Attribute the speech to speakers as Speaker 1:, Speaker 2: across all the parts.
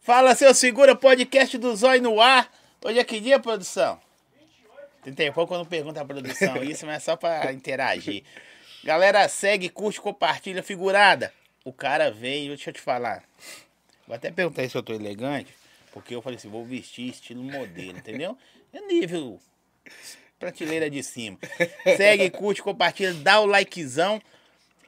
Speaker 1: Fala, seu segura, podcast do Zói no ar. Hoje é que dia, produção? 28. Tem pouco quando pergunta a produção isso, mas é só pra interagir. Galera, segue, curte, compartilha, figurada. O cara veio, deixa eu te falar. Vou até perguntar se eu tô elegante, porque eu falei assim, vou vestir estilo modelo, entendeu? É nível prateleira de cima. Segue, curte, compartilha, dá o likezão.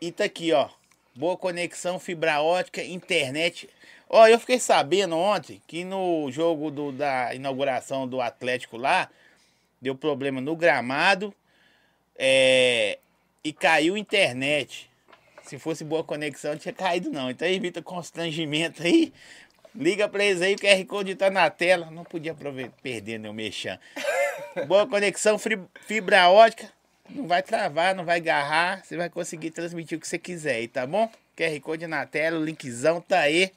Speaker 1: E tá aqui, ó. Boa conexão, fibra ótica, internet. Ó, eu fiquei sabendo ontem que no jogo do- da inauguração do Atlético lá, deu problema no gramado é, e caiu internet. Se fosse boa conexão, não tinha caído não. Então evita constrangimento aí. Liga pra eles aí, o QR Code tá na tela. Não podia aprove- perder né, meu mexão. Boa conexão, fri- fibra ótica. Não vai travar, não vai agarrar. Você vai conseguir transmitir o que você quiser aí, tá bom? QR Code na tela, o linkzão tá aí.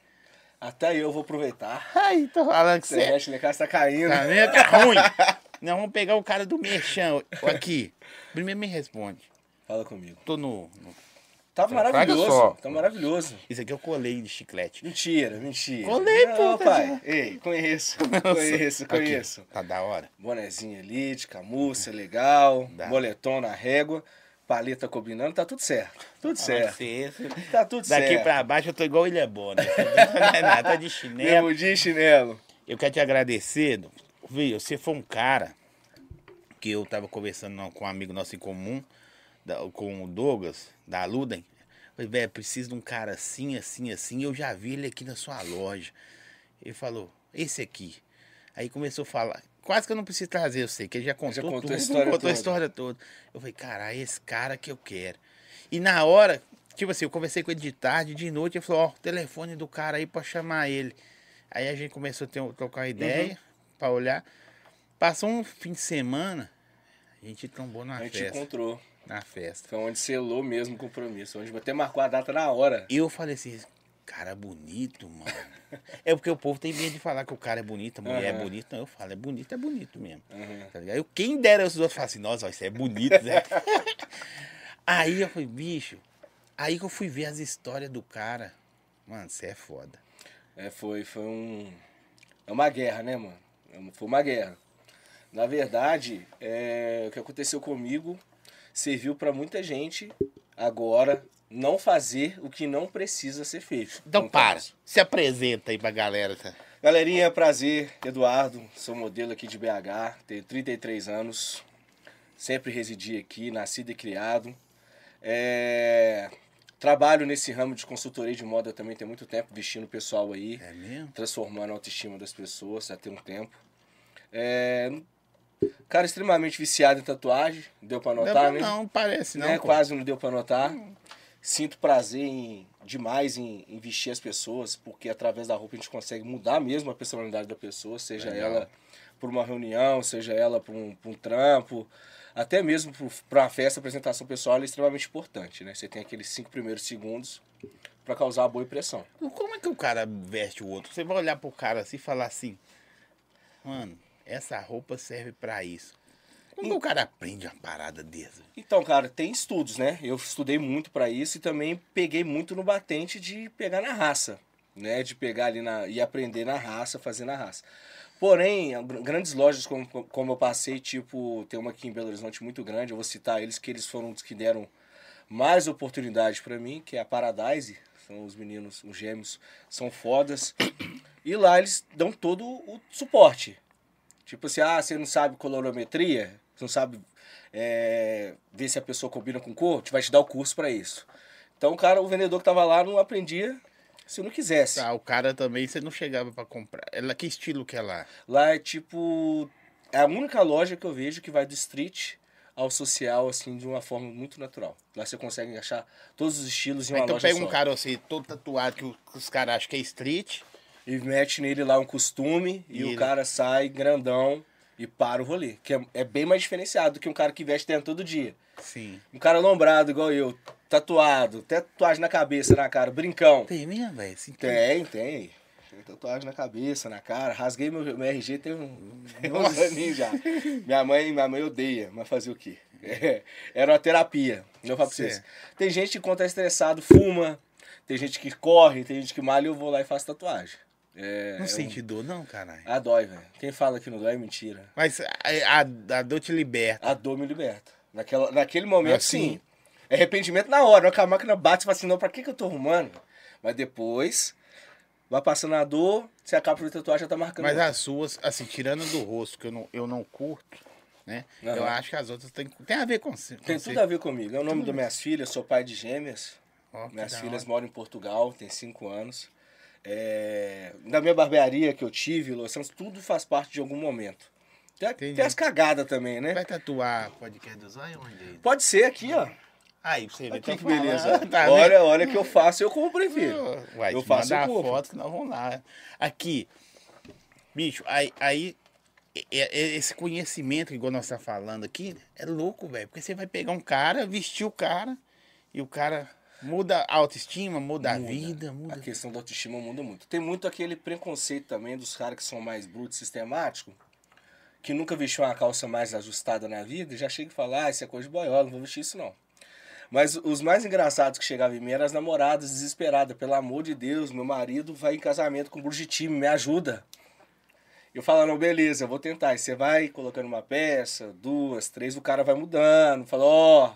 Speaker 2: Até eu vou aproveitar.
Speaker 1: Aí, tô falando que
Speaker 2: Você
Speaker 1: você
Speaker 2: mexe, minha casa tá caindo.
Speaker 1: Tá vendo? Tá ruim. Nós vamos pegar o cara do Merchan aqui. Primeiro me responde.
Speaker 2: Fala comigo.
Speaker 1: Tô no. no-
Speaker 2: Tá
Speaker 3: Paga só.
Speaker 2: maravilhoso. Tá maravilhoso.
Speaker 1: Isso aqui eu colei de chiclete.
Speaker 2: Mentira, mentira.
Speaker 1: Colei,
Speaker 2: Não,
Speaker 1: puta,
Speaker 2: pai. Ei, conheço. Conheço,
Speaker 1: Aqui,
Speaker 2: conheço.
Speaker 1: Tá da hora.
Speaker 2: Bonezinho elite, camurça, legal.
Speaker 1: Dá.
Speaker 2: Moletom na régua. Paleta combinando, tá tudo certo. Tudo
Speaker 1: Falando
Speaker 2: certo.
Speaker 1: sério.
Speaker 2: Tá tudo certo.
Speaker 1: Ah, Daqui pra baixo eu tô igual ele é bom, né? Não é nada, tô de chinelo.
Speaker 2: Mesmo dia e chinelo.
Speaker 1: Eu quero te agradecer, viu? Você foi um cara que eu tava conversando com um amigo nosso em comum, da- com o Douglas, da Ludem. Falei, velho, preciso de um cara assim, assim, assim. Eu já vi ele aqui na sua loja. Ele falou, esse aqui. Aí começou a falar. Quase que eu não preciso trazer, eu sei, que ele já contou,
Speaker 2: contou a
Speaker 1: tudo,
Speaker 2: história
Speaker 1: contou a
Speaker 2: toda.
Speaker 1: história toda. Eu falei, cara, é esse cara que eu quero. E na hora, tipo assim, eu conversei com ele de tarde, de noite, ele falou, ó, o telefone do cara aí pra chamar ele. Aí a gente começou a ter, um- trocar
Speaker 2: Uhum.
Speaker 1: uma ideia pra olhar. Passou um fim de semana, a gente trombou na
Speaker 2: A gente
Speaker 1: festa.
Speaker 2: encontrou.
Speaker 1: Na festa.
Speaker 2: Foi onde selou mesmo o compromisso. Onde até marcou a data na hora.
Speaker 1: Eu falei assim, cara bonito, mano. é porque o povo tem medo de falar que o cara é bonito, a mulher é
Speaker 2: Aham.
Speaker 1: bonita. Não, eu falo, é bonito, é bonito mesmo.
Speaker 2: Uhum.
Speaker 1: Tá ligado? Eu, quem dera os outros falam assim, nossa, isso é bonito, né? aí eu falei, bicho, aí que eu fui ver as histórias do cara. Mano, você é foda.
Speaker 2: É, foi, foi um. É uma guerra, né, mano? É uma- Foi uma guerra. Na verdade, é, o que aconteceu comigo serviu pra muita gente agora não fazer o que não precisa ser feito.
Speaker 1: Então
Speaker 2: No
Speaker 1: para,
Speaker 2: caso.
Speaker 1: se apresenta aí pra galera. tá?
Speaker 2: Galerinha, prazer, Eduardo, sou modelo aqui de BH, tenho 33 anos, sempre residi aqui, nascido e criado. É, Trabalho nesse ramo de consultoria de moda também tem muito tempo, vestindo o pessoal aí
Speaker 1: É mesmo?
Speaker 2: transformando a autoestima das pessoas já tem um tempo. É, Cara, extremamente viciado em tatuagem, deu pra
Speaker 1: Não, é
Speaker 2: notar, né?
Speaker 1: não parece não.
Speaker 2: Né?
Speaker 1: pô. Hum.
Speaker 2: Quase não deu pra notar. Sinto prazer em- demais em, em vestir as pessoas, porque através da roupa a gente consegue mudar mesmo a personalidade da pessoa, seja
Speaker 1: Legal.
Speaker 2: ela por uma reunião, seja ela por um, por um trampo, até mesmo para uma festa, apresentação pessoal, ela é extremamente importante, né? Você tem aqueles cinco primeiros segundos pra causar uma boa impressão.
Speaker 1: Como é que o cara veste o outro? Você vai olhar pro cara assim e falar assim, mano, essa roupa serve pra isso. Como que o cara aprende uma parada dessa?
Speaker 2: Então, cara, tem estudos, né? Eu estudei muito pra isso e também peguei muito no batente de pegar na raça, né? De pegar ali na, e aprender na raça, fazer na raça. Porém, a gr- grandes lojas como, como eu passei, tipo, tem uma aqui em Belo Horizonte muito grande, eu vou citar eles, que eles foram os que deram mais oportunidade pra mim, que é a Paradise. São os meninos, os gêmeos, são fodas. E lá eles dão todo o suporte. Tipo assim, ah, você não sabe colorometria? Você não sabe é, ver se a pessoa combina com cor? Te vai te dar o curso pra isso. Então, o cara, o vendedor que tava lá não aprendia se não quisesse.
Speaker 1: Tá, o cara também, você não chegava pra comprar. Ela, que estilo que ela?
Speaker 2: Lá é tipo. É a única loja que eu vejo que vai do street ao social, assim, de uma forma muito natural. Lá você consegue achar todos os estilos em uma
Speaker 1: Então
Speaker 2: loja
Speaker 1: pega
Speaker 2: só.
Speaker 1: um cara assim, todo tatuado, que o- que os caras acham que é street.
Speaker 2: E mete nele lá um costume e,
Speaker 1: E ele-
Speaker 2: o cara sai grandão e para o rolê. Que é, é bem mais diferenciado do que um cara que veste dentro todo dia.
Speaker 1: Sim.
Speaker 2: Um cara lombrado igual eu, tatuado, tatuagem na cabeça, na cara, brincão.
Speaker 1: Tem mesmo, velho? Assim, tem.
Speaker 2: Tem, tem. Tem tatuagem na cabeça, na cara. Rasguei meu, meu RG tem, um, tem uns
Speaker 1: Nossa.
Speaker 2: aninhos já. Minha mãe, minha mãe odeia, mas fazer o quê? É, era uma terapia. Eu falo pra vocês.
Speaker 1: Certo.
Speaker 2: Tem gente que quando tá estressado, fuma. Tem gente que corre, tem gente que malha, eu vou lá e faço tatuagem. É,
Speaker 1: um Não
Speaker 2: é
Speaker 1: sente dor, não, caralho.
Speaker 2: um- A dói, velho. Quem fala que não dói é mentira.
Speaker 1: Mas a, a- a dor te liberta.
Speaker 2: A dor me liberta. Naquela, naquele momento,
Speaker 1: Assim?
Speaker 2: sim. É arrependimento na hora. Na hora que a máquina bate, você fala assim, não, pra que, que eu tô arrumando? Mas depois, vai passando a dor, você acaba de tatuagem, já tá marcando.
Speaker 1: Mas as suas, assim, tirando do rosto, que eu não, eu não curto, né?
Speaker 2: Aham.
Speaker 1: Eu acho que as outras tem, tem a ver com você. com
Speaker 2: Tem
Speaker 1: você.
Speaker 2: tudo a ver comigo. É o nome das minhas filhas, sou pai de gêmeas.
Speaker 1: Ó, Ah, que
Speaker 2: Minhas
Speaker 1: da
Speaker 2: filhas
Speaker 1: hora.
Speaker 2: moram em Portugal, tem cinco anos. É, Na minha barbearia que eu tive, Los Santos, tudo faz parte de algum momento. Tem,
Speaker 1: Entendi.
Speaker 2: tem as cagadas também, né?
Speaker 1: Vai tatuar podcast do Zóio onde aí?
Speaker 2: Pode ser aqui, ó.
Speaker 1: Aí, pra você ver.
Speaker 2: Aqui
Speaker 1: tô
Speaker 2: que beleza.
Speaker 1: falando, tá
Speaker 2: olha, olha que eu faço, eu comprei, filho.
Speaker 1: vendo? Uai,
Speaker 2: Eu
Speaker 1: eu
Speaker 2: faço
Speaker 1: faço
Speaker 2: o
Speaker 1: a
Speaker 2: corpo.
Speaker 1: foto que nós vamos lá. Aqui. Bicho, aí, aí é- é- esse conhecimento, igual nós tá falando aqui, é louco, velho. Porque você vai pegar um cara, vestir o cara, e o cara muda a autoestima, muda, a vida, muda.
Speaker 2: A questão da autoestima muda muito. Tem muito aquele preconceito também dos caras que são mais brutos, sistemáticos, que nunca vestiu uma calça mais ajustada na vida e já chega e fala, ah, isso é coisa de boiola, não vou vestir isso não. Mas os mais engraçados que chegavam em mim eram as namoradas desesperadas. Pelo amor de Deus, meu marido vai em casamento com Burgitime, me ajuda. Eu falo, não, beleza, eu vou tentar. E você vai colocando uma peça, duas, três, o cara vai mudando. Fala, ó,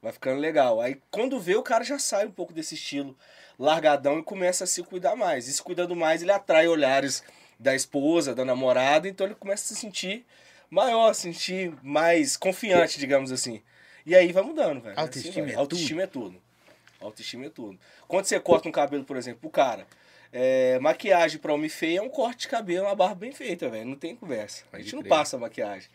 Speaker 2: vai ficando legal. Aí quando vê, o cara já sai um pouco desse estilo largadão e começa a se cuidar mais. E se cuidando mais, ele atrai olhares da esposa, da namorada, então ele começa a se sentir maior, se sentir mais confiante, digamos assim. E aí vai mudando, velho.
Speaker 1: Autoestima
Speaker 2: vai.
Speaker 1: é
Speaker 2: Autoestima é tudo. Autoestima é tudo. Quando você corta um cabelo, por exemplo, o cara, é, maquiagem pra homem feio é um corte de cabelo, uma barba bem feita, velho. Não tem conversa. A
Speaker 1: Pode
Speaker 2: gente não
Speaker 1: crer.
Speaker 2: passa maquiagem.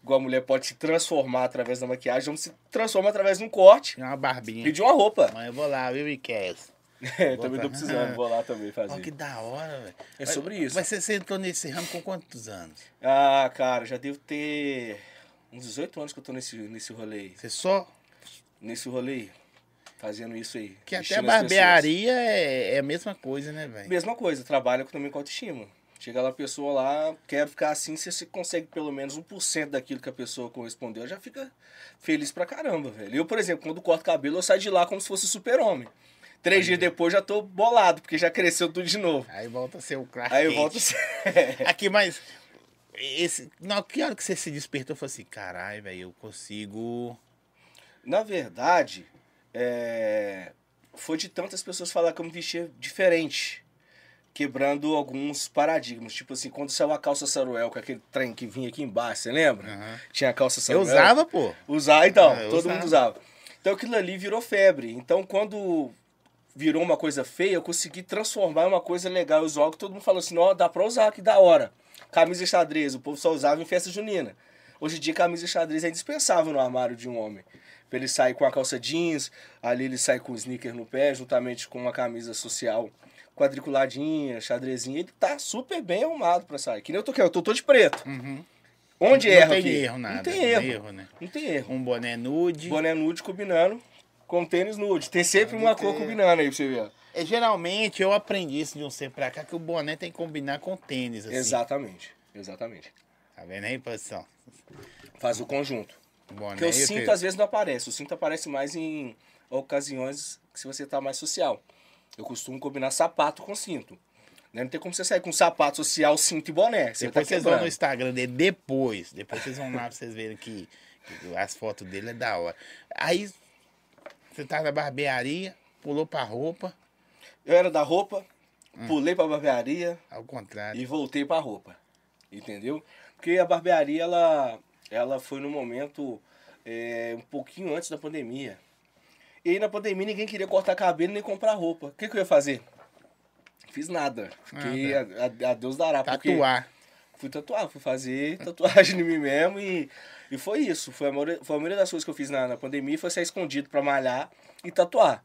Speaker 2: Igual a mulher pode se transformar através da maquiagem, homem se transforma através de um corte
Speaker 1: Tem uma barbinha.
Speaker 2: e de uma roupa.
Speaker 1: Mas eu vou lá, viu, Iquez?
Speaker 2: É, eu também
Speaker 1: Botar.
Speaker 2: tô precisando, vou lá também
Speaker 1: Ó, que
Speaker 2: fazer.
Speaker 1: da hora, velho.
Speaker 2: É sobre isso.
Speaker 1: Mas você, você entrou nesse ramo com quantos anos?
Speaker 2: Ah, cara, já devo ter uns 18 anos que eu tô nesse, nesse rolê aí.
Speaker 1: Você só.
Speaker 2: Nesse rolê aí. Fazendo isso aí.
Speaker 1: Que até
Speaker 2: vestindo
Speaker 1: a
Speaker 2: as pessoas.
Speaker 1: barbearia é, é a mesma coisa, né, velho?
Speaker 2: Mesma coisa, trabalha com- também com autoestima. Chega lá, a pessoa lá, quer ficar assim, se você consegue pelo menos 1% daquilo que a pessoa correspondeu, já fica feliz pra caramba, velho. Eu, por exemplo, quando corto cabelo, eu saio de lá como se fosse super-homem. Três dias depois já tô bolado, porque já cresceu tudo de novo.
Speaker 1: Aí volta a ser o Clark
Speaker 2: Aí eu
Speaker 1: Kent.
Speaker 2: volto.
Speaker 1: Aqui, mas. Esse, na que hora que você se despertou, eu falei assim: caralho, velho, eu consigo.
Speaker 2: Na verdade, é, foi de tantas pessoas falar que eu me vestia diferente, quebrando alguns paradigmas. Tipo assim, quando saiu a calça saruel, com aquele trem que vinha aqui embaixo, você lembra?
Speaker 1: Aham.
Speaker 2: Tinha a calça
Speaker 1: É. Eu
Speaker 2: saruel.
Speaker 1: usava, pô.
Speaker 2: Usar, então,
Speaker 1: Ah, eu
Speaker 2: todo
Speaker 1: usava.
Speaker 2: mundo usava. Então aquilo ali virou febre. Então quando virou uma coisa feia, eu consegui transformar em uma coisa legal. Eu usava que todo mundo falou assim, ó, dá pra usar, que da hora. Camisa xadrez, o povo só usava em festa junina. Hoje em dia, camisa xadrez é indispensável no armário de um homem. Pra ele sair com a calça jeans, ali ele sai com o sneaker no pé, juntamente com uma camisa social quadriculadinha, xadrezinha. Ele tá super bem arrumado pra sair. Que nem eu tô, aqui, eu tô todo de preto. Onde
Speaker 1: Uhum. não
Speaker 2: erra
Speaker 1: tem
Speaker 2: aqui?
Speaker 1: erro, nada.
Speaker 2: Não tem erro.
Speaker 1: né?
Speaker 2: Não tem erro.
Speaker 1: Um boné nude.
Speaker 2: Boné nude combinando com tênis nude. Tem sempre uma
Speaker 1: Deve
Speaker 2: cor
Speaker 1: ter.
Speaker 2: combinando aí pra você ver.
Speaker 1: É, geralmente eu aprendi isso de um tempo pra cá que o boné tem que combinar com o tênis, assim.
Speaker 2: Exatamente. Exatamente.
Speaker 1: Tá vendo aí, posição?
Speaker 2: Faz o conjunto.
Speaker 1: Boné
Speaker 2: Porque o
Speaker 1: e o
Speaker 2: cinto
Speaker 1: tênis.
Speaker 2: às vezes não aparece. O cinto aparece mais em ocasiões que se você tá mais social. Eu costumo combinar sapato com cinto. né? Não tem como você sair com sapato social, cinto e boné. Você
Speaker 1: Depois
Speaker 2: tá
Speaker 1: vocês vão
Speaker 2: quebrando.
Speaker 1: no Instagram dele, depois. Depois vocês vão lá pra vocês verem que que as fotos dele é da hora. Aí você tá na barbearia, pulou pra roupa,
Speaker 2: Eu era da roupa,
Speaker 1: Hum.
Speaker 2: pulei pra barbearia,
Speaker 1: ao contrário.
Speaker 2: e voltei pra roupa. Entendeu? Porque a barbearia, ela, ela foi no momento é, um pouquinho antes da pandemia. E aí na pandemia ninguém queria cortar cabelo nem comprar roupa. O que, que eu ia fazer? Fiz nada. Fiquei a, a- a Deus dará.
Speaker 1: tá
Speaker 2: porque-
Speaker 1: Tatuar.
Speaker 2: fui tatuar, fui fazer tatuagem em mim mesmo e, e foi isso. Foi a, maioria, foi a maioria das coisas que eu fiz na, na pandemia foi sair escondido pra malhar e tatuar.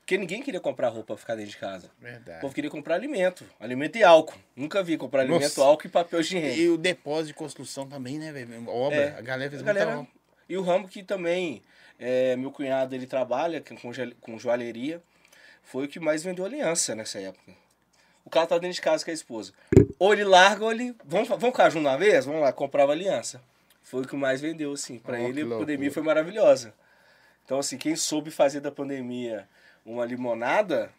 Speaker 2: Porque ninguém queria comprar roupa pra ficar dentro de casa. O
Speaker 1: Verdade.
Speaker 2: povo queria comprar alimento. Alimento e álcool. Nunca vi comprar alimento,
Speaker 1: Nossa.
Speaker 2: álcool e papel higiênico.
Speaker 1: E o depósito de construção também, né, velho? Obra.
Speaker 2: É,
Speaker 1: A galera fez
Speaker 2: A
Speaker 1: muita
Speaker 2: galera...
Speaker 1: obra.
Speaker 2: E o ramo que também, é, meu cunhado, ele trabalha com, com joal- com joalheria, foi o que mais vendeu aliança nessa época. O cara tá dentro de casa com a esposa. Ou ele larga, ou ele... Vamos, fa- vamos ficar junto uma vez? Vamos lá, comprava aliança. Foi o que mais vendeu, assim. Pra
Speaker 1: Ó,
Speaker 2: ele,
Speaker 1: que
Speaker 2: a pandemia
Speaker 1: loucura.
Speaker 2: foi maravilhosa. Então, assim, quem soube fazer da pandemia uma limonada,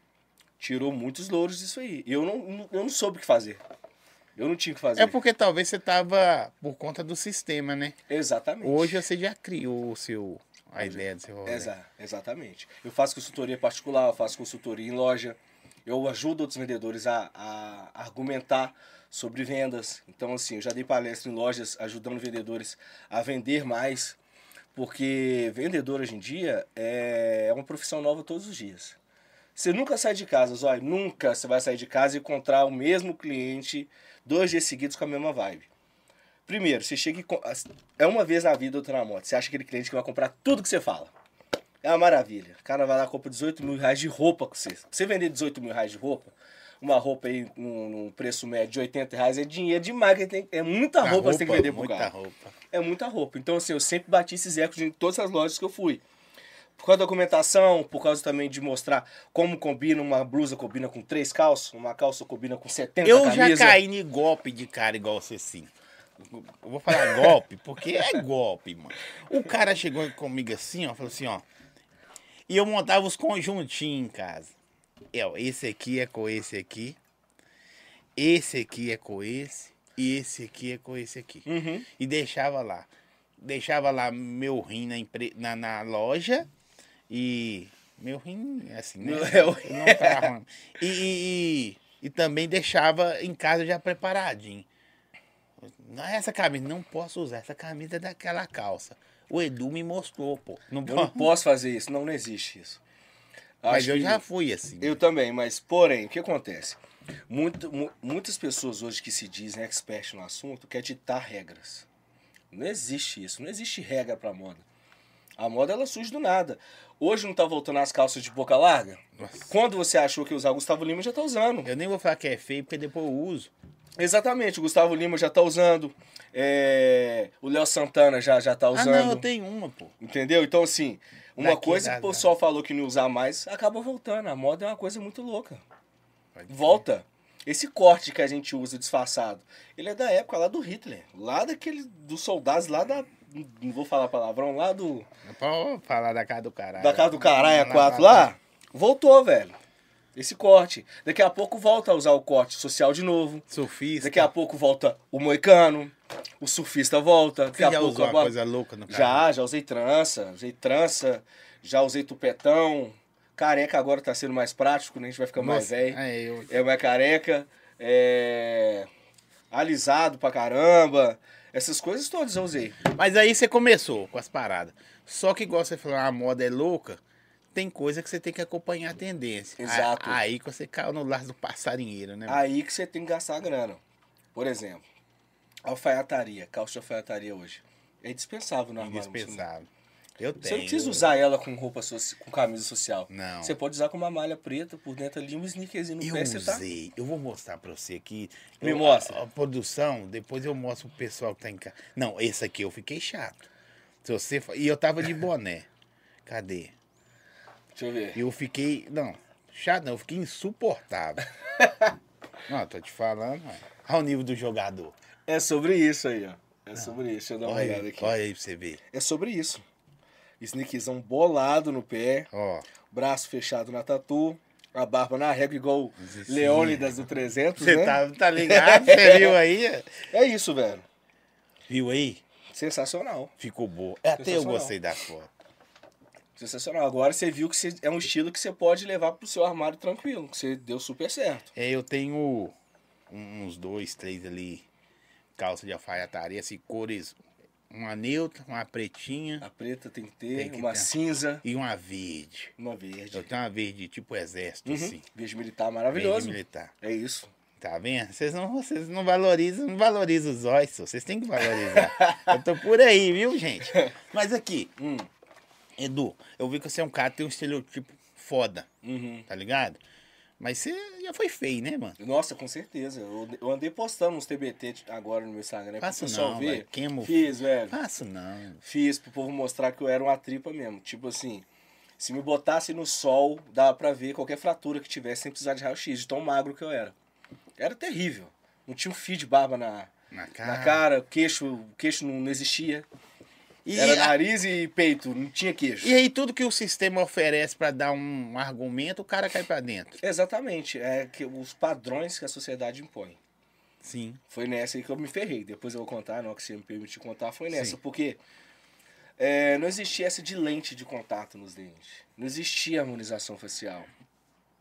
Speaker 2: Tirou muitos louros disso aí. E eu não, eu não soube o que fazer. Eu não tinha o que fazer.
Speaker 1: É porque talvez você tava por conta do sistema, né?
Speaker 2: Exatamente.
Speaker 1: Hoje você já criou o seu, a ideia do seu rolê.
Speaker 2: Exa exatamente. Eu faço consultoria particular, eu faço consultoria em loja, eu ajudo outros vendedores a, a argumentar sobre vendas. Então, assim, eu já dei palestra em lojas ajudando vendedores a vender mais, porque vendedor hoje em dia é, é uma profissão nova todos os dias. Você nunca sai de casa, Zói, nunca você vai sair de casa e encontrar o mesmo cliente dois dias seguidos com a mesma vibe. Primeiro, você chega e. com- É uma vez na vida, outra na moto. Você acha aquele cliente que vai comprar tudo que você fala. É uma maravilha. O cara vai lá e compra 18 mil reais de roupa com você. Pra você vender 18 mil reais de roupa, uma roupa aí num, num preço médio de 80 reais é dinheiro demais. que tem- É muita roupa, que você tem que vender pro
Speaker 1: muita
Speaker 2: cara.
Speaker 1: roupa.
Speaker 2: É muita roupa. Então, assim, eu sempre bati esses recordes em todas as lojas que eu fui. Por causa da documentação, por causa também de mostrar como combina uma blusa, combina com três calças, uma calça combina com 70
Speaker 1: Eu já
Speaker 2: camisas.
Speaker 1: caí em golpe de cara igual você sim. Eu vou falar golpe, porque é golpe, mano. O cara chegou comigo assim, ó, falou assim, ó. E eu montava os conjuntinhos em casa. Eu, esse aqui é com esse aqui. Esse aqui é com esse. E esse aqui é com esse aqui.
Speaker 2: Uhum.
Speaker 1: E deixava lá. Deixava lá meu rim na, empre- na, na loja. E. Meu rim, assim, né?
Speaker 2: Meu- é o-
Speaker 1: Não tá ruim. E, e, e, e também deixava em casa já preparadinho. Não é essa camisa, não posso usar. Essa camisa é daquela calça. O Edu me mostrou, pô. Não
Speaker 2: Eu não
Speaker 1: posso.
Speaker 2: posso fazer isso, não, não existe isso.
Speaker 1: Mas
Speaker 2: Acho
Speaker 1: eu
Speaker 2: que-
Speaker 1: já fui assim.
Speaker 2: Eu também, mas porém, o que acontece? Muito, mu- muitas pessoas hoje que se dizem expert no assunto quer ditar regras. Não existe isso, não existe regra pra moda. A moda ela surge do nada. Hoje não tá voltando as calças de boca larga?
Speaker 1: Nossa.
Speaker 2: Quando você achou que ia usar, o Gustavo Lima já tá usando.
Speaker 1: Eu nem vou falar que é feio, porque depois eu uso.
Speaker 2: Exatamente, o Gustavo Lima já tá usando. é, O Léo Santana já, já tá usando.
Speaker 1: Ah, não, eu tenho uma, pô.
Speaker 2: Entendeu? Então, assim, uma
Speaker 1: Daqui,
Speaker 2: coisa
Speaker 1: da-
Speaker 2: que o
Speaker 1: da-
Speaker 2: pessoal falou que não ia usar mais, acaba voltando. A moda é uma coisa muito louca.
Speaker 1: Pode crer.
Speaker 2: Volta. Esse corte que a gente usa disfarçado, ele é da época lá do Hitler. Lá daquele, dos soldados lá da... Não vou falar palavrão, lá do...
Speaker 1: Não pode falar da cara do caralho.
Speaker 2: Da casa do caralho, a
Speaker 1: Lá,
Speaker 2: quatro
Speaker 1: lá,
Speaker 2: lá. Voltou, velho. Esse corte. Daqui a pouco volta a usar o corte social de novo.
Speaker 1: Surfista.
Speaker 2: Daqui a pouco volta o moicano. O surfista volta. Daqui
Speaker 1: Você
Speaker 2: a
Speaker 1: já
Speaker 2: pouco
Speaker 1: usou é uma
Speaker 2: a-
Speaker 1: coisa louca no carro?
Speaker 2: Já, já usei trança, usei trança, já usei tupetão. Careca agora tá sendo mais prático, né? A gente vai ficar mais
Speaker 1: Nossa,
Speaker 2: velho.
Speaker 1: É, eu...
Speaker 2: É mais careca, é... alisado pra caramba. Essas coisas todas eu usei.
Speaker 1: Mas aí você começou com as paradas. Só que igual você falou, a moda é louca, tem coisa que você tem que acompanhar a tendência.
Speaker 2: Exato.
Speaker 1: A- Aí que você caiu no laço do passarinheiro, né? mano?
Speaker 2: Aí que você tem que gastar a grana. Por exemplo, alfaiataria, calça de alfaiataria hoje. É dispensável na armário. muçulmano.
Speaker 1: Indispensável. Eu tenho.
Speaker 2: Você não precisa usar ela com roupa soci- com camisa social.
Speaker 1: Não.
Speaker 2: Você pode usar com uma malha preta por dentro ali, um sneakerzinho no
Speaker 1: Eu
Speaker 2: pé, você tá.
Speaker 1: usei. Eu vou mostrar pra você aqui.
Speaker 2: Me
Speaker 1: Eu-
Speaker 2: mostra.
Speaker 1: A, a produção, depois eu mostro pro pessoal que tá em casa. Não, esse aqui eu fiquei chato. Se você... fa- E eu tava de boné. Cadê?
Speaker 2: Deixa eu ver.
Speaker 1: E eu fiquei. Não, chato não, eu fiquei insuportável. não, tô te falando, mano. Olha o nível do jogador.
Speaker 2: É sobre isso aí, ó. É sobre isso. Deixa eu dar uma
Speaker 1: Olha,
Speaker 2: olhada
Speaker 1: aí,
Speaker 2: aqui.
Speaker 1: olha aí pra você ver.
Speaker 2: É sobre isso. Sneakzão bolado no pé,
Speaker 1: Ó,
Speaker 2: braço fechado na tatu, a barba na régua igual
Speaker 1: Sim.
Speaker 2: Leônidas do 300,
Speaker 1: você
Speaker 2: né?
Speaker 1: tá, tá ligado? Você viu aí?
Speaker 2: É isso, velho.
Speaker 1: Viu aí?
Speaker 2: Sensacional.
Speaker 1: Ficou boa. É, Até eu
Speaker 2: Sensacional.
Speaker 1: gostei da foto.
Speaker 2: Sensacional. Agora você viu que você- é um estilo que você pode levar pro seu armário tranquilo, que você deu super certo.
Speaker 1: É, eu tenho um- uns dois, três ali, calça de alfaiataria, assim, cores, uma neutra, uma pretinha
Speaker 2: A preta tem que ter,
Speaker 1: Tem que
Speaker 2: uma
Speaker 1: ter.
Speaker 2: cinza,
Speaker 1: e uma verde.
Speaker 2: uma verde.
Speaker 1: Eu tenho uma verde tipo exército,
Speaker 2: Uhum.
Speaker 1: assim.
Speaker 2: Verde militar
Speaker 1: Verde
Speaker 2: maravilhoso.
Speaker 1: militar.
Speaker 2: É isso.
Speaker 1: Tá vendo? Vocês não, vocês não valorizam, não valorizam os olhos, só. vocês têm que valorizar. eu tô por aí, viu, gente? Mas aqui,
Speaker 2: Hum.
Speaker 1: Edu, eu vi que você é um cara que tem um estereotipo foda,
Speaker 2: Uhum.
Speaker 1: tá ligado? Mas você já foi feio, né, mano?
Speaker 2: Nossa, com certeza. Eu, eu andei postando uns TBT de- agora no meu Instagram. pro
Speaker 1: Faço
Speaker 2: pessoal
Speaker 1: não,
Speaker 2: ver.
Speaker 1: velho. Queimo.
Speaker 2: Fiz, velho.
Speaker 1: Faço não.
Speaker 2: Fiz pro povo mostrar que eu era uma tripa mesmo. Tipo assim, se me botasse no sol, dava pra ver qualquer fratura que tivesse sem precisar de raio-x, de tão magro que eu era. Era terrível. Não tinha um fio de barba na,
Speaker 1: Na cara.
Speaker 2: na cara, o queixo, o queixo não, não existia.
Speaker 1: E,
Speaker 2: Era nariz e peito, não tinha queijo.
Speaker 1: e aí tudo que o sistema oferece pra dar um argumento, o cara cai pra dentro.
Speaker 2: Exatamente, é que os padrões que a sociedade impõe.
Speaker 1: Sim.
Speaker 2: Foi nessa aí que eu me ferrei. Depois eu vou contar, não, que você me permitiu contar, foi nessa.
Speaker 1: Sim.
Speaker 2: Porque é, não existia essa de lente de contato nos dentes. Não existia harmonização facial.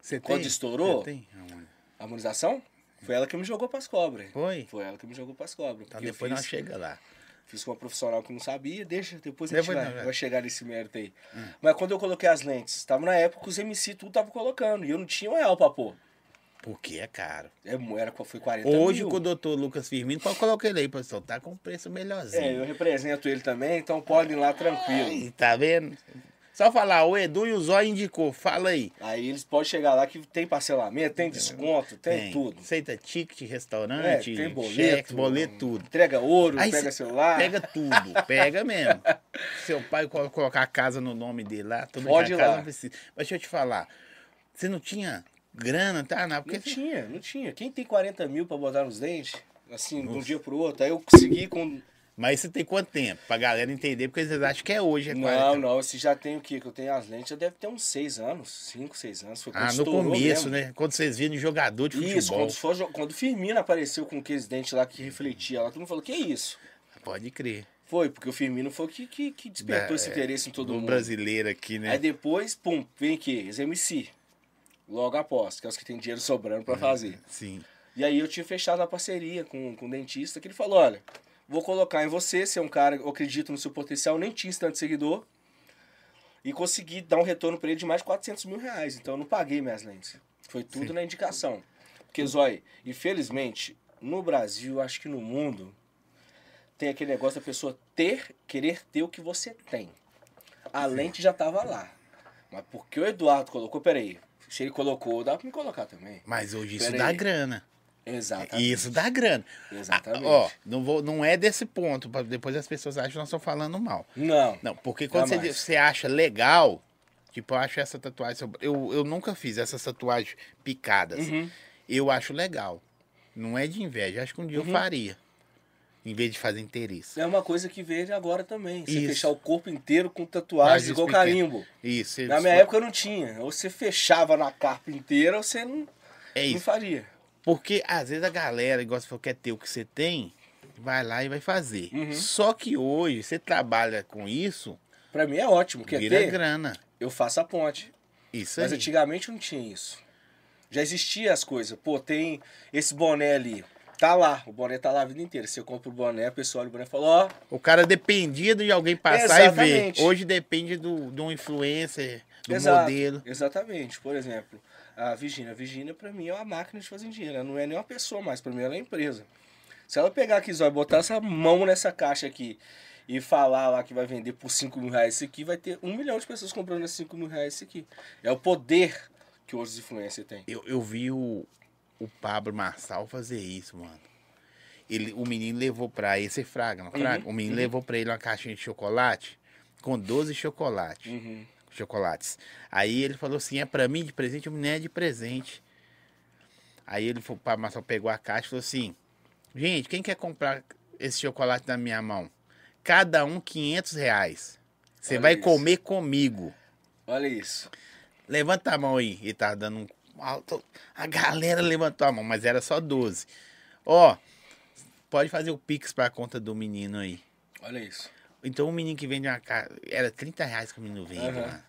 Speaker 1: Você tem?
Speaker 2: Quando estourou-
Speaker 1: Eu tenho, Ramon.
Speaker 2: A harmonização? Foi ela que me jogou pras cobras.
Speaker 1: Foi?
Speaker 2: Foi ela que me jogou pras cobras.
Speaker 1: Então
Speaker 2: porque eu
Speaker 1: depois
Speaker 2: fiz-
Speaker 1: nós chega lá.
Speaker 2: Fiz com uma profissional que não sabia, deixa, depois a
Speaker 1: Depois Hum.
Speaker 2: gente
Speaker 1: não,
Speaker 2: vai,
Speaker 1: é.
Speaker 2: vai chegar nesse mérito aí. Mas quando eu coloquei as lentes, tava na época que os MC tudo tava colocando, e eu não tinha um real pra pôr.
Speaker 1: Porque é caro.
Speaker 2: É, mo- era, foi 40
Speaker 1: Hoje
Speaker 2: mil.
Speaker 1: com o doutor Lucas Firmino, pode colocar ele aí, pessoal. Tá com um preço
Speaker 2: É,
Speaker 1: melhorzinho.
Speaker 2: eu represento ele também, então podem ir lá tranquilo.
Speaker 1: Ai, tá vendo? Só falar, o Edu e o Zóio indicou. Fala aí.
Speaker 2: Aí eles podem chegar lá que tem parcelamento, tem desconto, tem, tudo.
Speaker 1: Aceita ticket, restaurante,
Speaker 2: É, tem boleto. Ah.
Speaker 1: cheque, boleto, tudo.
Speaker 2: Entrega ouro,
Speaker 1: Aí
Speaker 2: pega
Speaker 1: cê-
Speaker 2: celular.
Speaker 1: Pega tudo, pega mesmo. Seu pai colo- colocar a casa no nome dele lá, tudo
Speaker 2: Pode
Speaker 1: a
Speaker 2: ir
Speaker 1: casa
Speaker 2: lá.
Speaker 1: não precisa. Mas deixa eu te falar, você não tinha grana, tá? Não, porque
Speaker 2: Não
Speaker 1: você-
Speaker 2: tinha, não tinha. Quem tem 40 mil pra botar nos dentes, assim, de um
Speaker 1: Nossa.
Speaker 2: dia pro outro, aí eu consegui com.
Speaker 1: Mas você tem quanto tempo? Pra galera entender, porque eles acham que é hoje, é
Speaker 2: Não,
Speaker 1: 40.
Speaker 2: não, esse já tem o quê? Que eu tenho as lentes, já deve ter uns 6 anos, 5, 6 anos. Foi quando
Speaker 1: Ah, no
Speaker 2: estourou
Speaker 1: começo,
Speaker 2: mesmo.
Speaker 1: né? Quando vocês viram jogador de futebol.
Speaker 2: Isso, quando, foi, quando o Firmino apareceu com aqueles dentes lá que refletia lá, todo mundo falou, que isso?
Speaker 1: Pode crer.
Speaker 2: Foi, porque o Firmino foi o que, que, que despertou
Speaker 1: É,
Speaker 2: esse interesse em todo
Speaker 1: Do
Speaker 2: mundo. É
Speaker 1: brasileiro aqui, né?
Speaker 2: Aí depois, pum, vem aqui, os MC. Logo após, que é os que têm dinheiro sobrando
Speaker 1: Uhum.
Speaker 2: pra fazer.
Speaker 1: Sim.
Speaker 2: E aí eu tinha fechado a parceria com, com o dentista, que ele falou, olha, vou colocar em você, você é um cara, eu acredito no seu potencial, nem tinha tanto seguidor. E consegui dar um retorno pra ele de mais de 400 mil reais. Então eu não paguei minhas lentes. Foi tudo
Speaker 1: Sim.
Speaker 2: na indicação. Porque, Zói, infelizmente, no Brasil, acho que no mundo, tem aquele negócio da pessoa ter, querer ter o que você tem. A lente já tava lá. Mas porque o Eduardo colocou, peraí, se ele colocou, dá pra me colocar também.
Speaker 1: Mas hoje isso
Speaker 2: Pera
Speaker 1: dá
Speaker 2: aí.
Speaker 1: grana.
Speaker 2: Exatamente.
Speaker 1: Isso dá grana. Ah,
Speaker 2: Exatamente.
Speaker 1: Ó, não, vou, não é desse ponto, pra depois as pessoas acham que nós estamos falando mal.
Speaker 2: Não.
Speaker 1: Não, porque quando você,
Speaker 2: Jamais.
Speaker 1: diz- você acha legal, tipo, eu acho essa tatuagem. Eu, eu nunca fiz essas tatuagens picadas.
Speaker 2: Uhum.
Speaker 1: Eu acho legal. Não é de inveja. Acho que um dia eu
Speaker 2: Uhum.
Speaker 1: faria. Em vez de fazer interesse.
Speaker 2: É uma coisa que veio agora também. Você
Speaker 1: Isso.
Speaker 2: fechar o corpo inteiro com
Speaker 1: Mas
Speaker 2: tatuagem
Speaker 1: isso
Speaker 2: igual
Speaker 1: pequeno.
Speaker 2: carimbo.
Speaker 1: Isso. isso
Speaker 2: Na
Speaker 1: É
Speaker 2: minha
Speaker 1: foi-
Speaker 2: época eu não tinha. Ou você fechava na carpa inteira ou você não,
Speaker 1: É
Speaker 2: não
Speaker 1: isso.
Speaker 2: faria.
Speaker 1: Porque às vezes a galera, igual você falou, quer ter o que você tem, vai lá e vai fazer.
Speaker 2: Uhum.
Speaker 1: Só que hoje você trabalha com isso,
Speaker 2: Pra mim é ótimo. Quer
Speaker 1: vira
Speaker 2: ter?
Speaker 1: grana.
Speaker 2: Eu faço a ponte.
Speaker 1: Isso
Speaker 2: Mas
Speaker 1: aí.
Speaker 2: antigamente não tinha isso. Já existia as coisas. Pô, tem esse boné ali. Tá lá. O boné tá lá a vida inteira. Você compra o boné, a pessoa olha o boné e fala, ó,
Speaker 1: O cara dependia de alguém passar e
Speaker 2: Exatamente.
Speaker 1: ver. Hoje depende do, de um influencer, do
Speaker 2: Exato,
Speaker 1: modelo.
Speaker 2: Exatamente. Por exemplo, a Virgínia. A Virgínia, pra mim, é uma máquina de fazer dinheiro. Ela não é nem uma pessoa mais. Pra mim, ela é uma empresa. Se ela pegar aqui, Zóia, botar essa mão nessa caixa aqui e falar lá que vai vender por 5 mil reais isso aqui, vai ter um milhão de pessoas comprando esses 5 mil reais isso aqui. É o poder que hoje os influencers têm.
Speaker 1: Eu, eu vi o, o Pablo Marçal fazer isso, mano. Ele, o menino levou pra esse é Fraga, não Fraga?
Speaker 2: Uhum,
Speaker 1: O menino
Speaker 2: uhum.
Speaker 1: levou pra ele uma caixinha de chocolate com 12 chocolates.
Speaker 2: Uhum.
Speaker 1: chocolates. Aí ele falou assim: é pra mim de presente, eu não é de presente. Aí ele foi, o Marcelo pegou a caixa e falou assim: gente, quem quer comprar esse chocolate na minha mão? Cada um 500 reais. Você
Speaker 2: Olha
Speaker 1: vai
Speaker 2: isso.
Speaker 1: comer comigo.
Speaker 2: Olha isso.
Speaker 1: Levanta a mão aí. Ele tava dando um alto. A galera levantou a mão, mas era só 12. Ó, pode fazer o pix pra conta do menino aí.
Speaker 2: Olha isso.
Speaker 1: Então o menino que vende uma casa. Era 30 reais que o menino vende,
Speaker 2: Aham.
Speaker 1: mano.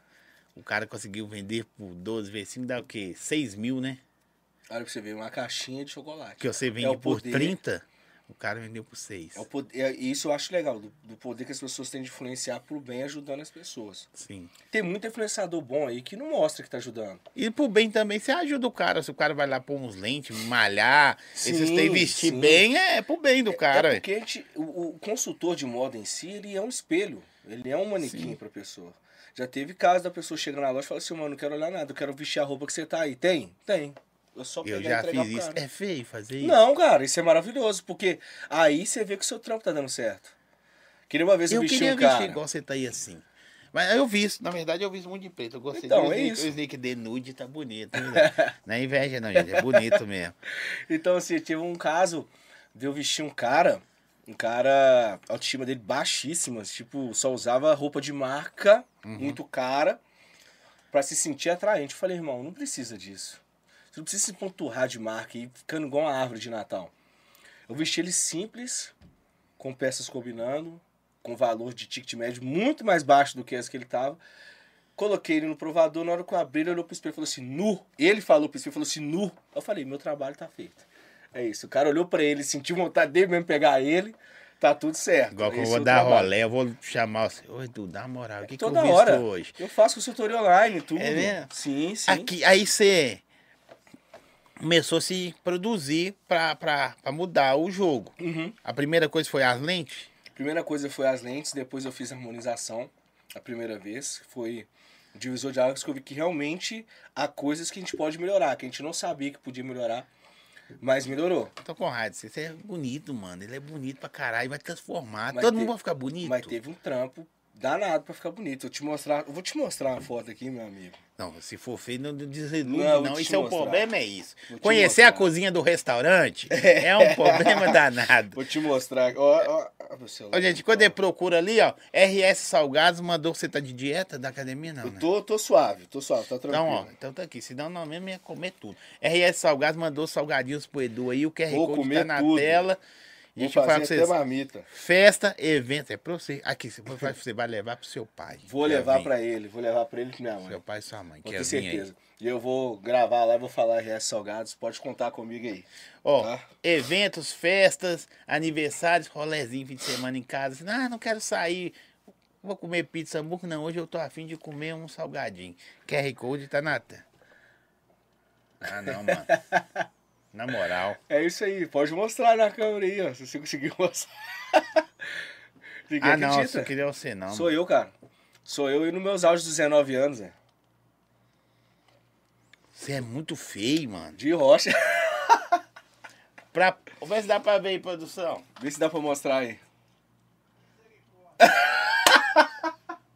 Speaker 1: O cara conseguiu vender por 12 vezes 5, dá o quê? 6 mil, né?
Speaker 2: Olha pra você ver, uma caixinha de chocolate.
Speaker 1: Que você
Speaker 2: É
Speaker 1: vende
Speaker 2: o
Speaker 1: por
Speaker 2: poder.
Speaker 1: 30, o cara vendeu por 6.
Speaker 2: É o poder, é- isso eu acho legal, do, do poder que as pessoas têm de influenciar pro bem ajudando as pessoas.
Speaker 1: Sim.
Speaker 2: Tem muito influenciador bom aí que não mostra que tá ajudando.
Speaker 1: E pro bem também, você ajuda o cara. Se o cara vai lá pôr uns lentes, malhar,
Speaker 2: Sim,
Speaker 1: esses tem vestir
Speaker 2: sim.
Speaker 1: bem, é, é pro bem do cara.
Speaker 2: é
Speaker 1: ué.
Speaker 2: porque a gente, o, o consultor de moda em si, ele é um espelho. Ele é um manequim pra pessoa. Já teve caso da pessoa chegando na loja e falar assim, mano, não quero olhar nada, eu quero vestir a roupa que você tá aí. Tem? Tem. Eu só pegar
Speaker 1: Eu
Speaker 2: e
Speaker 1: já fiz
Speaker 2: entregar pro
Speaker 1: isso.
Speaker 2: cara.
Speaker 1: É feio fazer isso?
Speaker 2: Não, cara, isso é maravilhoso, porque aí você vê que o seu trampo tá dando certo. Queria uma vez eu,
Speaker 1: Eu
Speaker 2: vestir
Speaker 1: queria
Speaker 2: um cara.
Speaker 1: vestir igual você tá aí assim. Mas eu vi isso, na verdade eu vi isso muito de preto. Eu gostei
Speaker 2: Então,
Speaker 1: do
Speaker 2: é
Speaker 1: sneak-
Speaker 2: isso.
Speaker 1: O sneak de nude tá bonito. hein, velho? não é inveja não, gente. É bonito mesmo.
Speaker 2: Então, assim, teve um caso de eu vestir um cara Um cara, a autoestima dele baixíssima, tipo, só usava roupa de marca, muito cara, pra se sentir atraente. Eu falei, irmão, não precisa disso. Você não precisa se ponturrar de marca e ir ficando igual uma árvore de Natal. Eu vesti ele simples, com peças combinando, com valor de ticket médio muito mais baixo do que as que ele tava. Coloquei ele no provador, na hora que eu abri, ele olhou pro espelho e falou assim, nu. Ele falou pro espelho e falou assim, nu. Eu falei, meu trabalho tá feito. É isso, o cara olhou pra ele, sentiu vontade dele mesmo pegar ele, tá tudo certo.
Speaker 1: Igual que eu
Speaker 2: Esse
Speaker 1: vou
Speaker 2: é o
Speaker 1: dar
Speaker 2: trabalho.
Speaker 1: rolé, eu vou chamar você. Oi, Edu, dá uma moral, o que, que eu
Speaker 2: Toda
Speaker 1: visto
Speaker 2: hora,
Speaker 1: hoje?
Speaker 2: eu faço consultoria online, tudo.
Speaker 1: É mesmo?
Speaker 2: Sim, sim.
Speaker 1: Aqui, aí você começou a se produzir pra, pra, pra mudar o jogo.
Speaker 2: Uhum.
Speaker 1: A primeira coisa foi as lentes?
Speaker 2: Primeira coisa foi as lentes, depois eu fiz a harmonização a primeira vez. Foi um divisor de águas que eu vi que realmente há coisas que a gente pode melhorar, que a gente não sabia que podia melhorar, mas melhorou.
Speaker 1: Tô com raiva. Você é bonito, mano. Ele é bonito pra caralho. Vai transformar.
Speaker 2: Mas
Speaker 1: Todo
Speaker 2: te-
Speaker 1: mundo vai ficar bonito.
Speaker 2: Mas teve um trampo danado pra ficar bonito. Eu te mostrar, eu vou te mostrar uma foto aqui, meu amigo.
Speaker 1: Não, se for feio, não desilude,
Speaker 2: Não, eu
Speaker 1: não.
Speaker 2: vou te
Speaker 1: Isso é o
Speaker 2: mostrar.
Speaker 1: problema, é isso.
Speaker 2: Vou te
Speaker 1: Conhecer a
Speaker 2: mostrar.
Speaker 1: cozinha do restaurante é um problema danado.
Speaker 2: Vou te mostrar. Ó, ó, ó meu celular. tá
Speaker 1: Ô, gente, quando ele procura ali, ó, RS Salgados mandou você tá de dieta da academia, não,
Speaker 2: Eu
Speaker 1: né?
Speaker 2: tô, tô suave, tô suave, tá tranquilo.
Speaker 1: Então, ó, então tá aqui. Senão, não mesmo ia comer tudo. RS Salgados mandou salgadinhos pro Edu aí. O QR
Speaker 2: Vou
Speaker 1: Code tá
Speaker 2: comer
Speaker 1: na
Speaker 2: tudo.
Speaker 1: tela. A
Speaker 2: Vou
Speaker 1: gente vai falar pra
Speaker 2: fazer até
Speaker 1: vocês.
Speaker 2: marmita.
Speaker 1: Festa, evento, é pra você. Aqui, você vai- você vai levar pro seu pai.
Speaker 2: Vou
Speaker 1: Quer
Speaker 2: levar
Speaker 1: vir?
Speaker 2: pra ele, vou levar pra ele e pra minha mãe.
Speaker 1: Seu pai e sua mãe.
Speaker 2: Vou
Speaker 1: Quer
Speaker 2: ter
Speaker 1: vir é aí?
Speaker 2: certeza. E eu vou gravar lá, vou falar RS Salgados, pode contar comigo aí.
Speaker 1: Ó,
Speaker 2: Tá.
Speaker 1: eventos, festas, aniversários, rolezinho, fim de semana em casa. Assim, ah, não quero sair. Vou comer pizza hambúrguer. Não, hoje eu tô afim de comer um salgadinho. QR Code tá na tela. Ah, não, mano. na moral.
Speaker 2: É isso aí, pode mostrar na câmera aí, ó, se você conseguir mostrar. Ninguém
Speaker 1: ah, não,
Speaker 2: acredita.
Speaker 1: isso aqui não é você, não.
Speaker 2: Sou eu, cara. Sou eu e nos meus auges dos 19 anos, né?
Speaker 1: Você é muito feio, mano.
Speaker 2: De rocha.
Speaker 1: Pra... Vê se dá pra ver aí, produção.
Speaker 2: Vê se dá pra mostrar aí.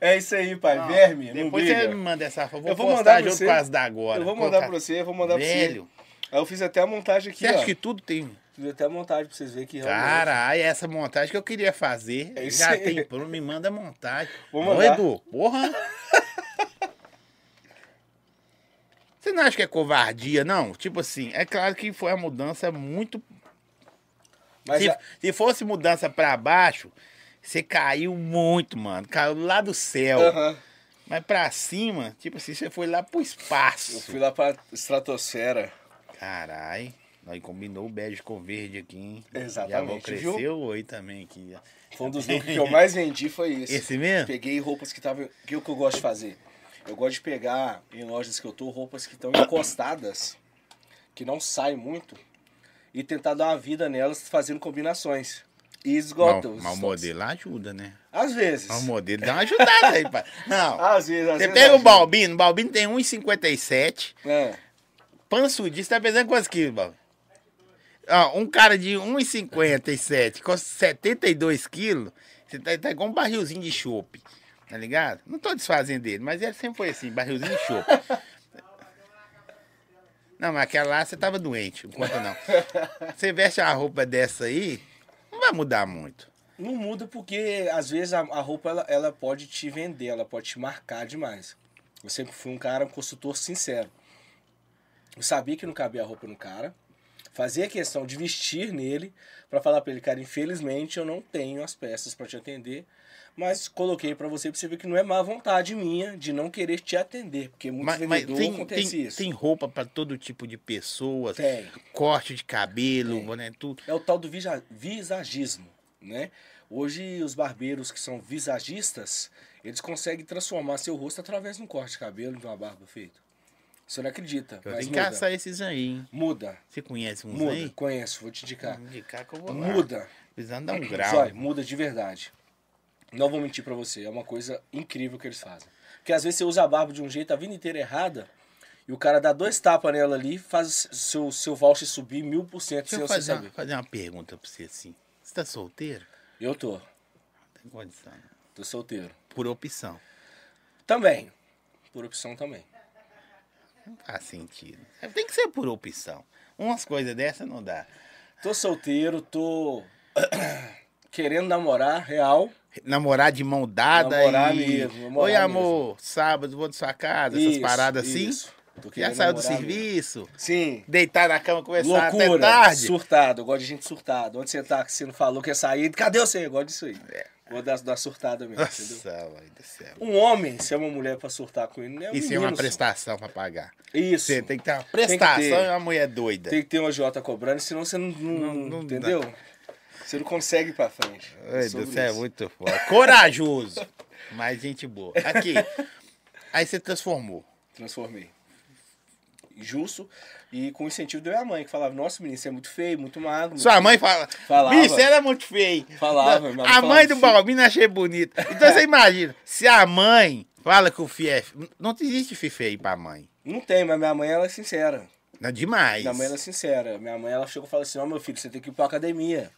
Speaker 2: É isso aí, pai.
Speaker 1: Não,
Speaker 2: Verme, não
Speaker 1: Depois você
Speaker 2: briga.
Speaker 1: me manda essa foto.
Speaker 2: Eu vou
Speaker 1: postar
Speaker 2: mandar pra
Speaker 1: junto
Speaker 2: você.
Speaker 1: com as da agora.
Speaker 2: Eu vou
Speaker 1: Vou
Speaker 2: mandar
Speaker 1: colocar-
Speaker 2: pra você, eu vou mandar
Speaker 1: Velho,
Speaker 2: pra você. Aí eu fiz até a montagem aqui,
Speaker 1: você
Speaker 2: ó.
Speaker 1: acha que tudo tem...
Speaker 2: Fiz até a montagem pra vocês verem que realmente...
Speaker 1: Caralho, essa montagem que eu queria fazer.
Speaker 2: É isso
Speaker 1: já
Speaker 2: aí.
Speaker 1: tem pronto, me manda a montagem.
Speaker 2: Vou
Speaker 1: Ô,
Speaker 2: mandar.
Speaker 1: Edu, porra. Você não acha que é covardia, não? Tipo assim, é claro que foi a mudança muito.
Speaker 2: Mas
Speaker 1: se,
Speaker 2: a-
Speaker 1: se fosse mudança pra baixo, você caiu muito, mano. Caiu lá do céu.
Speaker 2: Aham.
Speaker 1: Mas pra cima, tipo assim, você foi lá pro espaço.
Speaker 2: Eu fui lá pra estratosfera.
Speaker 1: Caralho. Nós combinou o bege com o verde aqui, hein? Já vou
Speaker 2: Exatamente,
Speaker 1: crescer
Speaker 2: viu?
Speaker 1: o oi também aqui. ó.
Speaker 2: Foi um dos looks que eu mais vendi, foi esse.
Speaker 1: Esse mesmo?
Speaker 2: Peguei roupas que estavam. O que, que eu gosto de fazer? Eu gosto de pegar em lojas que eu tô roupas que estão encostadas, que não saem muito, e tentar dar uma vida nelas fazendo combinações. E esgotam.
Speaker 1: Mas-
Speaker 2: os
Speaker 1: Mas o
Speaker 2: estoques.
Speaker 1: modelo ajuda, né?
Speaker 2: Às vezes.
Speaker 1: Mas o modelo dá uma ajudada aí, pai. Não.
Speaker 2: Às vezes, às
Speaker 1: Você
Speaker 2: vezes.
Speaker 1: pega um o
Speaker 2: Ah, ajuda.
Speaker 1: Balbino, o Balbino tem 1,57.
Speaker 2: É.
Speaker 1: Pansudinho, você tá pesando quantos quilos, Balbino? Ó, um cara de 1,57 com 72 quilos, você tá, tá igual um barrilzinho de chope. Tá ligado? Não tô desfazendo dele, mas ele sempre foi assim, barrilzinho de chope. Não, mas aquela lá você tava doente, enquanto não. Você veste uma roupa dessa aí, não vai mudar muito.
Speaker 2: Não muda porque, às vezes, a, a roupa ela, ela pode te vender, ela pode te marcar demais. Eu sempre fui um cara, um consultor sincero. Eu sabia que não cabia a roupa no cara, fazia questão de vestir nele pra falar pra ele, cara, infelizmente eu não tenho as peças pra te atender, mas coloquei pra você pra você ver que não é má vontade minha de não querer te atender, porque muito
Speaker 1: Mas, mas
Speaker 2: vendedor
Speaker 1: tem,
Speaker 2: Um acontece
Speaker 1: tem,
Speaker 2: isso.
Speaker 1: tem roupa pra todo tipo de pessoa,
Speaker 2: Tem.
Speaker 1: corte de cabelo, né, tudo.
Speaker 2: É o tal do visa- visagismo, né? Hoje os barbeiros que são visagistas, eles conseguem transformar seu rosto através de um corte de cabelo, de uma barba feita. Você não acredita,
Speaker 1: Eu
Speaker 2: mas
Speaker 1: tenho que
Speaker 2: muda.
Speaker 1: caçar esses aí, hein?
Speaker 2: Muda,
Speaker 1: Você conhece uns
Speaker 2: muda,
Speaker 1: aí?
Speaker 2: conheço, vou te indicar.
Speaker 1: Vamos indicar que eu vou lá.
Speaker 2: Muda. É,
Speaker 1: Precisando dar um grau.
Speaker 2: Zói, muda de verdade. Não vou mentir pra você, é uma coisa incrível que eles fazem. Porque às vezes você usa a barba de um jeito a vida inteira errada, e o cara dá dois tapas nela ali, faz seu, seu voucher subir mil por cento
Speaker 1: Deixa
Speaker 2: sem
Speaker 1: eu
Speaker 2: você
Speaker 1: fazer uma,
Speaker 2: saber.
Speaker 1: fazer uma pergunta pra você assim. Você tá solteiro?
Speaker 2: Eu tô,
Speaker 1: Não tem condição. não.
Speaker 2: tô solteiro.
Speaker 1: Por opção.
Speaker 2: Também. Por opção também.
Speaker 1: É, Não faz sentido. Tem que ser por opção. Umas coisas dessas não dá.
Speaker 2: Tô solteiro, tô querendo namorar, real.
Speaker 1: Namorar de mão dada
Speaker 2: Namorar
Speaker 1: e...
Speaker 2: mesmo, namorar
Speaker 1: Oi, amor, sábado vou na sua casa, essas
Speaker 2: Isso,
Speaker 1: paradas assim.
Speaker 2: isso. Tô
Speaker 1: Já
Speaker 2: querendo
Speaker 1: saiu do
Speaker 2: namorar mesmo.
Speaker 1: serviço,
Speaker 2: Sim.
Speaker 1: deitar na cama, conversar até
Speaker 2: Loucura,
Speaker 1: tarde.
Speaker 2: surtado, eu gosto de gente surtada. Onde você tá que você não falou que ia sair? Cadê você? Eu gosto disso aí. Vou dar, dar surtada mesmo, entendeu?
Speaker 1: É. Nossa, mãe do céu.
Speaker 2: Um homem, se é uma mulher pra surtar com ele, não é um
Speaker 1: Isso é
Speaker 2: menino,
Speaker 1: uma
Speaker 2: só.
Speaker 1: prestação pra pagar.
Speaker 2: Isso.
Speaker 1: Você tem que ter uma
Speaker 2: que ter.
Speaker 1: prestação e uma mulher doida.
Speaker 2: Tem que ter uma Jota cobrando, senão você não, não-
Speaker 1: não dá.
Speaker 2: entendeu? Você não consegue ir pra frente.
Speaker 1: Ai, Deus,
Speaker 2: Sobre
Speaker 1: você é
Speaker 2: isso.
Speaker 1: muito foda. Corajoso, mas gente boa. Aqui, aí você transformou.
Speaker 2: Transformei. Justo. E com incentivo da minha mãe, que falava, nossa, menino, você é muito feio, muito magro.
Speaker 1: Hum. Sua mãe fala,
Speaker 2: Falava.
Speaker 1: bicho, você era muito feio.
Speaker 2: Falava, mas
Speaker 1: a
Speaker 2: falava, assim.
Speaker 1: mãe do
Speaker 2: "Filho."
Speaker 1: Balbino achei bonita. Então você imagina, se a mãe fala que o filho é... fe- Não existe filho feio pra mãe.
Speaker 2: Não tem, mas minha mãe, ela é sincera.
Speaker 1: Não é demais.
Speaker 2: Minha mãe era sincera. Minha mãe ela chegou e falou assim: Ó, meu filho, você tem que ir pra academia.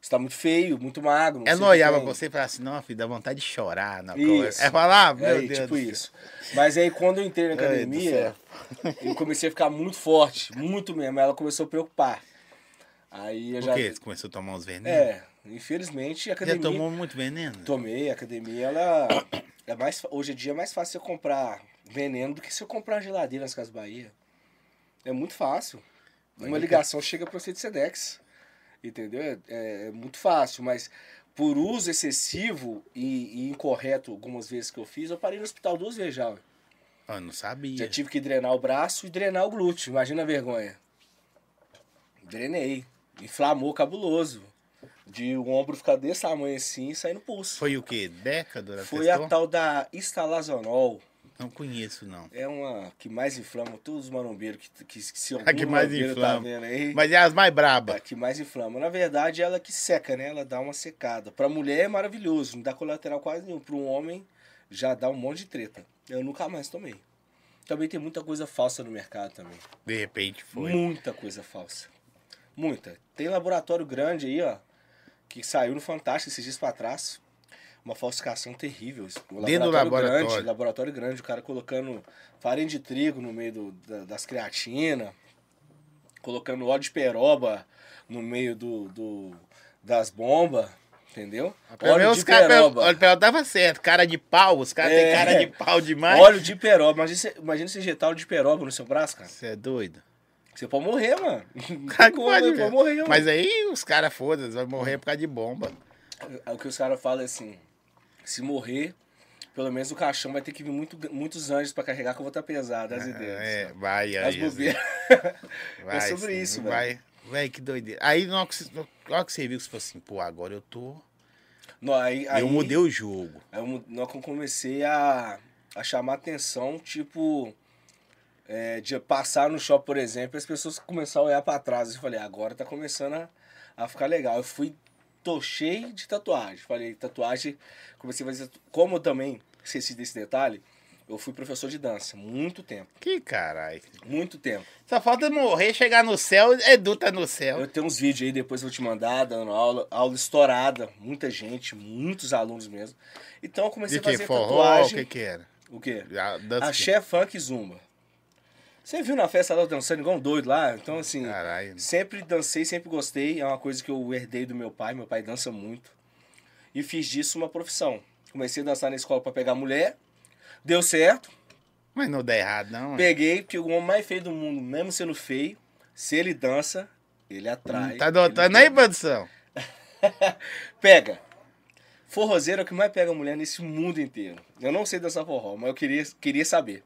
Speaker 2: Você tá muito feio, muito magro. não sei o
Speaker 1: Ela
Speaker 2: que
Speaker 1: olhava
Speaker 2: tem."
Speaker 1: pra É você e falava assim, não, filho, dá vontade de chorar. Não,
Speaker 2: Isso.
Speaker 1: É falar, ah, meu
Speaker 2: É,
Speaker 1: Deus
Speaker 2: tipo
Speaker 1: do céu."
Speaker 2: isso. Mas aí quando eu entrei na
Speaker 1: Ai,
Speaker 2: academia, eu comecei a ficar muito forte, muito mesmo. Ela começou a preocupar. Aí eu já.
Speaker 1: Por quê? Você começou a tomar uns venenos?
Speaker 2: É, infelizmente a
Speaker 1: Você
Speaker 2: academia.
Speaker 1: tomou muito veneno?
Speaker 2: Tomei, a academia, ela. É mais, fa- hoje em dia é mais fácil você comprar veneno do que se eu comprar geladeira nas Casas Bahia. É muito fácil. Uma ligação chega para você de Sedex. Entendeu? É, é- é muito fácil, mas por uso excessivo e, e incorreto algumas vezes que eu fiz, eu parei no hospital duas vezes já. ué.
Speaker 1: Ah, Eu não sabia.
Speaker 2: Já tive que drenar o braço e drenar o glúteo. Imagina a vergonha. Drenei. Inflamou cabuloso. De o ombro ficar desse tamanho assim e sair no pulso.
Speaker 1: Foi o quê? Década? ela
Speaker 2: Foi a
Speaker 1: testou?
Speaker 2: tal da estalazonol.
Speaker 1: Não conheço, não.
Speaker 2: É uma que mais inflama todos os marombeiros que, que, que se
Speaker 1: A que mais
Speaker 2: marombeiro tá
Speaker 1: inflama.
Speaker 2: vendo aí.
Speaker 1: Mas é as mais
Speaker 2: A
Speaker 1: brabas.
Speaker 2: que mais inflama. Na verdade, ela que seca, né? Ela dá uma secada. Pra mulher é maravilhoso, não dá colateral quase nenhum. Pra um homem já dá um monte de treta. Eu nunca mais tomei. Também tem muita coisa falsa no mercado também.
Speaker 1: De repente foi.
Speaker 2: Muita coisa falsa. Muita. Tem laboratório grande aí, ó, que saiu no Fantástico esses dias pra trás. Uma falsificação terrível. Um
Speaker 1: Dentro do laboratório.
Speaker 2: grande, laboratório grande, o cara colocando farinha de trigo no meio do- da- das creatinas, colocando óleo de peroba no meio do, do- das bombas, entendeu?
Speaker 1: Pelo
Speaker 2: Óleo
Speaker 1: menos
Speaker 2: de
Speaker 1: os caras.
Speaker 2: peroba.
Speaker 1: Olha, pelo dava certo. Cara de pau. Os caras têm
Speaker 2: É.
Speaker 1: cara de pau demais.
Speaker 2: Óleo de peroba. Imagina, você- imagina você injetar óleo de peroba no seu braço, cara.
Speaker 1: Você é doido?
Speaker 2: Você pode morrer, mano.
Speaker 1: Cara, que
Speaker 2: Como,
Speaker 1: pode
Speaker 2: pode
Speaker 1: mesmo.
Speaker 2: morrer, mano.
Speaker 1: Mas aí os caras, foda-se, vai morrer por causa de bomba.
Speaker 2: O que os caras falam é assim: se morrer, pelo menos o caixão vai ter que vir muito- muitos anjos pra carregar, que eu vou estar pesado, as ideias.
Speaker 1: É, vai,
Speaker 2: As
Speaker 1: aí.
Speaker 2: bobeiras.
Speaker 1: Vai,
Speaker 2: é sobre
Speaker 1: sim,
Speaker 2: isso, velho.
Speaker 1: vai. Véi, que doideira. Aí na hora que você- na hora que você viu que você falou assim, pô, agora eu tô.
Speaker 2: Não, aí, aí,
Speaker 1: eu mudei o jogo.
Speaker 2: Aí eu, mu- não, que eu comecei a, a chamar atenção, tipo, é, de passar no shopping, por exemplo, e as pessoas começaram a olhar pra trás. Eu falei, agora tá começando a, a ficar legal. Eu fui, tô cheio de tatuagem. Falei, tatuagem, comecei a fazer. tatu- Como eu também esqueci desse detalhe, eu fui professor de dança, muito tempo,
Speaker 1: Que caralho.
Speaker 2: muito tempo.
Speaker 1: Só falta morrer, chegar no céu, Edu tá no céu.
Speaker 2: Eu tenho uns vídeos aí, depois eu vou te mandar, dando aula, aula estourada, muita gente, muitos alunos mesmo. Então eu comecei
Speaker 1: De
Speaker 2: a
Speaker 1: que?
Speaker 2: fazer
Speaker 1: Forró? O
Speaker 2: tatuagem.
Speaker 1: que que era?
Speaker 2: O quê?
Speaker 1: A dança que-
Speaker 2: Axé, funk e zumba. Você viu na festa lá eu dançando igual um doido lá? Então, assim,
Speaker 1: Caralho.
Speaker 2: sempre dancei, sempre gostei. É uma coisa que eu herdei do meu pai. Meu pai dança muito. E fiz disso uma profissão. Comecei a dançar na escola pra pegar mulher. Deu certo.
Speaker 1: Mas não dá errado, não. é?
Speaker 2: Peguei, porque o homem mais feio do mundo, mesmo sendo feio, se ele dança, ele atrai.
Speaker 1: Tá adotando
Speaker 2: Ele
Speaker 1: aí, produção?
Speaker 2: Pega. Forrozeiro é o que mais pega mulher nesse mundo inteiro. Eu não sei dançar forró, mas eu queria, queria saber.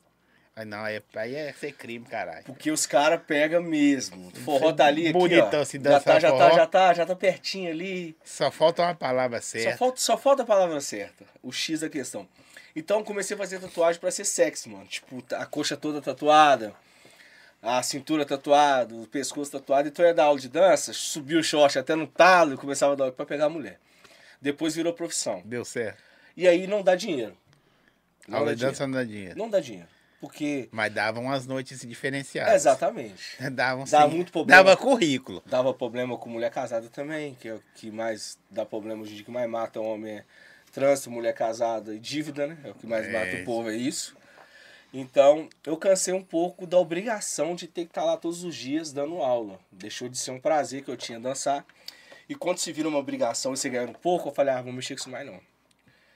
Speaker 1: Aí não, aí, aí é ser crime, caralho.
Speaker 2: Porque os caras pegam mesmo. O forró tá ali, aqui,
Speaker 1: Bonitão,
Speaker 2: ó.
Speaker 1: se
Speaker 2: já tá,
Speaker 1: assim, dançar
Speaker 2: já
Speaker 1: forró.
Speaker 2: tá, já tá, já tá pertinho ali.
Speaker 1: Só falta uma palavra
Speaker 2: Só
Speaker 1: certa.
Speaker 2: falta, só falta a palavra certa. O X da questão. Então comecei a fazer tatuagem pra ser sexy, mano. Tipo, a coxa toda tatuada, a cintura tatuada, o pescoço tatuado. Então eu ia dar aula de dança, subia o short até no talo e começava a dar aula pra pegar a mulher. Depois virou profissão.
Speaker 1: Deu certo.
Speaker 2: E aí não dá dinheiro. Não
Speaker 1: Aula
Speaker 2: dá
Speaker 1: de dança
Speaker 2: dinheiro.
Speaker 1: não dá dinheiro.
Speaker 2: Não dá dinheiro. Porque.
Speaker 1: Mas davam umas noites diferenciadas.
Speaker 2: Exatamente.
Speaker 1: Davam sim.
Speaker 2: Dá muito problema.
Speaker 1: Dava currículo.
Speaker 2: Dava problema com mulher casada também, que é o que mais dá problema hoje em dia, que mais mata homem é trânsito, mulher casada e dívida, né? É o que mais
Speaker 1: É
Speaker 2: mata
Speaker 1: isso.
Speaker 2: o povo, é isso. Então, eu cansei um pouco da obrigação de ter que estar lá todos os dias dando aula. Deixou de ser um prazer que eu tinha dançar. E quando se vira uma obrigação e você ganha um pouco, eu falei, ah, vou mexer com isso mais não.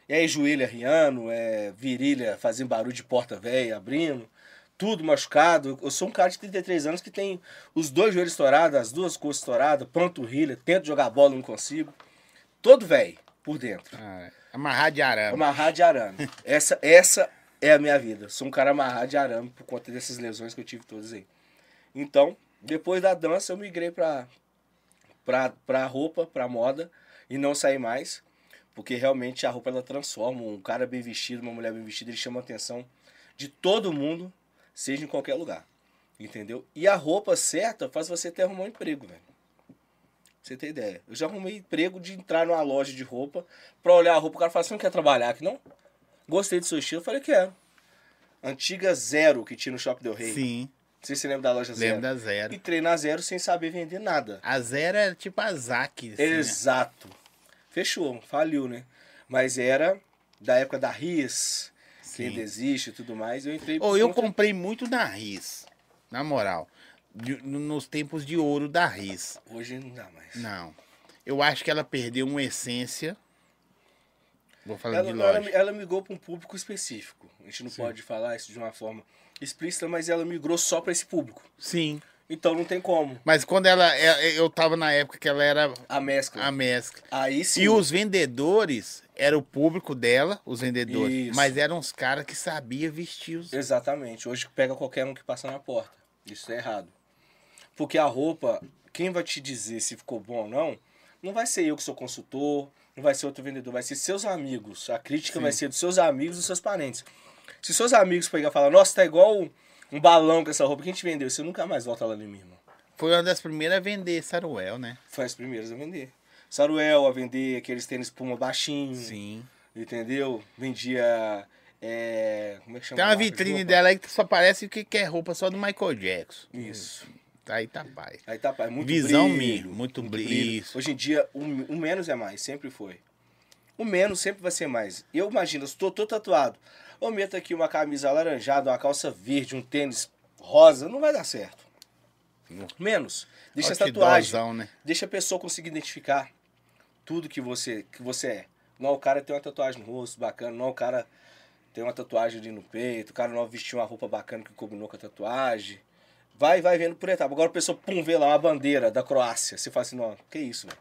Speaker 2: E aí, joelho riano, é, virilha fazendo barulho de porta velha, abrindo, tudo machucado. Eu sou um cara de 33 anos que tem os dois joelhos estourados, as duas costas estouradas, panturrilha, tento jogar bola, não consigo. Todo velho, por dentro.
Speaker 1: Ah, amarrar de arame.
Speaker 2: Amarrar de arame. Essa, essa é a minha vida. Sou um cara amarrado de arame por conta dessas lesões que eu tive todas aí. Então, depois da dança, eu migrei pra, pra, pra roupa, pra moda, e não saí mais. Porque realmente a roupa ela transforma. Um cara bem vestido, uma mulher bem vestida, ele chama a atenção de todo mundo, seja em qualquer lugar. Entendeu? E a roupa certa faz você até arrumar um emprego, velho. Pra você ter ideia. Eu já arrumei emprego de entrar numa loja de roupa pra olhar a roupa. O cara fala, você não quer trabalhar aqui, não? Gostei do seu estilo, falei, quero. Antiga Zero que tinha no Shopping Del Rei.
Speaker 1: Sim,
Speaker 2: Não sei se você lembra da loja Zero.
Speaker 1: lembro da zero.
Speaker 2: E treina zero sem saber vender nada.
Speaker 1: A zero era tipo a Zac. Assim, né?
Speaker 2: Exato. Fechou, faliu, né? Mas era da época da RIS,
Speaker 1: Sim.
Speaker 2: quem desiste e tudo mais. Eu entrei
Speaker 1: Ô, eu
Speaker 2: conta-
Speaker 1: comprei muito da Riz, na moral. De- no- nos tempos de ouro da Riz.
Speaker 2: Hoje não dá mais.
Speaker 1: Não. Eu acho que ela perdeu uma essência. Vou falando
Speaker 2: Ela,
Speaker 1: de
Speaker 2: ela,
Speaker 1: loja.
Speaker 2: ela migrou para um público específico. A gente não pode falar isso de uma forma explícita, mas ela migrou só para esse público.
Speaker 1: Sim.
Speaker 2: Então não tem como.
Speaker 1: Mas quando ela. é- Eu tava na época que ela era
Speaker 2: A mescla.
Speaker 1: a mescla.
Speaker 2: Aí sim.
Speaker 1: E os vendedores, era o público dela, os vendedores.
Speaker 2: Isso.
Speaker 1: Mas eram os caras que sabia vestir os.
Speaker 2: Exatamente. Hoje pega qualquer um que passa na porta. Isso é errado. Porque a roupa, quem vai te dizer se ficou bom ou não, não vai ser eu que sou consultor, não vai ser outro vendedor, vai ser seus amigos. A crítica vai ser dos seus amigos e dos seus parentes. Se seus amigos pegar e falar, nossa, tá igual um balão com essa roupa que a gente vendeu, você nunca mais volta lá em mim, irmão.
Speaker 1: Foi uma das primeiras a vender Saruel, né?
Speaker 2: Foi as primeiras a vender. Saruel a vender aqueles tênis puma baixinho,
Speaker 1: Sim.
Speaker 2: entendeu? Vendia. é, como é que chama?
Speaker 1: Tem
Speaker 2: a
Speaker 1: uma
Speaker 2: marca de
Speaker 1: vitrine
Speaker 2: roupa?
Speaker 1: dela aí que só parece que que é roupa só do Michael Jackson.
Speaker 2: Isso.
Speaker 1: Tá aí, tá pai.
Speaker 2: Aí tá, pai, muito
Speaker 1: Visão
Speaker 2: brilho,
Speaker 1: milho, muito brilho. Isso.
Speaker 2: Hoje em dia, o, o menos é mais, sempre foi. O menos sempre vai ser mais. Eu imagino, estou tô, tatuado, eu meto aqui uma camisa alaranjada, uma calça verde, um tênis rosa, não vai dar certo. Menos. Deixa
Speaker 1: Olha
Speaker 2: as
Speaker 1: que
Speaker 2: tatuagens.
Speaker 1: dozão, né?
Speaker 2: Deixa a pessoa conseguir identificar tudo que você, que você é. Não, o cara tem uma tatuagem no rosto bacana, não, o cara tem uma tatuagem ali no peito, o cara não vestiu uma roupa bacana que combinou com a tatuagem. Vai, vai vendo por etapa. Agora a pessoa, pum, vê lá uma bandeira da Croácia. Você fala assim, não, que isso, velho.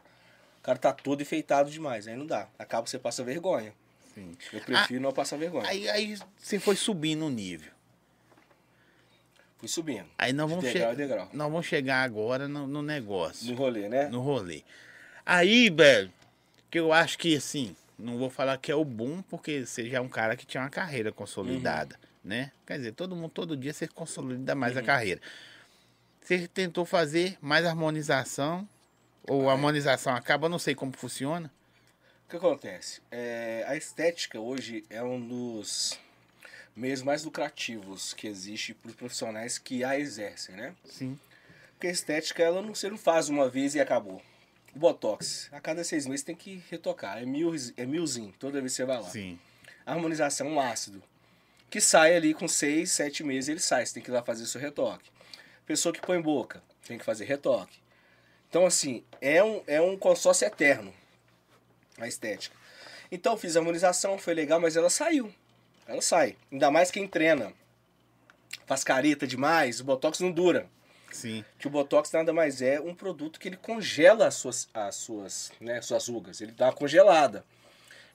Speaker 2: O cara tá todo enfeitado demais, aí não dá. Acaba que você passa vergonha.
Speaker 1: Sim. Ah,
Speaker 2: Eu prefiro não passar vergonha.
Speaker 1: Aí, aí você foi subindo o nível.
Speaker 2: Fui subindo.
Speaker 1: Aí nós
Speaker 2: De
Speaker 1: vamos,
Speaker 2: degrau
Speaker 1: che-
Speaker 2: em degrau.
Speaker 1: nós vamos chegar agora no, no
Speaker 2: No
Speaker 1: negócio,
Speaker 2: rolê, né?
Speaker 1: no rolê. Aí, velho, que eu acho que assim, não vou falar que é o boom, porque você já é um cara que tinha uma carreira consolidada,
Speaker 2: Uhum.
Speaker 1: né? Quer dizer, todo mundo, todo dia você consolida mais a carreira. Você tentou fazer mais harmonização, ou
Speaker 2: Ah, é.
Speaker 1: a harmonização acaba, não sei como funciona.
Speaker 2: O que acontece? É, a estética hoje é um dos meios mais lucrativos que existe para os profissionais que a exercem, né?
Speaker 1: Sim.
Speaker 2: Porque a estética ela não, você não faz uma vez e acabou. O Botox, a cada seis meses tem que retocar. É, mil, é milzinho, toda vez que você vai lá.
Speaker 1: Sim.
Speaker 2: A harmonização um ácido, que sai ali com seis, sete meses, ele sai. Você tem que ir lá fazer seu retoque. Pessoa que põe boca, tem que fazer retoque. Então, assim, é um, é um consórcio eterno a estética. Então, eu fiz a harmonização, foi legal, mas ela saiu. Ela sai. Ainda mais quem treina. Faz careta demais, o botox não dura
Speaker 1: Sim.
Speaker 2: que o Botox nada mais é um produto que ele congela as suas, as suas, né, suas rugas. Ele dá uma congelada.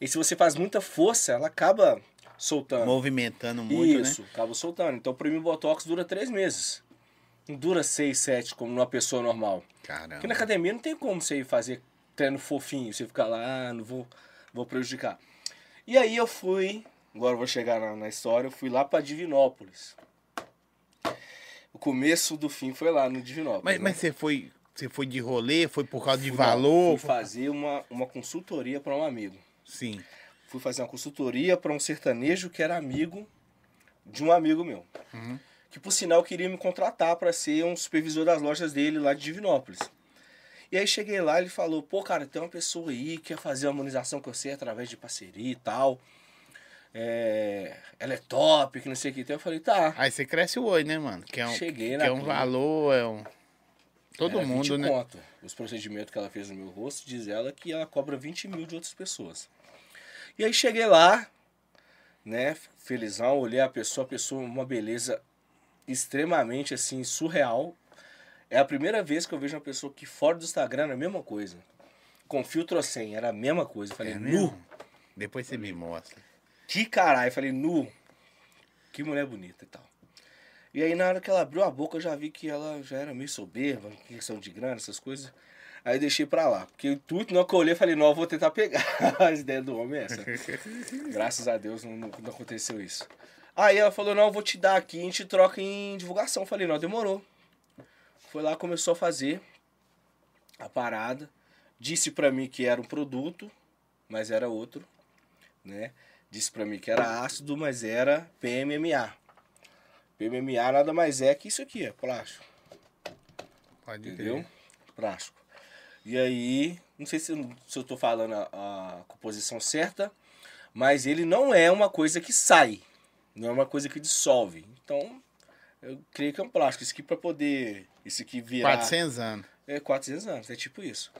Speaker 2: E se você faz muita força, ela acaba soltando.
Speaker 1: Movimentando muito, né?
Speaker 2: Ah. Isso, acaba soltando. Então, para mim, o Botox dura três meses. Não dura seis, sete, como numa pessoa normal.
Speaker 1: Caramba.
Speaker 2: Porque na academia não tem como você ir fazer treino fofinho, você ficar lá, ah, não vou, vou prejudicar. E aí eu fui, agora eu vou chegar na, na história, eu fui lá pra Divinópolis. O começo do fim foi lá no Divinópolis.
Speaker 1: Mas,
Speaker 2: né?
Speaker 1: mas você foi. Você foi de rolê, foi por causa de
Speaker 2: Fui-
Speaker 1: valor?
Speaker 2: Fui fazer uma, uma consultoria para um amigo.
Speaker 1: Sim.
Speaker 2: Fui fazer uma consultoria para um sertanejo que era amigo de um amigo meu.
Speaker 1: Uhum.
Speaker 2: Que, por sinal, queria me contratar para ser um supervisor das lojas dele lá de Divinópolis. E aí cheguei lá ele falou: pô, cara, tem uma pessoa aí que quer fazer uma harmonização com você através de parceria e tal. é, ela é top, que não sei o que. Então eu falei, tá.
Speaker 1: Aí você cresce o olho, né, mano? Que é um,
Speaker 2: Cheguei
Speaker 1: que
Speaker 2: na
Speaker 1: é um
Speaker 2: clínica.
Speaker 1: valor, é um. Todo
Speaker 2: Era 20
Speaker 1: mundo, né?
Speaker 2: conto. Os procedimentos que ela fez no meu rosto, diz ela que ela cobra 20 mil de outras pessoas. E aí cheguei lá, né, felizão, olhei a pessoa, a pessoa, uma beleza extremamente, assim, surreal. É a primeira vez que eu vejo uma pessoa que fora do Instagram era a mesma coisa. Com filtro ou sem, era a mesma coisa. Eu Falei,
Speaker 1: É
Speaker 2: nu,
Speaker 1: mesmo? Depois você me mostra.
Speaker 2: que caralho. Eu Falei, nu, que mulher bonita e tal. E aí, na hora que ela abriu a boca, eu já vi que ela já era meio soberba, questão de grana, essas coisas. Aí eu deixei pra lá. Porque o intuito, na hora que eu olhei, eu falei, não, eu vou tentar pegar. A ideia do homem é essa. Graças a Deus não, não- não aconteceu isso. Aí ela falou, não, eu vou te dar aqui, a gente troca em divulgação. Eu falei, não, demorou. Foi lá, começou a fazer a parada. Disse pra mim que era um produto, mas era outro, né? Disse pra mim que era ácido, mas era PMMA. PMMA nada mais é que isso aqui, é plástico,
Speaker 1: Pode
Speaker 2: entendeu?
Speaker 1: crer.
Speaker 2: Plástico. E aí, não sei se, eu- se eu tô falando a, a composição certa, mas ele não é uma coisa que sai, não é uma coisa que dissolve. Então, eu creio que é um plástico. Isso aqui pra poder, isso aqui virar...
Speaker 1: 400 anos.
Speaker 2: É 400 anos, é tipo isso.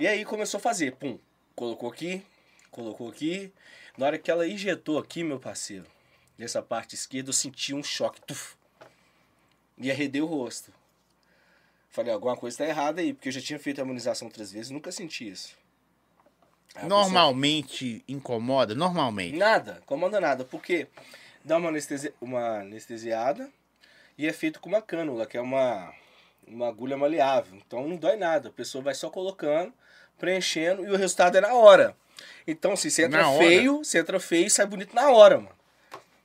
Speaker 2: E aí começou a fazer, pum, colocou aqui, colocou aqui. Na hora que ela injetou aqui, meu parceiro, nessa parte esquerda, eu senti um choque, tuf. E arredei o rosto. Falei, alguma coisa tá errada aí, porque eu já tinha feito a imunização três vezes, nunca senti isso. Aí a
Speaker 1: Normalmente incomoda? Normalmente.
Speaker 2: Nada, comanda nada, porque dá uma, anestesi uma anestesiada e é feito com uma cânula, que é uma, uma agulha maleável. Então não dói nada, a pessoa vai só colocando, preenchendo e o resultado é na hora. Então, se você entra
Speaker 1: Na hora?
Speaker 2: feio, você entra feio e sai bonito na hora, mano.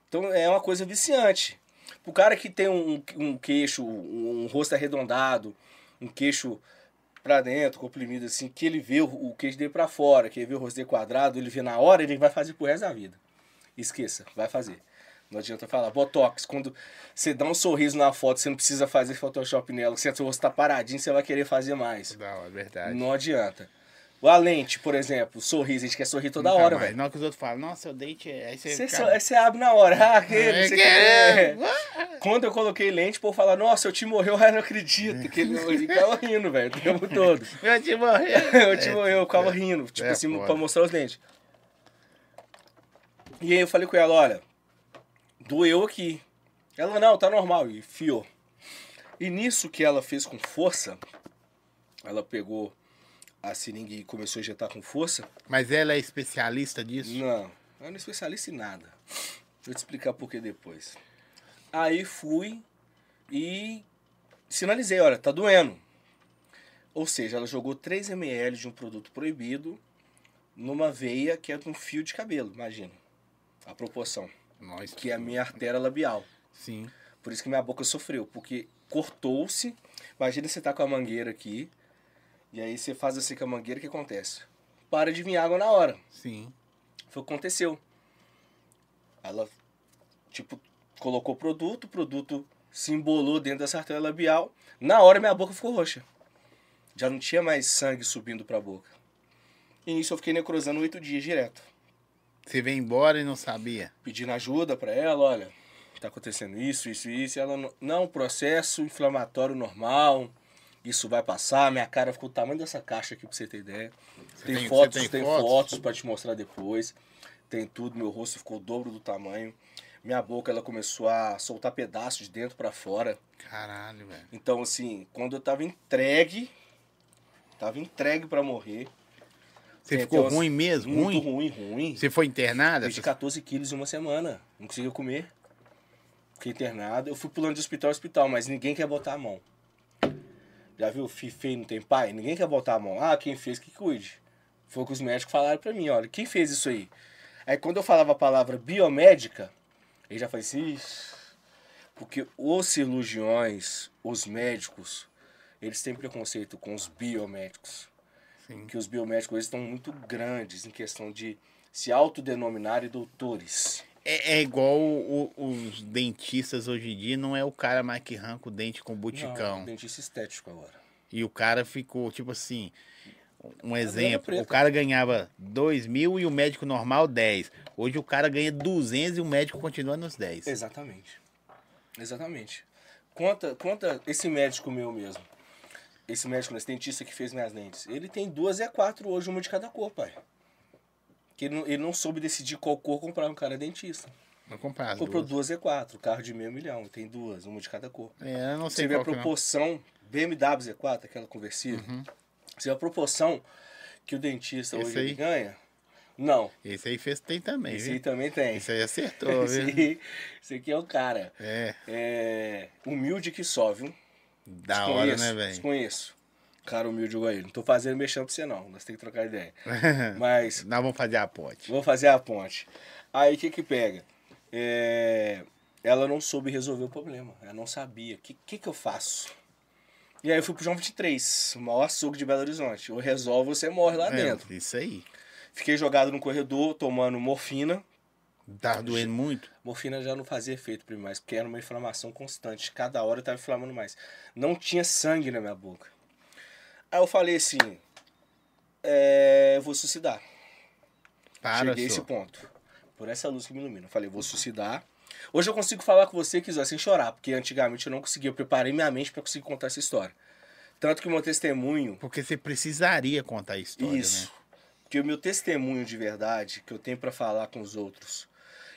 Speaker 2: Então é uma coisa viciante. Pro cara que tem um, um queixo, um, um rosto arredondado, um queixo pra dentro, comprimido assim, que ele vê o, o queixo dele pra fora, que ele vê o rosto dele quadrado, ele vê na hora, ele vai fazer pro resto da vida. Esqueça, vai fazer. Não adianta falar. Botox, quando você dá um sorriso na foto, você não precisa fazer Photoshop nela, que seu rosto tá paradinho, você vai querer fazer mais.
Speaker 1: Da hora, verdade.
Speaker 2: Não adianta. O a lente, por exemplo, sorriso, a gente quer sorrir toda
Speaker 1: Nunca
Speaker 2: hora,
Speaker 1: mais.
Speaker 2: velho.
Speaker 1: Na hora que os outros falam, nossa, eu dente. é-" Aí você.
Speaker 2: Você
Speaker 1: fica-
Speaker 2: só- aí você abre na hora. Ah, que,
Speaker 1: É,
Speaker 2: não sei o
Speaker 1: que
Speaker 2: que.
Speaker 1: é.
Speaker 2: É. Quando eu coloquei lente, o povo fala, nossa, eu te morreu, eu não
Speaker 1: É.
Speaker 2: acredito. Que ele ele ficava rindo, velho, o tempo todo.
Speaker 1: Eu te morri.
Speaker 2: Eu te morreu, eu ficava rindo, tipo
Speaker 1: é
Speaker 2: assim,
Speaker 1: foda.
Speaker 2: pra mostrar os dentes. E aí eu falei com ela, olha, doeu aqui. Ela, não, tá normal, e fiou. E nisso que ela fez com força, ela pegou a seringa e começou a injetar com força,
Speaker 1: Mas ela é especialista disso?
Speaker 2: não, eu não sou especialista em nada. Vou te explicar por que depois. Aí fui e sinalizei, olha, tá doendo. Ou seja, ela jogou 3 ml de um produto proibido numa veia que é de um fio de cabelo, imagina. A proporção,
Speaker 1: Nós
Speaker 2: que é a minha artéria labial.
Speaker 1: Sim.
Speaker 2: Por isso que minha boca sofreu, porque cortou-se. Imagina você tá com a mangueira aqui, e aí você faz assim com a mangueira, o que acontece? Para de vir água na hora.
Speaker 1: Sim.
Speaker 2: Foi o que aconteceu. Ela, tipo, colocou o produto, o produto se embolou dentro dessa artéria labial. Na hora, minha boca ficou roxa. Já não tinha mais sangue subindo pra boca. E nisso, eu fiquei necrosando oito dias direto.
Speaker 1: Você veio embora e não sabia.
Speaker 2: Pedindo ajuda pra ela, olha, tá acontecendo isso, isso, isso. E ela, não- não, processo inflamatório normal, isso vai passar. Minha cara ficou o tamanho dessa caixa aqui, pra você ter ideia. Tem,
Speaker 1: tem- você
Speaker 2: fotos,
Speaker 1: tem
Speaker 2: tem,
Speaker 1: fotos?
Speaker 2: fotos? pra te mostrar depois. Tem tudo, meu rosto ficou o dobro do tamanho. Minha boca, ela começou a soltar pedaços de dentro pra fora.
Speaker 1: Caralho, velho.
Speaker 2: Então, assim, quando eu tava entregue, tava entregue pra morrer.
Speaker 1: Você
Speaker 2: Tem
Speaker 1: ficou
Speaker 2: até umas-
Speaker 1: ruim mesmo?
Speaker 2: Muito
Speaker 1: ruim?
Speaker 2: ruim, ruim.
Speaker 1: Você foi internada?
Speaker 2: Perdi 14 quilos em uma semana. Não conseguia comer. Fiquei internado. Eu fui pulando de hospital a hospital, mas ninguém quer botar a mão. Já viu? Fi feio não tem pai? Ninguém quer botar a mão. Ah, quem fez que cuide. Foi o que os médicos falaram pra mim, olha, quem fez isso aí? Aí quando eu falava a palavra biomédica, ele já falou assim, "Ixi." porque os cirurgiões, os médicos, eles têm preconceito com os biomédicos
Speaker 1: Sim.
Speaker 2: que os biomédicos eles estão muito grandes em questão de se autodenominarem doutores.
Speaker 1: É, é igual o- o- os dentistas hoje em dia, não é o cara mais que arranca o dente com o
Speaker 2: Não,
Speaker 1: buticão.
Speaker 2: Dentista estético agora.
Speaker 1: E o cara ficou, tipo assim, um exemplo.
Speaker 2: É preta.
Speaker 1: O cara ganhava 2 mil e o médico normal 10. Hoje o cara ganha 200 e o médico continua nos 10.
Speaker 2: Exatamente. Exatamente. Conta, conta esse médico meu mesmo. Esse médico, esse dentista que fez minhas dentes. Ele tem duas e é quatro hoje, uma de cada cor, pai. Que ele não, ele não soube decidir qual cor comprar um cara é dentista.
Speaker 1: Não comprar as
Speaker 2: Comprou
Speaker 1: duas.
Speaker 2: duas e quatro, carro de meio milhão, tem duas, uma de cada cor.
Speaker 1: É, eu não sei
Speaker 2: Você vê a
Speaker 1: qual que não.
Speaker 2: proporção, BMW Z4, aquela conversível, você vê a proporção que o dentista
Speaker 1: Esse
Speaker 2: hoje ele
Speaker 1: aí?
Speaker 2: ganha? Não,
Speaker 1: Esse aí fez, tem também,
Speaker 2: esse
Speaker 1: viu?
Speaker 2: aí também tem.
Speaker 1: Esse aí acertou,
Speaker 2: Esse
Speaker 1: viu?
Speaker 2: aí- esse aqui é o cara.
Speaker 1: É,
Speaker 2: É, humilde que só, viu?
Speaker 1: da hora,
Speaker 2: Desconheço,
Speaker 1: né, velho?
Speaker 2: Desconheço. Cara humilde igual ele. Não tô fazendo mexendo pra você, não. Nós temos que trocar ideia.
Speaker 1: É.
Speaker 2: Mas
Speaker 1: Nós vamos fazer a ponte.
Speaker 2: vou fazer a ponte. Aí o que que pega? É, ela não soube resolver o problema. Ela não sabia. O que, que que eu faço? E aí eu fui pro João 23, o maior açougue de Belo Horizonte. Ou resolve ou você morre lá
Speaker 1: É,
Speaker 2: dentro.
Speaker 1: Isso aí.
Speaker 2: Fiquei jogado no corredor, tomando morfina.
Speaker 1: Tá doendo muito?
Speaker 2: Morfina já não fazia efeito pra mim mais, porque era uma inflamação constante. Cada hora eu tava inflamando mais. Não tinha sangue na minha boca. Aí eu falei assim: é, eu vou suicidar.
Speaker 1: Para,
Speaker 2: Cheguei a esse
Speaker 1: só.
Speaker 2: ponto. Por essa luz que me ilumina. Eu falei: eu vou suicidar. Hoje eu consigo falar com você, quiser, sem chorar, porque antigamente eu não conseguia. Eu preparei minha mente pra conseguir contar essa história. Tanto que o meu testemunho.
Speaker 1: Porque você precisaria contar a história,
Speaker 2: Isso.
Speaker 1: né?
Speaker 2: Que o meu testemunho de verdade, que eu tenho pra falar com os outros,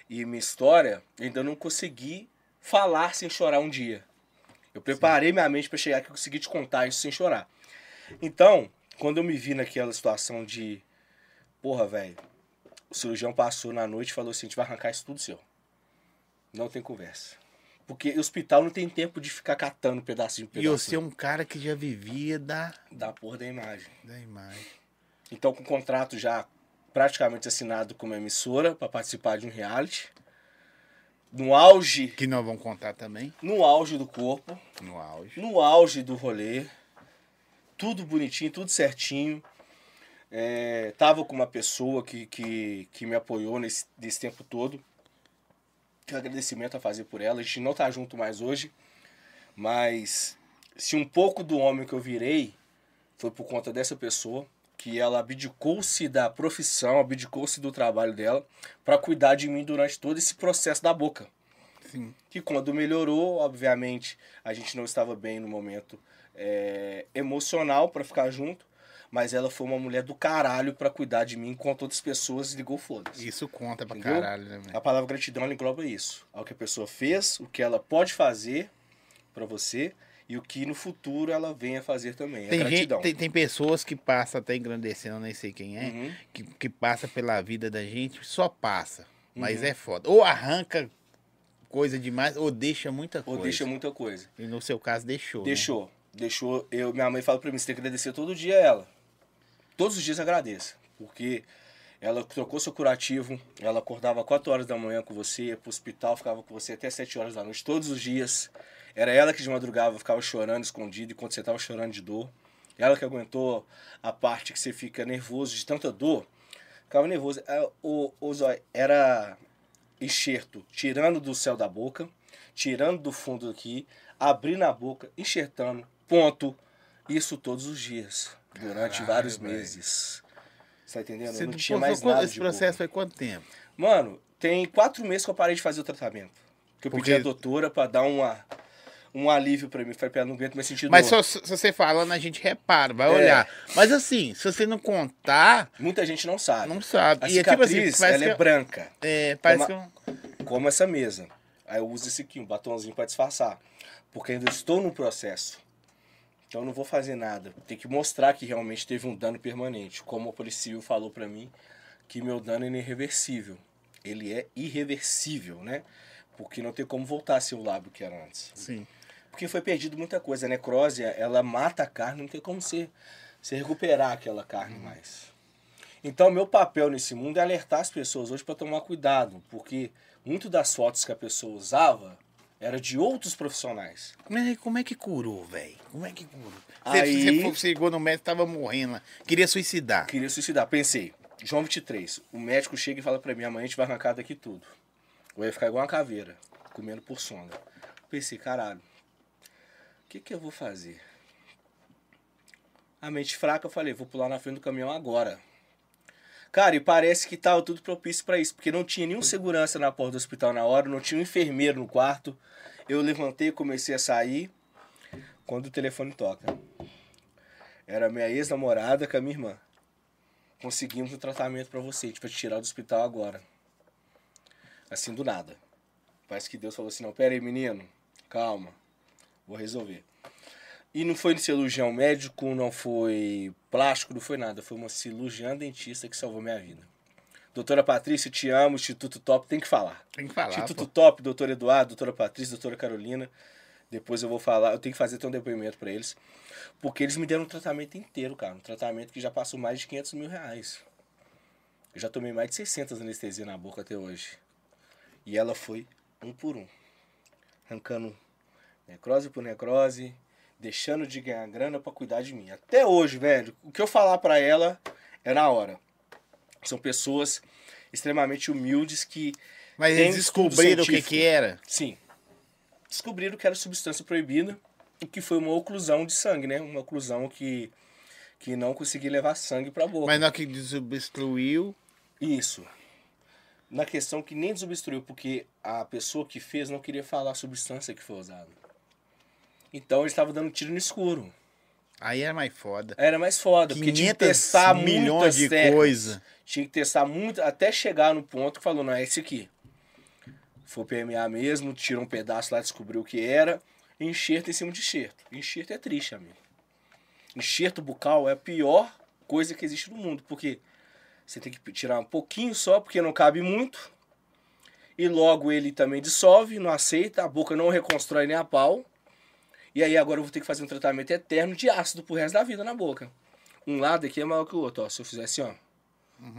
Speaker 2: e minha história, eu ainda não consegui falar sem chorar um dia. Eu preparei minha mente pra chegar aqui e conseguir te contar isso sem chorar. Então, quando eu me vi naquela situação de, porra, velho, o cirurgião passou na noite e falou assim: a gente vai arrancar isso tudo seu. Não tem conversa. Porque o hospital não tem tempo de ficar catando pedacinho de
Speaker 1: E
Speaker 2: pedacinho
Speaker 1: você é um cara que já vivia da,
Speaker 2: da porra da imagem.
Speaker 1: da imagem.
Speaker 2: Então, com o contrato já praticamente assinado com uma emissora para participar de um reality. No auge,
Speaker 1: Que nós vamos contar também
Speaker 2: no auge do corpo,
Speaker 1: no auge.
Speaker 2: no auge do rolê. Tudo bonitinho, tudo certinho. É, tava com uma pessoa que, que, que me apoiou nesse, nesse tempo todo. Que agradecimento a fazer por ela. A gente não tá junto mais hoje. Mas se um pouco do homem que eu virei foi por conta dessa pessoa, que ela abdicou-se da profissão, abdicou-se do trabalho dela, para cuidar de mim durante todo esse processo da boca
Speaker 1: Sim.
Speaker 2: que quando melhorou, obviamente, a gente não estava bem no momento é, emocional para ficar junto, mas ela foi uma mulher do caralho para cuidar de mim enquanto outras pessoas ligou foda-se.
Speaker 1: Isso conta pra
Speaker 2: Entendeu?
Speaker 1: caralho, né, velho?
Speaker 2: A palavra gratidão ela engloba isso, ao que a pessoa fez, o que ela pode fazer para você e o que no futuro ela venha fazer também. É
Speaker 1: Tem,
Speaker 2: gratidão.
Speaker 1: gente, tem, tem pessoas que passam até engrandecendo, eu nem sei quem é,
Speaker 2: Uhum.
Speaker 1: que, que passa pela vida da gente, só passa.
Speaker 2: Uhum.
Speaker 1: Mas é foda. Ou arranca coisa demais, ou deixa muita
Speaker 2: Ou
Speaker 1: coisa.
Speaker 2: deixa muita coisa.
Speaker 1: E no seu caso, deixou. né?
Speaker 2: Deixou. Deixou. Eu, minha mãe fala pra mim, você tem que agradecer todo dia a ela. Todos os dias agradeça. Porque ela trocou seu curativo, ela acordava 4 horas da manhã com você, ia pro hospital, ficava com você até 7 horas da noite, todos os dias. Era ela que de madrugada ficava chorando, escondido, enquanto você tava chorando de dor. Ela que aguentou a parte que você fica nervoso de tanta dor. Ficava nervoso. Ah, O, o zóio era enxerto, tirando do céu da boca, tirando do fundo aqui, abrindo a boca, enxertando, ponto. Isso todos os dias, durante
Speaker 1: Caralho,
Speaker 2: vários
Speaker 1: velho.
Speaker 2: meses. Você tá entendendo?
Speaker 1: Você
Speaker 2: Eu não tinha
Speaker 1: passou
Speaker 2: mais
Speaker 1: quanto-
Speaker 2: nada
Speaker 1: Esse
Speaker 2: de
Speaker 1: processo
Speaker 2: boca.
Speaker 1: foi quanto tempo?
Speaker 2: Mano, tem quatro meses que eu parei de fazer o tratamento. Que eu
Speaker 1: Porque-
Speaker 2: pedi à doutora pra dar uma, um alívio pra mim. Falei pra ela, não aguento mais sentir
Speaker 1: Mas
Speaker 2: dor.
Speaker 1: só, se se você falando, a gente repara, vai
Speaker 2: É.
Speaker 1: olhar. Mas assim, se você não contar,
Speaker 2: Muita gente não sabe.
Speaker 1: não sabe.
Speaker 2: A
Speaker 1: e é tipo
Speaker 2: cicatriz,
Speaker 1: assim,
Speaker 2: ela
Speaker 1: parece
Speaker 2: é
Speaker 1: que,
Speaker 2: branca,
Speaker 1: é, parece que
Speaker 2: Toma-
Speaker 1: um-
Speaker 2: como essa mesa. Aí eu uso esse aqui, um batonzinho pra disfarçar. Porque ainda estou no processo. Então eu não vou fazer nada. Tem que mostrar que realmente teve um dano permanente. Como o policial falou pra mim, que meu dano é irreversível. Ele é irreversível, né? Porque não tem como voltar a ser o lábio que era antes.
Speaker 1: Sim.
Speaker 2: Porque foi perdido muita coisa. A necrose, ela mata a carne, não tem como você, você recuperar aquela carne mais. Então, meu papel nesse mundo é alertar as pessoas hoje para tomar cuidado, porque muito das fotos que a pessoa usava era de outros profissionais.
Speaker 1: Mas aí, como é que curou, velho? Como é que curou?
Speaker 2: Aí-
Speaker 1: Você, você chegou no médico, tava morrendo lá. Queria suicidar.
Speaker 2: Queria suicidar. Pensei, João 23, o médico chega e fala para mim, amanhã a gente vai arrancar daqui tudo. Ou ia ficar igual uma caveira, comendo por sonda. Pensei, caralho, o que, que eu vou fazer? A mente fraca, eu falei, vou pular na frente do caminhão agora. Cara, e parece que tava tudo propício para isso, porque não tinha nenhum segurança na porta do hospital na hora, não tinha um enfermeiro no quarto. Eu levantei, comecei a sair, quando o telefone toca. Era minha ex-namorada com a minha irmã. Conseguimos o tratamento para você, tipo, te tirar do hospital agora. Assim do nada. Parece que Deus falou assim: não, pera aí, menino, calma, vou resolver. E não foi cirurgião médico, não foi plástico, não foi nada. Foi uma cirurgiã dentista que salvou minha vida. Doutora Patrícia, te amo, Instituto Top, tem que falar.
Speaker 1: Tem que falar.
Speaker 2: Instituto
Speaker 1: pô.
Speaker 2: Top, doutor Eduardo, doutora Patrícia, doutora Carolina. Depois eu vou falar, eu tenho que fazer até um depoimento pra eles. Porque eles me deram um tratamento inteiro, cara. Um tratamento que já passou mais de 500 mil reais. Eu já tomei mais de 600 anestesia na boca até hoje. E ela foi um por um. Arrancando necrose por necrose, deixando de ganhar grana pra cuidar de mim. Até hoje, velho, o que eu falar pra ela é na hora. São pessoas extremamente humildes que
Speaker 1: Mas
Speaker 2: tem
Speaker 1: eles
Speaker 2: estudo
Speaker 1: descobriram o que,
Speaker 2: científico.
Speaker 1: que era.
Speaker 2: Sim. Descobriram que era substância proibida e que foi uma oclusão de sangue, né? Uma oclusão que, que não conseguia levar sangue pra boca.
Speaker 1: Mas na hora que desobstruiu.
Speaker 2: Isso. Na questão que nem desobstruiu, porque a pessoa que fez não queria falar a substância que foi usada. Então ele estava dando tiro no escuro.
Speaker 1: Aí era mais foda.
Speaker 2: Era mais foda, porque tinha que
Speaker 1: 500
Speaker 2: testar
Speaker 1: milhões
Speaker 2: muitas
Speaker 1: de
Speaker 2: técnicas.
Speaker 1: coisa.
Speaker 2: Tinha que testar muito até chegar no ponto que falou, não, é esse aqui. Foi PMA mesmo, tirou um pedaço lá, descobriu o que era. Enxerto em cima de enxerto. Enxerto é triste, amigo. Enxerto bucal é a pior coisa que existe no mundo, porque você tem que tirar um pouquinho só, porque não cabe muito. E logo ele também dissolve, não aceita, a boca não reconstrói nem a pau. E aí agora eu vou ter que fazer um tratamento eterno de ácido pro resto da vida na boca. Um lado aqui é maior que o outro, ó. Se eu fizer assim, ó.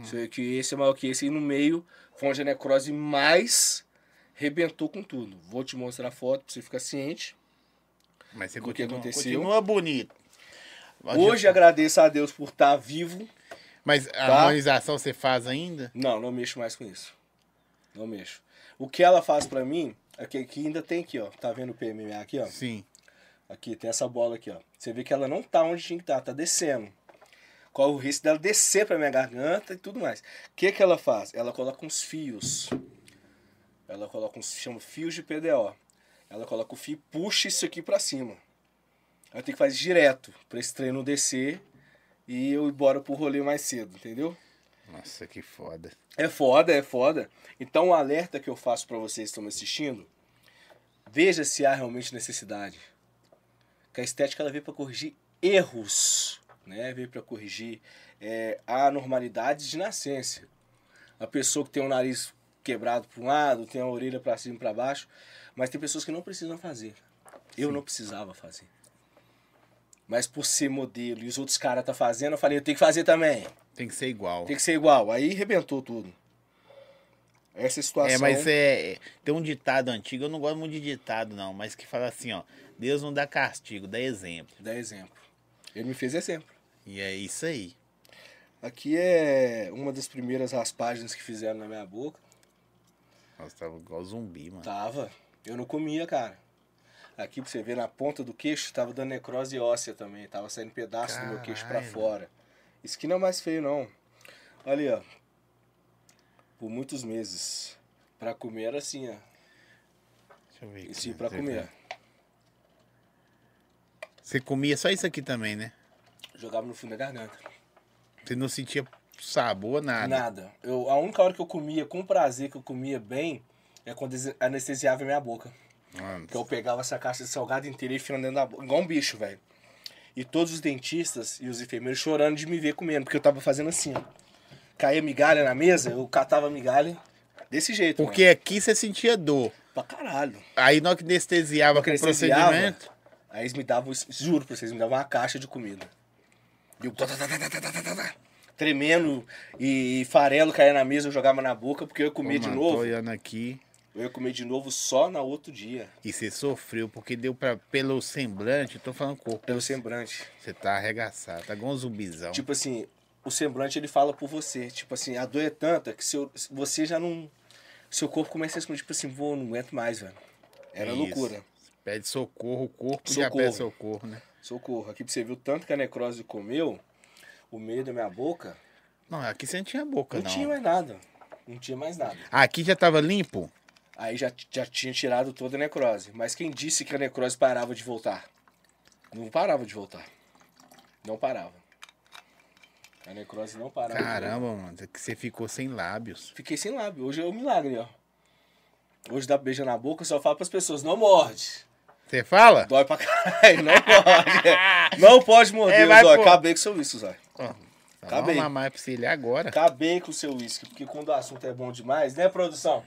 Speaker 2: Isso aí que esse é maior que esse. E no meio foi onde a necrose mais rebentou com tudo. Vou te mostrar a foto pra você ficar ciente.
Speaker 1: Mas você
Speaker 2: O que
Speaker 1: continua,
Speaker 2: aconteceu?
Speaker 1: continua bonito. Mas
Speaker 2: Hoje agradeço a Tá? Deus por estar vivo.
Speaker 1: Mas a harmonização você faz ainda?
Speaker 2: Não, não mexo mais com isso. Não mexo. O que ela faz pra mim, aqui que ainda tem aqui, ó. Tá vendo o PMMA aqui, ó?
Speaker 1: Sim.
Speaker 2: Aqui, tem essa bola aqui, ó. Você vê que ela não tá onde tinha que estar, tá descendo. Corre o risco dela descer pra minha garganta e tudo mais. O que que ela faz? Ela coloca uns fios. Ela coloca uns, chama fios de PDO. Ela coloca o fio e puxa isso aqui pra cima. Ela tem que fazer direto, pra esse trem não descer e eu ir embora pro rolê mais cedo, entendeu?
Speaker 1: Nossa, que foda.
Speaker 2: É foda, é foda. Então, o alerta que eu faço pra vocês que estão me assistindo, veja se há realmente necessidade. Que a estética ela veio pra corrigir erros, né? Veio pra corrigir é, anormalidades de nascença. A pessoa que tem o nariz quebrado para um lado, tem a orelha pra cima e para baixo, mas tem pessoas que não precisam fazer. Eu não precisava fazer. Mas por ser modelo e os outros caras tá fazendo, eu falei, eu tenho que fazer também.
Speaker 1: Tem que ser igual.
Speaker 2: Tem que ser igual. Aí arrebentou tudo. Essa situação.
Speaker 1: É, mas é, tem um ditado antigo, eu não gosto muito de ditado não, mas que fala assim, ó, Deus não dá castigo, dá exemplo.
Speaker 2: Dá exemplo. Ele me fez exemplo.
Speaker 1: E é isso aí.
Speaker 2: Aqui é uma das primeiras raspagens que fizeram na minha boca.
Speaker 1: Nossa, tava igual zumbi, mano.
Speaker 2: Tava. Eu não comia, cara. Aqui pra você ver na ponta do queixo, tava dando necrose óssea também. Tava saindo pedaço do meu queixo pra
Speaker 1: Caralho.
Speaker 2: fora. Isso aqui não é mais feio, não. Olha ali, ó. Por muitos meses. Pra comer era assim, ó.
Speaker 1: Deixa eu ver.
Speaker 2: Isso
Speaker 1: aqui,
Speaker 2: pra
Speaker 1: deixa eu
Speaker 2: comer.
Speaker 1: ver. Você comia só isso aqui também, né?
Speaker 2: Jogava no fundo da garganta.
Speaker 1: Você não sentia sabor, nada.
Speaker 2: Nada. Eu, a única hora que eu comia com prazer, que eu comia bem, é quando des- anestesiava a minha boca.
Speaker 1: Mano,
Speaker 2: Que eu pegava essa caixa de salgado inteira e enfiando dentro da boca, igual um bicho, velho. E todos os dentistas e os enfermeiros chorando de me ver comendo, porque eu tava fazendo assim, ó. Caía migalha na mesa, eu catava migalha desse jeito.
Speaker 1: Porque aqui você sentia dor.
Speaker 2: mano. Pra caralho.
Speaker 1: Aí na hora que anestesiava com o
Speaker 2: Anestesiava,
Speaker 1: procedimento,
Speaker 2: Aí eles me davam, juro pra vocês, me davam uma caixa de comida. E eu tá, tá, tá, tá, tá, tá, tá, tá, tremendo e farelo caía na mesa, eu jogava na boca, porque eu ia comer
Speaker 1: Ô,
Speaker 2: de
Speaker 1: mano,
Speaker 2: novo.
Speaker 1: Tô olhando aqui.
Speaker 2: Eu ia comer de novo só na outro dia,
Speaker 1: E você sofreu, porque deu pra, pelo semblante, eu tô falando corpo.
Speaker 2: pelo semblante.
Speaker 1: Você tá arregaçado, tá igual um zumbizão.
Speaker 2: Tipo assim, o semblante ele fala por você. Tipo assim, a dor é tanta que seu, você já não. Seu corpo começa a responder, tipo assim, vou, não aguento mais, velho. Era
Speaker 1: Isso.
Speaker 2: loucura.
Speaker 1: Pede socorro, o corpo já
Speaker 2: Socorro.
Speaker 1: pede socorro, né?
Speaker 2: Socorro. Aqui pra você ver o tanto que a necrose comeu, o meio da minha boca,
Speaker 1: Não, aqui você não tinha boca,
Speaker 2: não
Speaker 1: não.
Speaker 2: tinha mais nada. Não tinha mais nada.
Speaker 1: Aqui já tava limpo?
Speaker 2: Aí já, já tinha tirado toda a necrose. Mas quem disse que a necrose parava de voltar? Não parava de voltar. Não parava. A necrose não parava. de voltar.
Speaker 1: Caramba, mano, é que você ficou sem lábios.
Speaker 2: Fiquei sem lábio. Hoje é um milagre, ó. Hoje dá beijo na boca, eu só falo pras pessoas, não morde.
Speaker 1: Você fala?
Speaker 2: Dói pra caralho, não pode. Não pode
Speaker 1: É,
Speaker 2: morder,
Speaker 1: vai,
Speaker 2: Zóio.
Speaker 1: pô.
Speaker 2: Acabei com seu uísque, Zóio.
Speaker 1: Ó, só
Speaker 2: Tá
Speaker 1: dá
Speaker 2: bem.
Speaker 1: uma mamar pra você ele agora.
Speaker 2: Acabei com o seu uísque, porque quando o assunto é bom demais, né, produção?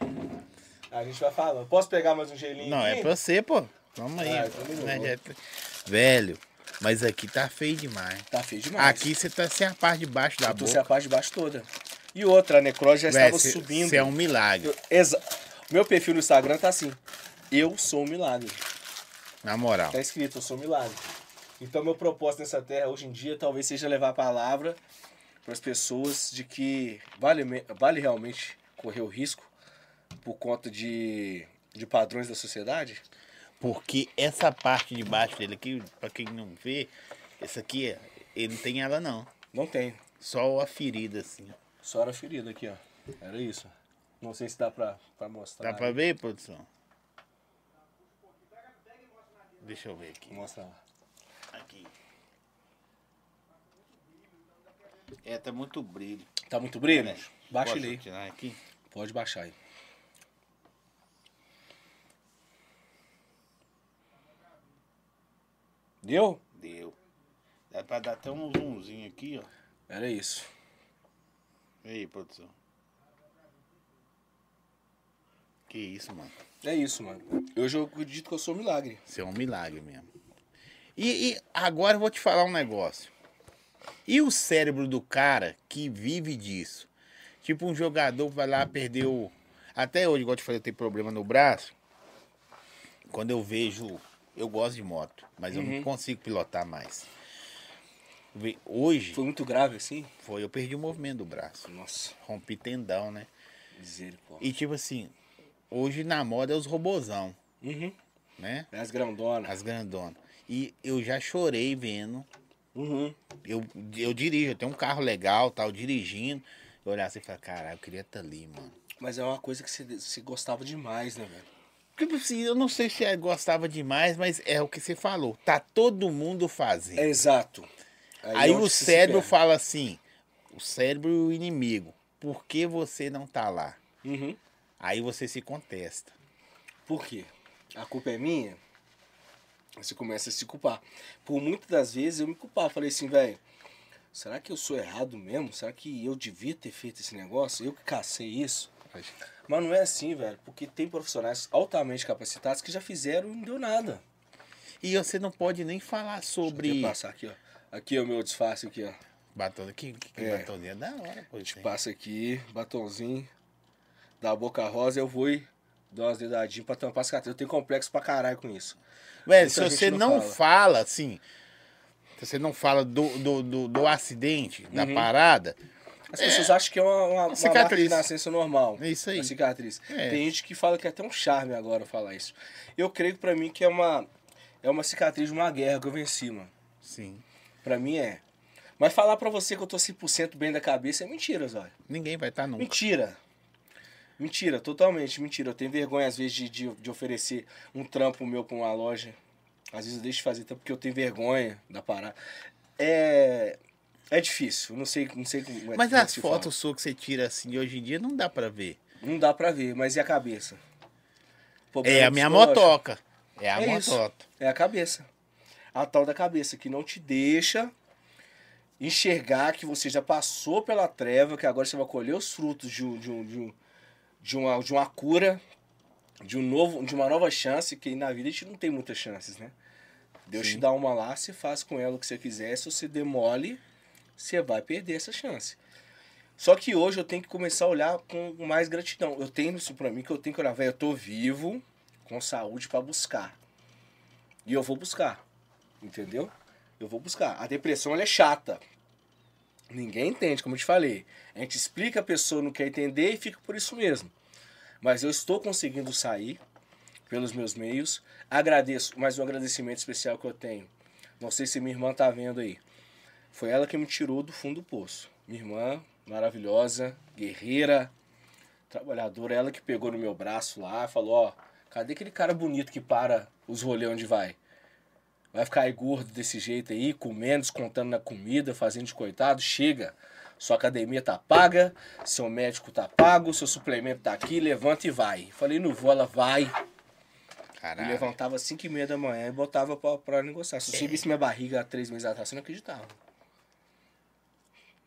Speaker 2: A gente vai falando. Posso pegar mais um gelinho
Speaker 1: Não,
Speaker 2: aqui?
Speaker 1: é pra você, pô. Vamos aí.
Speaker 2: Ah, então melhorou.
Speaker 1: Né, já tá- Velho, mas aqui tá feio demais.
Speaker 2: Tá feio demais.
Speaker 1: Aqui você tá sem a parte de baixo da
Speaker 2: Eu tô sem
Speaker 1: boca.
Speaker 2: a parte de baixo toda. E outra, a necrose já estava subindo.
Speaker 1: Você é um milagre.
Speaker 2: Eu- exa- Meu perfil no Instagram tá assim. Eu sou um milagre.
Speaker 1: Na moral.
Speaker 2: Tá escrito, eu sou um milagre. Então meu propósito nessa terra hoje em dia talvez seja levar a palavra para as pessoas de que vale, me- vale realmente correr o risco por conta de, de padrões da sociedade?
Speaker 1: Porque essa parte de baixo dele aqui, pra quem não vê, essa aqui, ele não tem ela não.
Speaker 2: Não tem.
Speaker 1: Só a ferida, assim.
Speaker 2: Só era ferida aqui, ó. Era isso. Não sei se dá pra, pra mostrar.
Speaker 1: Dá pra ver, produção? Deixa eu ver aqui.
Speaker 2: Mostra lá.
Speaker 1: Aqui. É, tá muito brilho.
Speaker 2: Tá muito brilho? Baixa
Speaker 1: Posso
Speaker 2: ele aí.
Speaker 1: tirar aqui?
Speaker 2: Pode baixar aí. Deu?
Speaker 1: Deu. Dá pra dar até um zoomzinho aqui, ó.
Speaker 2: Era isso.
Speaker 1: E aí, produção? Que isso, mano.
Speaker 2: É isso, mano. Hoje eu acredito que eu sou um milagre.
Speaker 1: Isso é um milagre mesmo. E, e agora eu vou te falar um negócio. E o cérebro do cara que vive disso? Tipo, um jogador vai lá, perdeu. Até hoje, igual eu te falei, eu tenho problema no braço. Quando eu vejo. Eu gosto de moto, mas eu não consigo pilotar mais. Ve- Hoje
Speaker 2: Foi muito grave assim?
Speaker 1: foi, eu perdi o movimento do braço.
Speaker 2: Nossa,
Speaker 1: Rompi tendão, né?
Speaker 2: misericórdia.
Speaker 1: E tipo assim, hoje na moda é os robozão,
Speaker 2: Uhum.
Speaker 1: né?
Speaker 2: É as grandonas.
Speaker 1: As grandonas. E eu já chorei vendo.
Speaker 2: Uhum.
Speaker 1: Eu, eu dirijo, eu tenho um carro legal, tal, dirigindo. Eu olhar assim e falar, caralho, eu queria estar ali, mano.
Speaker 2: Mas é uma coisa que você, você gostava demais, né, velho?
Speaker 1: Tipo assim, eu não sei se eu gostava demais, mas é o que você falou. Tá todo mundo fazendo.
Speaker 2: É exato.
Speaker 1: Aí
Speaker 2: é onde
Speaker 1: o
Speaker 2: você se
Speaker 1: cérebro
Speaker 2: perde.
Speaker 1: fala assim, o cérebro e o inimigo. Por que você não tá lá?
Speaker 2: Uhum.
Speaker 1: Aí você se contesta.
Speaker 2: Por quê? A culpa é minha? Você começa a se culpar. Por muitas das vezes eu me culpava. Falei assim, velho, será que eu sou errado mesmo? Será que eu devia ter feito esse negócio? Eu que cacei isso? Mas não é assim, velho, porque tem profissionais altamente capacitados que já fizeram e não deu nada.
Speaker 1: E você não pode nem falar
Speaker 2: Deixa
Speaker 1: sobre.
Speaker 2: eu passar aqui, ó. Aqui é o meu disfarce aqui, ó.
Speaker 1: Batom, que, que que
Speaker 2: É. Tipo
Speaker 1: batomzinho é da hora, pô. isso aí.
Speaker 2: Passa aqui, batonzinho, da boca rosa, eu vou e dou umas dedadinhas pra tampar as carteiras. Eu tenho complexo pra caralho com isso.
Speaker 1: Velho,
Speaker 2: Isso
Speaker 1: se
Speaker 2: a gente
Speaker 1: você
Speaker 2: não
Speaker 1: não,
Speaker 2: fala.
Speaker 1: fala. assim. Se você não fala do, do, do, do acidente,
Speaker 2: Uhum.
Speaker 1: da parada,
Speaker 2: As pessoas acham que é uma, uma, uma marca de
Speaker 1: cicatriz.
Speaker 2: nascença normal.
Speaker 1: É isso aí.
Speaker 2: Uma cicatriz.
Speaker 1: É.
Speaker 2: Tem gente que fala que é até um charme agora falar isso. Eu creio que pra mim que é uma, é uma cicatriz de uma guerra que eu venci, mano.
Speaker 1: sim.
Speaker 2: Pra mim é. Mas falar pra você que eu tô 100% bem da cabeça é mentira, Zóio.
Speaker 1: Ninguém vai estar nunca.
Speaker 2: Mentira. Mentira, totalmente mentira. Eu tenho vergonha, às vezes, de, de, de oferecer um trampo meu pra uma loja. Às vezes eu deixo de fazer trampo porque eu tenho vergonha da parada. É. É difícil, não sei, não sei como é
Speaker 1: Mas
Speaker 2: como é que
Speaker 1: as
Speaker 2: se fala.
Speaker 1: fotos suas que você tira assim de hoje em dia não dá pra ver.
Speaker 2: Não dá pra ver, mas e a cabeça? Problema
Speaker 1: É a minha
Speaker 2: psicológico.
Speaker 1: motoca. É a
Speaker 2: É isso.
Speaker 1: motoca.
Speaker 2: É a cabeça. A tal da cabeça, que não te deixa enxergar que você já passou pela treva, que agora você vai colher os frutos de, um, de, um, de, um, de, uma, de uma cura, de, um novo, de uma nova chance, que na vida a gente não tem muitas chances, né? Deus te
Speaker 1: Sim.
Speaker 2: dá uma lá, você faz com ela o que você quiser, se você demole, você vai perder essa chance. Só que hoje eu tenho que começar a olhar com mais gratidão. Eu tenho isso pra mim, que eu tenho que olhar, velho, eu tô vivo, com saúde pra buscar. E eu vou buscar. Entendeu? Eu vou buscar. A depressão ela é chata. Ninguém entende, como eu te falei. A gente explica, a pessoa não quer entender e fica por isso mesmo. Mas eu estou conseguindo sair pelos meus meios. Agradeço, mas um agradecimento especial que eu tenho Não sei se minha irmã tá vendo aí. Foi ela que me tirou do fundo do poço. Minha irmã, maravilhosa, guerreira, trabalhadora, ela que pegou no meu braço lá, falou, ó, cadê aquele cara bonito que para os rolê onde vai? Vai ficar aí gordo desse jeito aí, comendo, descontando na comida, fazendo de coitado, chega. Sua academia tá paga, seu médico tá pago, seu suplemento tá aqui, levanta e vai. Falei, não vou, ela vai. Me
Speaker 1: Caralho.
Speaker 2: levantava às 5 e meia da manhã e botava pra, pra negociar. Se eu subisse minha barriga há três meses atrás, eu não acreditava.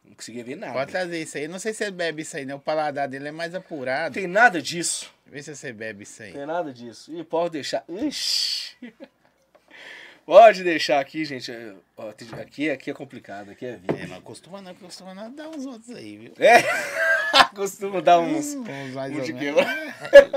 Speaker 2: Não conseguia ver nada.
Speaker 1: Pode trazer isso aí. Não sei se você bebe isso aí, né? O paladar dele é mais
Speaker 2: Não
Speaker 1: apurado.
Speaker 2: tem nada disso.
Speaker 1: Vê se você bebe isso aí.
Speaker 2: Não tem nada disso. E pode deixar. Ixi. Pode deixar aqui, gente. Ó, tem- Aqui, aqui é complicado, aqui é vida.
Speaker 1: É, não costuma não, costuma não dar uns outros aí, viu? Hum,
Speaker 2: É, costumo dar uns.
Speaker 1: Uns mais
Speaker 2: um
Speaker 1: ou
Speaker 2: de
Speaker 1: menos.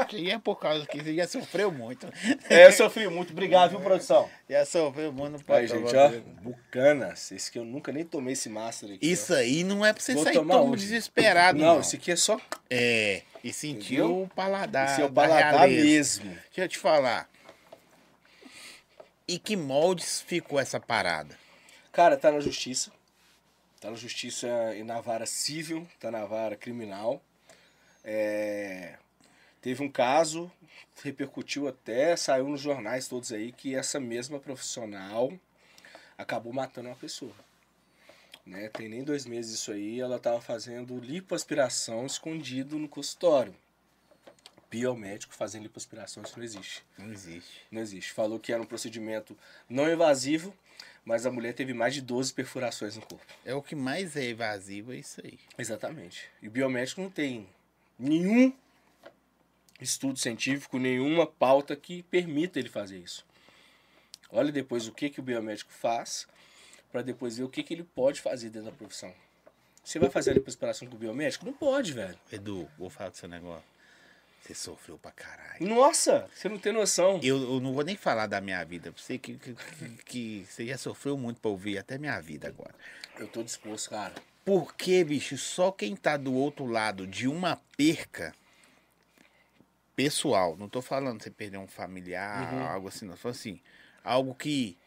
Speaker 1: Que é por causa que você já sofreu muito.
Speaker 2: É, eu sofri muito. Obrigado, viu, produção?
Speaker 1: Já sofreu muito no
Speaker 2: Aí, gente, ó. Bucanas. Esse que eu nunca nem tomei esse master aqui. ó.
Speaker 1: Isso aí não é pra você
Speaker 2: Vou
Speaker 1: sair
Speaker 2: tomar
Speaker 1: tão
Speaker 2: hoje.
Speaker 1: desesperado, não.
Speaker 2: Não, esse aqui é só.
Speaker 1: É, e sentir
Speaker 2: Entendeu?
Speaker 1: o paladar.
Speaker 2: esse é o
Speaker 1: da
Speaker 2: paladar
Speaker 1: realeza.
Speaker 2: mesmo.
Speaker 1: Deixa eu te falar. E que moldes ficou essa parada?
Speaker 2: Cara, tá na justiça. Tá na justiça e na vara civil, tá na vara criminal. É, Teve um caso, repercutiu até, saiu nos jornais todos aí, que essa mesma profissional acabou matando uma pessoa. Né? Tem nem dois meses isso aí, ela tava fazendo lipoaspiração escondido no consultório. Biomédico fazendo lipoaspiração, isso não existe.
Speaker 1: Não existe.
Speaker 2: Não existe. Falou que era um procedimento não invasivo, mas a mulher teve mais de 12 perfurações no corpo.
Speaker 1: É o que mais é evasivo, é isso aí.
Speaker 2: Exatamente. E o biomédico não tem nenhum estudo científico, nenhuma pauta que permita ele fazer isso. Olha depois o que, que o biomédico faz, para depois ver o que, que ele pode fazer dentro da profissão. Você vai fazer a lipoaspiração com o biomédico? Não pode, velho.
Speaker 1: Edu, vou falar do seu negócio. Você sofreu pra caralho.
Speaker 2: Nossa, você não tem noção.
Speaker 1: Eu, eu não vou nem falar da minha vida. Você que, que, que- que você já sofreu muito pra ouvir até minha vida agora.
Speaker 2: Eu tô disposto, cara.
Speaker 1: Porque, bicho, só quem tá do outro lado de uma perca pessoal, não tô falando você perder um familiar, algo assim, não. Tô falando assim, algo que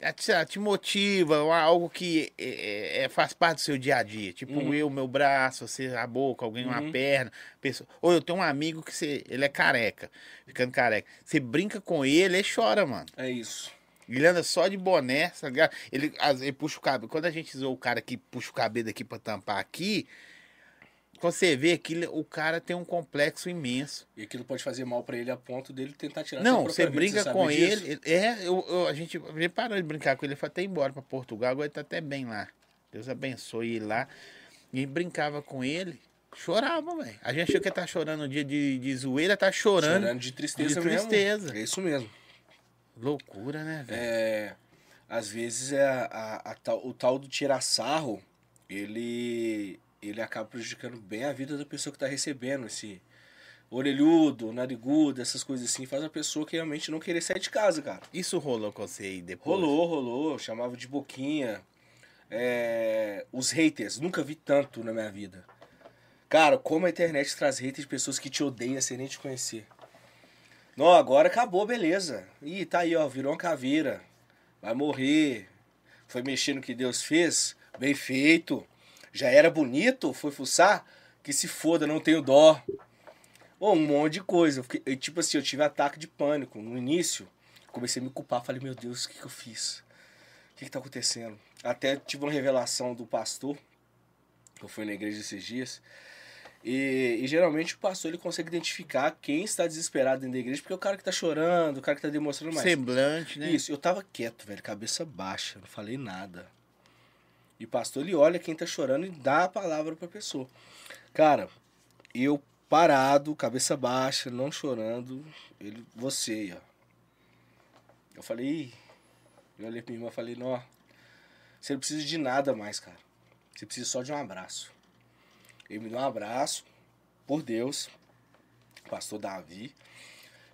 Speaker 1: a te, a te motiva, ou algo que é, é- é- faz parte do seu dia a dia. Tipo, eu, meu braço, você, a boca, alguém, uma perna. Pessoa... Ou eu tenho um amigo que você, ele é careca, ficando careca. Você brinca com ele, ele chora, mano.
Speaker 2: É isso.
Speaker 1: Ele anda só de boné, tá ligado? Ele, as- ele puxa o cabelo. Quando a gente zoou o cara que puxa o cabelo aqui pra tampar aqui, quando você vê aquilo, o cara tem um complexo imenso.
Speaker 2: E aquilo pode fazer mal pra ele a ponto dele tentar tirar sua
Speaker 1: Não,
Speaker 2: própria
Speaker 1: você
Speaker 2: vida,
Speaker 1: brinca
Speaker 2: sabe
Speaker 1: com
Speaker 2: disso?
Speaker 1: ele. ele- É, eu, eu- a gente ele parou de brincar com ele, ele foi até embora pra Portugal, agora ele tá até bem lá. Deus abençoe ele lá. E brincava com ele, chorava, velho. A gente achou que ele tá chorando no dia de, de zoeira, tá chorando.
Speaker 2: Chorando de tristeza
Speaker 1: De
Speaker 2: mesmo.
Speaker 1: tristeza.
Speaker 2: É isso mesmo.
Speaker 1: Loucura, né, velho?
Speaker 2: É, às vezes é a- a- a tal- o tal do tirar sarro, ele, ele acaba prejudicando bem a vida da pessoa que tá recebendo esse orelhudo, narigudo, essas coisas assim. Faz a pessoa que realmente não querer sair de casa, cara.
Speaker 1: Isso rolou com você aí depois?
Speaker 2: Rolou, rolou. Chamava de boquinha. É, os haters. Nunca vi tanto na minha vida. Cara, como a internet traz haters de pessoas que te odeiam sem nem te conhecer. Não, agora acabou, beleza. Ih, tá aí, ó. Virou uma caveira. Vai morrer. Foi mexer no que Deus fez. Bem feito. Já era bonito. Foi fuçar. Que se foda, não tenho dó. Ô, um monte de coisa. Eu fiquei- eu, tipo assim, eu tive ataque de pânico no início. Comecei a me culpar, falei, meu Deus, o que, que eu fiz? O que, que tá acontecendo? Até tive uma revelação do pastor, que eu fui na igreja esses dias. E, e geralmente o pastor ele consegue identificar quem está desesperado dentro da igreja, porque é o cara que tá chorando, o cara que tá demonstrando mais.
Speaker 1: Semblante, né?
Speaker 2: Isso, eu tava quieto, velho, cabeça baixa, não falei nada. E o pastor, ele olha quem tá chorando e dá a palavra pra pessoa. Cara, eu parado, cabeça baixa, não chorando, ele, você aí, ó. Eu falei, "Ih." eu olhei pra minha irmã e falei, não, você não precisa de nada mais, cara. Você precisa só de um abraço. Ele me deu um abraço, por Deus, pastor Davi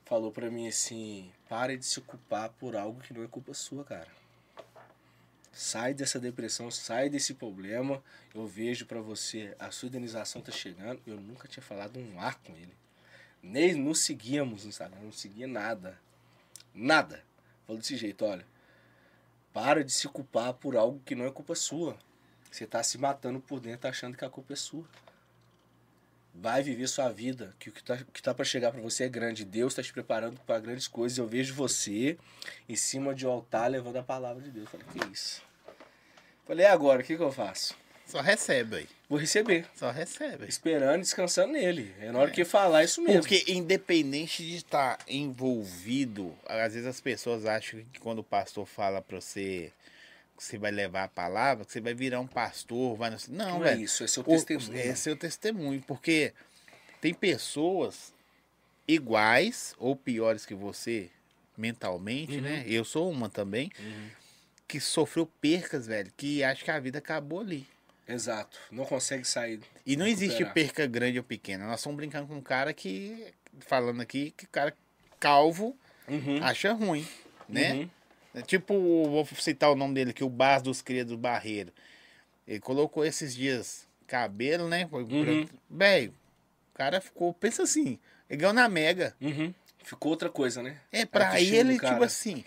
Speaker 2: falou pra mim assim: pare de se culpar por algo que não é culpa sua, cara. Sai dessa depressão, sai desse problema. Eu vejo pra você, a sua indenização tá chegando. Eu nunca tinha falado um ar com ele. Nem nos seguíamos no Instagram, não seguia nada. Nada. Falou desse jeito, olha. Para de se culpar por algo que não é culpa sua. Você tá se matando por dentro achando que a culpa é sua. Vai viver sua vida, que o que tá, o que tá para chegar para você é grande. Deus tá te preparando para grandes coisas. Eu vejo você em cima de um altar levando a palavra de Deus. Eu falei, que isso? Falei, e agora, o que, que eu faço?
Speaker 1: Só recebe aí.
Speaker 2: Vou receber.
Speaker 1: Só recebe.
Speaker 2: Esperando, descansando nele. É na hora que falar isso mesmo.
Speaker 1: Porque independente de estar envolvido, às vezes as pessoas acham que quando o pastor fala pra você que você vai levar a palavra, que você vai virar um pastor, vai no... Não,
Speaker 2: Não é
Speaker 1: velho.
Speaker 2: isso, é seu
Speaker 1: O-
Speaker 2: testemunho.
Speaker 1: É seu testemunho, porque tem pessoas iguais ou piores que você mentalmente, né?
Speaker 2: Uhum.
Speaker 1: Eu sou uma também, que sofreu percas, velho, que acha que a vida acabou ali.
Speaker 2: Exato. Não consegue sair.
Speaker 1: E não existe
Speaker 2: Recuperar.
Speaker 1: perca grande ou pequena. Nós estamos brincando com um cara que, falando aqui, que o cara calvo
Speaker 2: Uhum.
Speaker 1: acha ruim, né?
Speaker 2: Uhum.
Speaker 1: É Tipo, vou citar o nome dele aqui, o Bas dos Cria do Barreiro. Ele colocou esses dias cabelo, né? Foi
Speaker 2: Uhum.
Speaker 1: Velho, o cara ficou, pensa assim, ele ganhou na Mega.
Speaker 2: Uhum. Ficou outra coisa, né?
Speaker 1: É, pra
Speaker 2: Autoestima do
Speaker 1: ele, tipo
Speaker 2: cara.
Speaker 1: assim.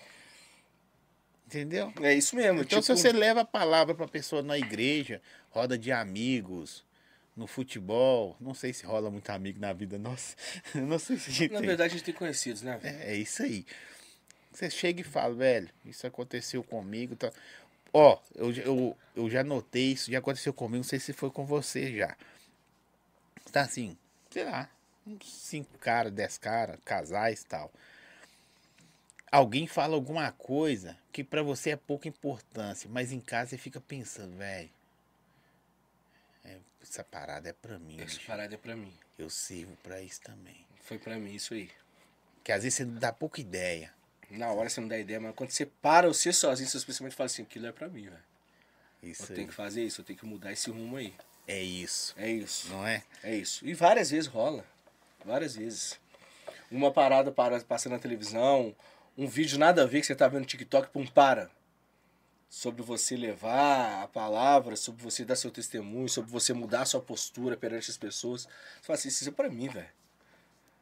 Speaker 1: Entendeu?
Speaker 2: É isso mesmo.
Speaker 1: Então,
Speaker 2: tipo,
Speaker 1: se você leva a palavra pra pessoa na igreja, roda de amigos, no futebol, não sei se rola muito amigo na vida nossa. Não sei se a gente
Speaker 2: Na
Speaker 1: tem.
Speaker 2: verdade, a gente tem conhecidos, né? velho?
Speaker 1: É, é isso aí. Você chega e fala, velho, isso aconteceu comigo. Tá... Ó, eu, já- eu, eu já notei isso, já aconteceu comigo, não sei se foi com você já. Tá assim, sei lá, uns cinco caras, dez caras, casais e tal. Alguém fala alguma coisa que pra você é pouca importância, mas em casa você fica pensando, velho. é, essa parada é pra mim.
Speaker 2: Essa
Speaker 1: bicho.
Speaker 2: parada é pra mim.
Speaker 1: Eu sirvo pra isso também.
Speaker 2: Foi pra mim isso aí.
Speaker 1: Que às vezes você dá pouca ideia.
Speaker 2: Na hora você não dá ideia, mas quando você para, você sozinho, seus pensamentos falam assim, aquilo é pra mim, velho. Eu
Speaker 1: Isso aí.
Speaker 2: tenho que fazer isso, eu tenho que mudar esse rumo aí.
Speaker 1: É isso,
Speaker 2: É isso.
Speaker 1: não é?
Speaker 2: É isso. E várias vezes rola. Várias vezes. Uma parada para, passando na televisão, um vídeo nada a ver que você tá vendo no TikTok, pum, para. Sobre você levar a palavra, sobre você dar seu testemunho, sobre você mudar a sua postura perante as pessoas. Você fala assim, isso é pra mim, velho.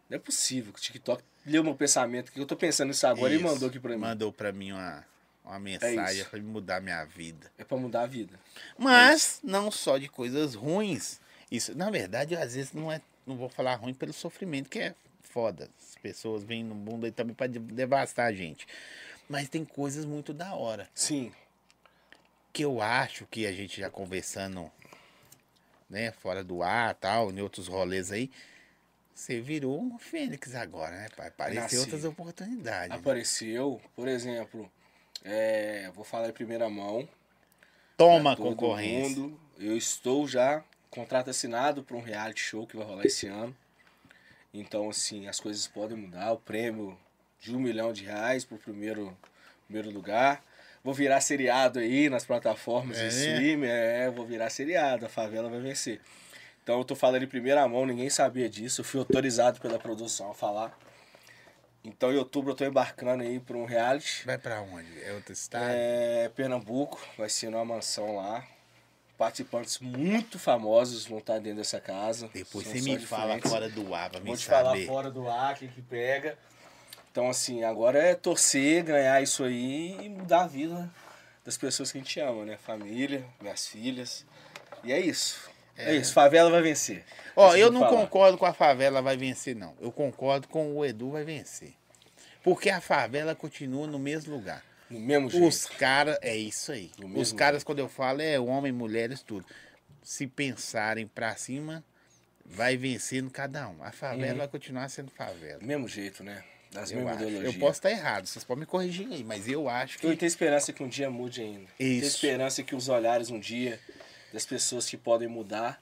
Speaker 2: Não é possível que o TikTok leu meu pensamento, que eu tô pensando nisso agora
Speaker 1: Isso.
Speaker 2: e mandou aqui pra mim. É
Speaker 1: Mandou pra mim uma, uma mensagem
Speaker 2: isso.
Speaker 1: pra me mudar minha vida.
Speaker 2: É pra mudar a vida.
Speaker 1: Mas não só de coisas ruins. Isso, na verdade, às vezes não é, não vou falar ruim pelo sofrimento, que é foda. As pessoas vêm no mundo aí também pra de- devastar a gente. Mas tem coisas muito da hora
Speaker 2: Sim.
Speaker 1: que eu acho que a gente já conversando, né, fora do ar, tal, em outros rolês aí, você virou um fênix agora, né, pai? Apareceu
Speaker 2: Nasci.
Speaker 1: outras oportunidades. né?
Speaker 2: Apareceu, por exemplo, é, vou falar em primeira mão,
Speaker 1: Toma
Speaker 2: pra todo
Speaker 1: concorrência.
Speaker 2: mundo. Eu estou já contrato assinado para um reality show que vai rolar esse ano. Então, assim, as coisas podem mudar. O prêmio de um milhão de reais para o primeiro, primeiro lugar. Vou virar seriado aí nas plataformas
Speaker 1: É,
Speaker 2: de
Speaker 1: né?
Speaker 2: stream. É, vou virar seriado. A favela vai vencer. Então, eu tô falando em primeira mão, ninguém sabia disso. Eu fui autorizado pela produção a falar. Então, em outubro, eu tô embarcando aí para um reality.
Speaker 1: Vai pra onde? É outro estado?
Speaker 2: É, Pernambuco, vai ser numa mansão lá. Participantes muito famosos vão estar dentro dessa casa.
Speaker 1: Depois
Speaker 2: São
Speaker 1: você
Speaker 2: só
Speaker 1: me fala
Speaker 2: diferentes.
Speaker 1: fora do ar pra me
Speaker 2: Vou te falar
Speaker 1: saber.
Speaker 2: fora do ar, quem que pega. Então, assim, agora é torcer, ganhar isso aí e mudar a vida das pessoas que a gente ama, né? Família, minhas filhas. E é isso. É, isso, favela vai vencer.
Speaker 1: Ó,
Speaker 2: Isso
Speaker 1: eu
Speaker 2: que
Speaker 1: não
Speaker 2: falar.
Speaker 1: concordo com a favela vai vencer, não. Eu concordo com o Edu vai vencer. Porque a favela continua no mesmo lugar.
Speaker 2: No mesmo jeito.
Speaker 1: Os caras, é isso aí.
Speaker 2: Do
Speaker 1: Os
Speaker 2: mesmo
Speaker 1: caras, quando eu falo, é homem, mulheres, tudo. Se pensarem pra cima, vai vencendo cada um. A favela
Speaker 2: Uhum.
Speaker 1: vai continuar sendo favela.
Speaker 2: Do mesmo jeito, né? Das
Speaker 1: Eu,
Speaker 2: mesmas
Speaker 1: acho.
Speaker 2: ideologias.
Speaker 1: eu posso estar errado, vocês podem me corrigir aí, mas eu acho
Speaker 2: Eu
Speaker 1: que.
Speaker 2: tenho esperança que um dia mude ainda. Tenho
Speaker 1: Isso.
Speaker 2: esperança que os olhares um dia das pessoas que podem mudar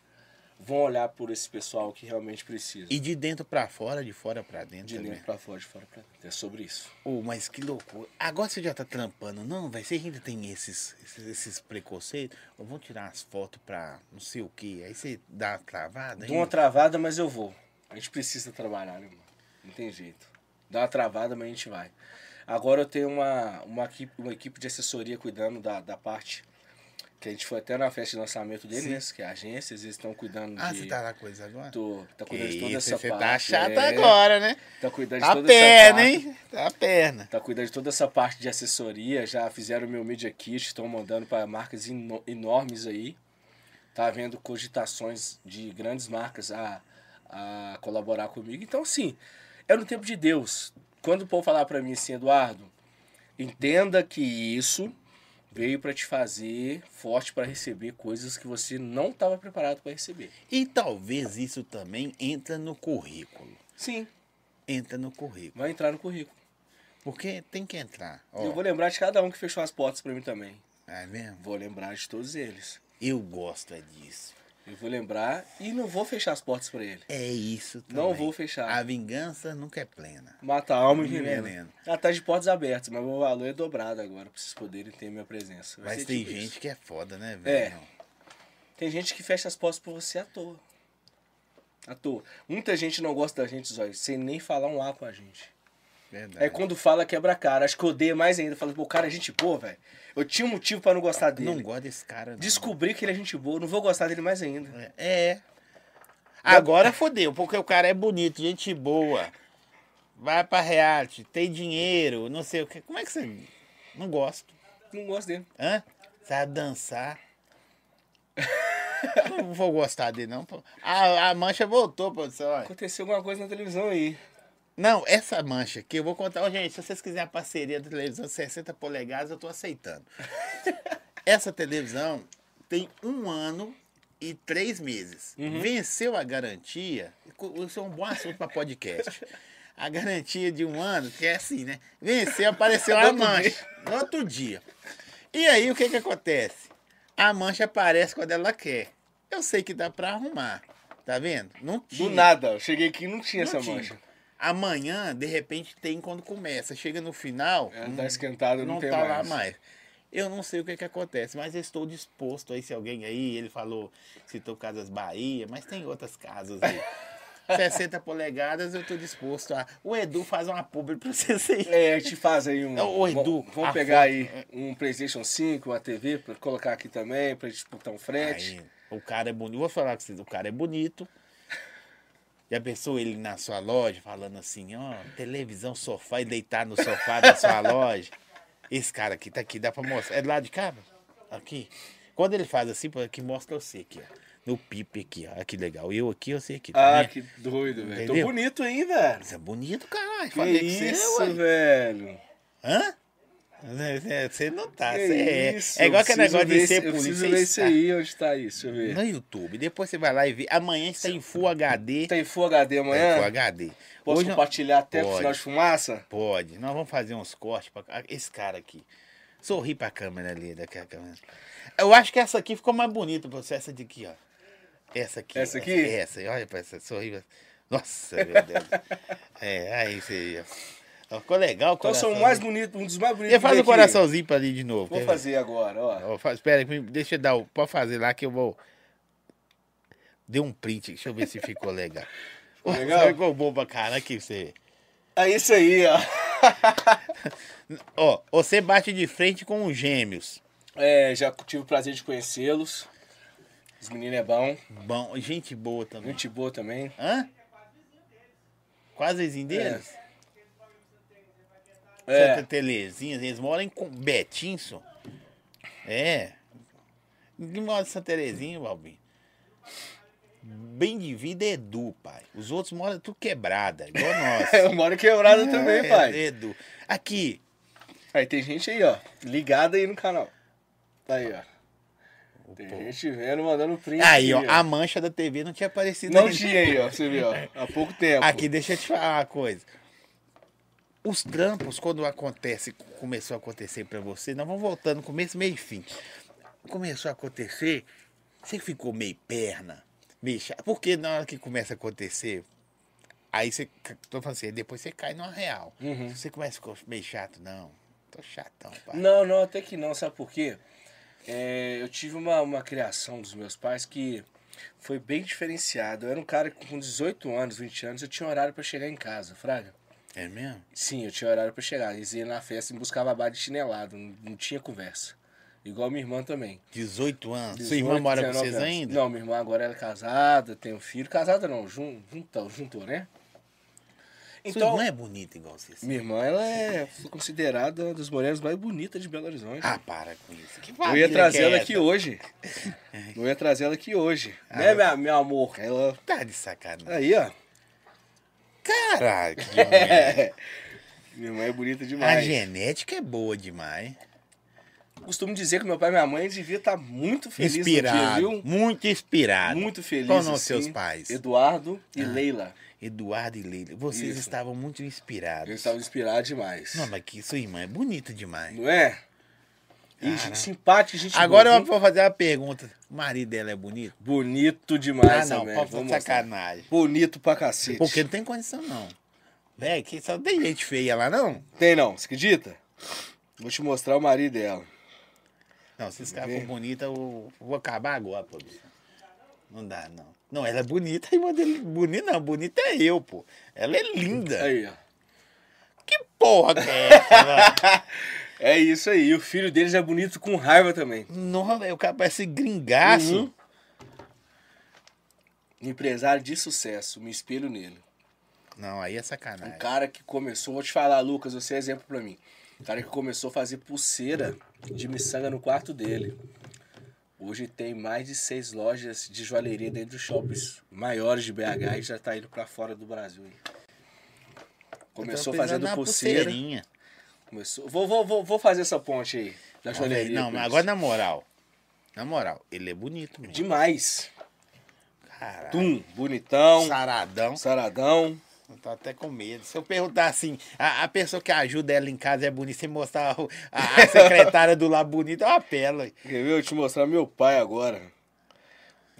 Speaker 2: vão olhar por esse pessoal que realmente precisa.
Speaker 1: E de dentro pra fora, de fora pra dentro.
Speaker 2: de
Speaker 1: também.
Speaker 2: dentro pra fora, de fora pra dentro. É sobre isso.
Speaker 1: Ô, mas que loucura. Agora você já tá trampando, não, vai Você ainda tem esses, esses, esses preconceitos? Ou vão tirar as fotos pra não sei o quê? Aí você dá uma travada?
Speaker 2: Dou uma
Speaker 1: ainda?
Speaker 2: travada, mas eu vou. A gente precisa trabalhar, né, mano? Não tem jeito. Dá uma travada, mas a gente vai. Agora eu tenho uma, uma, equipe, uma equipe de assessoria cuidando da, da parte Que a gente foi até na festa de lançamento dele, né? Que a agência, eles estão cuidando
Speaker 1: Ah,
Speaker 2: de.
Speaker 1: você tá na coisa agora?
Speaker 2: Tô, tá
Speaker 1: Que
Speaker 2: cuidando de toda
Speaker 1: isso,
Speaker 2: essa
Speaker 1: você
Speaker 2: parte.
Speaker 1: tá chato
Speaker 2: é.
Speaker 1: agora, né?
Speaker 2: Tá cuidando de
Speaker 1: Tá a
Speaker 2: toda essa
Speaker 1: perna,
Speaker 2: parte.
Speaker 1: hein? Tá a perna.
Speaker 2: Tá cuidando de toda essa parte de assessoria, já fizeram o meu Media Kit, estão mandando para marcas eno- enormes aí. Tá havendo cogitações de grandes marcas a, a colaborar comigo. Então, sim, é no tempo de Deus. Quando o povo falar para mim assim, Eduardo, entenda que isso veio para te fazer forte para receber coisas que você não estava preparado para receber.
Speaker 1: E talvez isso também entra no currículo.
Speaker 2: Sim,
Speaker 1: Entra no currículo.
Speaker 2: vai entrar no currículo.
Speaker 1: Porque tem que entrar.
Speaker 2: Eu
Speaker 1: Ó,
Speaker 2: vou lembrar de cada um que fechou as portas para mim também.
Speaker 1: é mesmo?
Speaker 2: Vou lembrar de todos eles.
Speaker 1: Eu gosto é disso.
Speaker 2: Eu vou lembrar e não vou fechar as portas pra ele.
Speaker 1: É isso também. Ah,
Speaker 2: Não vou fechar.
Speaker 1: A vingança nunca é plena. é
Speaker 2: Mata a alma e
Speaker 1: Envenena.
Speaker 2: veneno. Ela tá de portas abertas, mas meu valor é dobrado agora pra vocês poderem ter minha presença. Vai
Speaker 1: Mas
Speaker 2: ser
Speaker 1: tem
Speaker 2: tipo
Speaker 1: gente
Speaker 2: isso.
Speaker 1: que é foda, né, velho?
Speaker 2: Tem gente que fecha as portas pra você à toa. À toa. Muita gente não gosta da gente, Zóio, sem nem falar um A com a gente.
Speaker 1: Verdade.
Speaker 2: É quando fala quebra a cara. Acho que eu odeio mais ainda. Fala, pô, cara, é gente boa, velho. Eu tinha um motivo pra não gostar dele.
Speaker 1: Não gosto desse cara, não.
Speaker 2: Descobri que ele é gente boa, não vou gostar dele mais ainda.
Speaker 1: É. Agora fodeu, porque o cara é bonito, gente boa. Vai pra reality, tem dinheiro, não sei o que. Como é que você. Não gosto.
Speaker 2: Não gosto dele.
Speaker 1: Hã? Sabe dançar. não vou gostar dele, não. pô. A, a mancha voltou, produção. olha.
Speaker 2: Aconteceu alguma coisa na televisão aí.
Speaker 1: Não, essa mancha aqui, eu vou contar. Ô, gente, se vocês quiserem a parceria da televisão 60 polegadas, eu tô aceitando. essa televisão tem um ano e três meses.
Speaker 2: Uhum.
Speaker 1: Venceu a garantia. Isso é um bom assunto para podcast. A garantia de um ano, que é assim, né? Venceu, apareceu
Speaker 2: No
Speaker 1: a
Speaker 2: outro
Speaker 1: mancha. No outro dia. E aí, o que que acontece? A mancha aparece quando ela quer. Eu sei que dá para arrumar. Tá vendo? Não
Speaker 2: Do
Speaker 1: tinha.
Speaker 2: nada, eu cheguei aqui e não tinha
Speaker 1: Não
Speaker 2: essa
Speaker 1: tinha.
Speaker 2: mancha.
Speaker 1: Amanhã, de repente, tem quando começa. Chega no final,
Speaker 2: Ela
Speaker 1: hum,
Speaker 2: tá esquentada,
Speaker 1: não,
Speaker 2: não, tem
Speaker 1: tá
Speaker 2: mais.
Speaker 1: lá mais. Eu não sei o que, que acontece, mas eu estou disposto aí, se alguém aí, ele falou, citou Casas Bahia, mas tem outras casas aí. 60 polegadas, eu estou disposto a. O Edu faz uma publi pra vocês aí.
Speaker 2: É, te faz aí um.
Speaker 1: Ô, ô, Edu,
Speaker 2: Vam- Vamos
Speaker 1: a
Speaker 2: pegar
Speaker 1: foto- é-
Speaker 2: aí um PlayStation 5, uma TV, pra colocar aqui também, pra disputar um frete.
Speaker 1: Aí, o cara é bonito. Vou falar com vocês, o cara é bonito. Já pensou ele na sua loja falando assim, ó, televisão, sofá e deitar no sofá da sua loja? Esse cara aqui tá aqui, dá pra mostrar. É do lado de cá? velho? Aqui. Quando ele faz assim, pô, aqui mostra você aqui, ó. No pipe aqui, ó. Ah, que legal. Eu aqui, você aqui. Tá
Speaker 2: Ah,
Speaker 1: vendo?
Speaker 2: que doido, velho. Tô
Speaker 1: Entendeu?
Speaker 2: bonito aí, velho.
Speaker 1: Isso é bonito, caralho.
Speaker 2: Que
Speaker 1: Falei que
Speaker 2: isso,
Speaker 1: você é, ué.
Speaker 2: velho.
Speaker 1: Hã? Você- Você não tá.
Speaker 2: Que
Speaker 1: Você é.
Speaker 2: isso,
Speaker 1: É igual
Speaker 2: eu
Speaker 1: aquele
Speaker 2: preciso
Speaker 1: negócio
Speaker 2: ver
Speaker 1: de
Speaker 2: esse-
Speaker 1: ser
Speaker 2: Eu preciso
Speaker 1: polícia.
Speaker 2: ver
Speaker 1: você
Speaker 2: isso
Speaker 1: está
Speaker 2: aí, onde tá isso, deixa eu ver.
Speaker 1: No YouTube. Depois você vai lá e vê. Amanhã está em Full HD.
Speaker 2: Tem Full HD
Speaker 1: É,
Speaker 2: amanhã?
Speaker 1: Full HD.
Speaker 2: Posso
Speaker 1: Hoje não-
Speaker 2: compartilhar até o
Speaker 1: Pode.
Speaker 2: final de fumaça? Então,
Speaker 1: Pode. Nós vamos fazer uns cortes pra... ah, esse cara aqui. Sorri pra câmera ali, daquela câmera. Eu acho que essa aqui ficou mais bonita pra você. Essa de aqui, ó. Essa aqui.
Speaker 2: Essa
Speaker 1: ó.
Speaker 2: aqui?
Speaker 1: Essa. Olha pra essa. Sorri. pra- Nossa, meu Deus. É, aí você... ó. Ó, Ficou legal o
Speaker 2: Então são
Speaker 1: coração.
Speaker 2: o mais bonito, um dos mais bonitos.
Speaker 1: Eu faço
Speaker 2: que
Speaker 1: o
Speaker 2: tem aqui.
Speaker 1: coraçãozinho pra ali de novo.
Speaker 2: Vou
Speaker 1: quer ver?
Speaker 2: fazer agora, ó.
Speaker 1: Ó, fa- Espera aí, deixa eu dar o... Pode fazer lá que eu vou... Deu um print. Deixa eu ver se ficou legal.
Speaker 2: legal?
Speaker 1: Sabe Ficou bom pra caralho aqui você...
Speaker 2: É isso aí, ó.
Speaker 1: Ó, você bate de frente com os gêmeos.
Speaker 2: É, já tive o prazer de conhecê-los. Os meninos é bom,
Speaker 1: Bom, gente boa também.
Speaker 2: gente boa também.
Speaker 1: Hã? Quase vizinho deles?
Speaker 2: É,
Speaker 1: Santa Terezinha, eles moram em Com- Betinson. É. Ninguém mora em Santa Terezinha, Balbinho. Bem de vida é Edu, pai. Os outros moram tudo quebrada, igual nós.
Speaker 2: eu moro quebrado também,
Speaker 1: É,
Speaker 2: pai.
Speaker 1: Edu. Aqui,
Speaker 2: Aí tem gente aí, ó, ligada aí no canal. Aí, ó. Tem gente vendo, mandando print.
Speaker 1: aí, ó,
Speaker 2: aí,
Speaker 1: a mancha da TV não tinha aparecido
Speaker 2: Não
Speaker 1: ainda.
Speaker 2: tinha aí, ó, você viu, ó. Há pouco tempo.
Speaker 1: Aqui, deixa eu te falar uma coisa. Os trampos, quando acontece, começou a acontecer pra você, nós vamos voltando, começo, meio e fim. Começou a acontecer, você ficou meio perna, meio chata. Porque na hora que começa a acontecer, aí você, tô falando assim, depois você cai numa real. Você começa a ficar meio chato, não, tô chatão, pai.
Speaker 2: Uhum. Não, não, até que não, sabe por quê? É, eu tive uma, uma criação dos meus pais que foi bem diferenciada. Eu era um cara que com 18 anos, 20 anos, eu tinha horário pra chegar em casa, Fraga.
Speaker 1: É mesmo?
Speaker 2: Sim, eu tinha horário pra chegar. Eles iam na festa e me buscavam a barra de chinelado, não, não tinha conversa. Igual minha irmã também.
Speaker 1: 18 anos. Sua irmã mora com
Speaker 2: 19
Speaker 1: vocês
Speaker 2: anos.
Speaker 1: ainda?
Speaker 2: Não, minha irmã agora ela é casada, tem um filho. Casada não, jun, juntou, juntou, né?
Speaker 1: Sua
Speaker 2: Então,
Speaker 1: irmã é bonita igual vocês.
Speaker 2: minha irmã ela é foi considerada uma das mulheres mais bonitas de Belo Horizonte.
Speaker 1: Ah, para com isso. Que
Speaker 2: Eu
Speaker 1: família
Speaker 2: ia
Speaker 1: que
Speaker 2: trazer
Speaker 1: é
Speaker 2: ela
Speaker 1: essa?
Speaker 2: aqui hoje. Eu ia trazer ela aqui hoje.
Speaker 1: Ah,
Speaker 2: né,
Speaker 1: eu-
Speaker 2: minha, meu amor? Ela.
Speaker 1: Tá de sacanagem.
Speaker 2: Aí, ó.
Speaker 1: Caralho, que demais.
Speaker 2: Minha mãe é bonita demais.
Speaker 1: A genética é boa demais.
Speaker 2: Costumo dizer que meu pai e minha mãe devia estar muito felizes no dia,
Speaker 1: Inspirado.
Speaker 2: viu?
Speaker 1: Muito inspirado.
Speaker 2: Muito feliz.
Speaker 1: Qual o nome
Speaker 2: assim.
Speaker 1: seus pais? Ah.
Speaker 2: Eduardo e Leila.
Speaker 1: Eduardo e Leila. Vocês
Speaker 2: Isso.
Speaker 1: estavam muito inspirados.
Speaker 2: Eles estavam inspirados demais.
Speaker 1: Não, mas que sua irmã é bonita demais.
Speaker 2: Não é? E gente simpática, gente
Speaker 1: Agora
Speaker 2: boa,
Speaker 1: eu
Speaker 2: viu?
Speaker 1: vou fazer uma pergunta. O marido dela é bonito?
Speaker 2: Bonito demais
Speaker 1: ah, não.
Speaker 2: também.
Speaker 1: pode
Speaker 2: Vamos
Speaker 1: fazer
Speaker 2: mostrar.
Speaker 1: sacanagem.
Speaker 2: Bonito pra cacete.
Speaker 1: Porque não tem condição, não. Véi, que só tem gente feia lá, não?
Speaker 2: Tem não, você acredita? Vou te mostrar o marido dela.
Speaker 1: Não, se esse cara
Speaker 2: Vê.
Speaker 1: for bonita, eu vou acabar agora, pô. bicho. Não dá, não. Não, ela é bonita, a irmã dele. Bonita não, bonita é eu, pô. Ela é linda.
Speaker 2: Aí, ó.
Speaker 1: Que porra que é essa, velho?
Speaker 2: É isso aí. O filho deles é bonito com raiva também.
Speaker 1: Nossa, velho, o cara parece gringaço.
Speaker 2: Uhum. Empresário de sucesso, me espelho nele.
Speaker 1: Não, aí é
Speaker 2: Um
Speaker 1: sacanagem.
Speaker 2: cara que começou, vou te falar, Lucas, você é exemplo pra mim. Um cara que começou a fazer pulseira de miçanga no quarto dele. Hoje tem mais de seis lojas de joalheria dentro dos shoppings maiores de BH e já tá indo pra fora do Brasil. hein? Começou
Speaker 1: Eu tava precisando
Speaker 2: fazendo
Speaker 1: dar uma
Speaker 2: pulseira.
Speaker 1: pulseirinha.
Speaker 2: Começou... Vou, vou, vou, vou fazer essa ponte aí da
Speaker 1: Não, velho,
Speaker 2: joalheria.
Speaker 1: não,
Speaker 2: com
Speaker 1: mas
Speaker 2: isso.
Speaker 1: agora na moral. Na moral, ele é bonito
Speaker 2: Tipo,
Speaker 1: mesmo.
Speaker 2: Demais.
Speaker 1: Caralho.
Speaker 2: Tum, bonitão,
Speaker 1: Saradão.
Speaker 2: saradão.
Speaker 1: Eu tô até com medo. Se eu perguntar assim, a, a pessoa que ajuda ela em casa é bonita, se mostrar o- a, a secretária do lado bonita, é uma pérola.
Speaker 2: Quer ver? Eu te mostrar meu pai agora.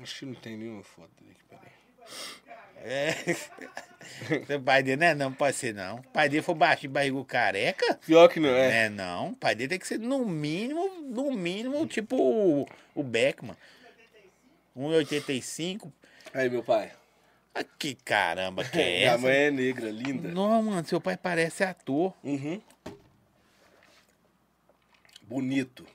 Speaker 2: Acho que não tem nenhuma foto dele aqui, peraí.
Speaker 1: É. Seu pai dele não é não, pode ser não. O pai dele foi baixinho, barrigudo careca?
Speaker 2: Pior que não é.
Speaker 1: Não é não. O pai dele tem que ser no mínimo, no mínimo, tipo o, o Beckman. 1,85.
Speaker 2: Aí, meu pai.
Speaker 1: Ah, que caramba que é
Speaker 2: Minha mãe
Speaker 1: essa?
Speaker 2: é negra, linda.
Speaker 1: Não, mano, seu pai parece ator.
Speaker 2: Uhum. Bonito.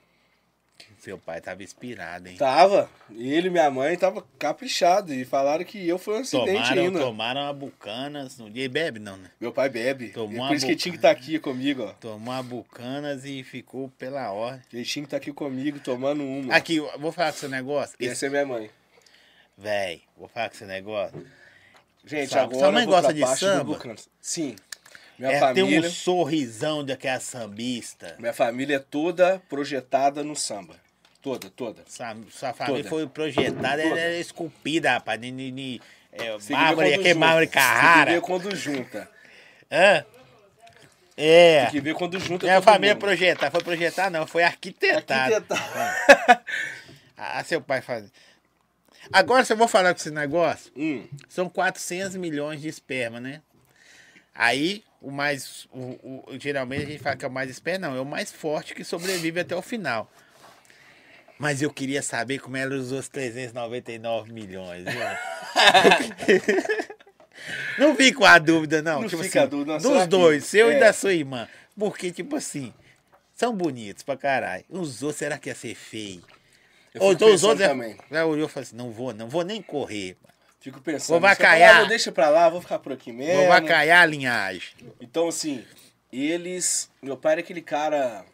Speaker 1: Seu pai tava inspirado,
Speaker 2: Tá
Speaker 1: hein?
Speaker 2: Tava. Ele e minha mãe tava caprichado. E falaram que eu fui um acidente
Speaker 1: Tomaram,
Speaker 2: ainda.
Speaker 1: tomaram uma bucanas no dia. E bebe não, né?
Speaker 2: Meu pai bebe.
Speaker 1: Tomou
Speaker 2: E
Speaker 1: uma
Speaker 2: por isso que ele
Speaker 1: boca.
Speaker 2: tinha que estar aqui comigo, ó.
Speaker 1: Tomou uma bucanas e ficou pela ordem.
Speaker 2: Ele tinha que estar aqui comigo, tomando uma.
Speaker 1: Aqui, eu vou falar com seu negócio.
Speaker 2: E essa é minha mãe.
Speaker 1: Véi, vou falar com seu negócio.
Speaker 2: Gente,
Speaker 1: Sabe,
Speaker 2: agora
Speaker 1: sua mãe
Speaker 2: eu vou pra
Speaker 1: gosta de
Speaker 2: parte do
Speaker 1: samba?
Speaker 2: Bucanas. Sim. Minha
Speaker 1: Ela
Speaker 2: família...
Speaker 1: tem um sorrisão daquela sambista.
Speaker 2: Minha família é toda projetada no samba. Toda, toda.
Speaker 1: Sua, sua família
Speaker 2: Toda.
Speaker 1: foi projetada, ela
Speaker 2: Toda.
Speaker 1: era esculpida, rapaz. Ni, ni, ni- é,
Speaker 2: Você que vê
Speaker 1: mármore,
Speaker 2: quando
Speaker 1: aquele
Speaker 2: junta.
Speaker 1: mármore
Speaker 2: Você que
Speaker 1: Carrara.
Speaker 2: vê quando junta.
Speaker 1: Hã? É.
Speaker 2: Tem que ver quando junta
Speaker 1: Minha
Speaker 2: todo
Speaker 1: família é
Speaker 2: mundo.
Speaker 1: projetar, foi projetar não, foi
Speaker 2: Tá.
Speaker 1: arquitetada.
Speaker 2: Arquitetada.
Speaker 1: Ah, seu pai faz. Agora se eu vou falar com esse negócio.
Speaker 2: Hum,
Speaker 1: São 400 milhões de esperma, né? Aí, o mais. O, o- geralmente a gente fala que é o mais esperma, não. É o mais forte que sobrevive até o final. Mas eu queria saber como ela usou os 399 milhões. viu? não fico com a dúvida, não.
Speaker 2: Não
Speaker 1: tipo
Speaker 2: fica a
Speaker 1: assim,
Speaker 2: dúvida, não. Será
Speaker 1: dos
Speaker 2: que-
Speaker 1: dois, seu
Speaker 2: é.
Speaker 1: e da sua irmã. Porque, tipo assim, são bonitos pra caralho. Os outros, será que ia ser feio?
Speaker 2: eu
Speaker 1: Ou
Speaker 2: fico
Speaker 1: então os
Speaker 2: pensando
Speaker 1: outros.
Speaker 2: também.
Speaker 1: Ela olhou e falou assim: não vou, não vou nem correr.
Speaker 2: Fico
Speaker 1: Vou
Speaker 2: pensando. você fala,
Speaker 1: vacaiar.
Speaker 2: "Ah, não, deixa pra lá, vou ficar por aqui mesmo.
Speaker 1: Vou vacaiar a linhagem.
Speaker 2: Então, assim, eles. Meu pai era aquele cara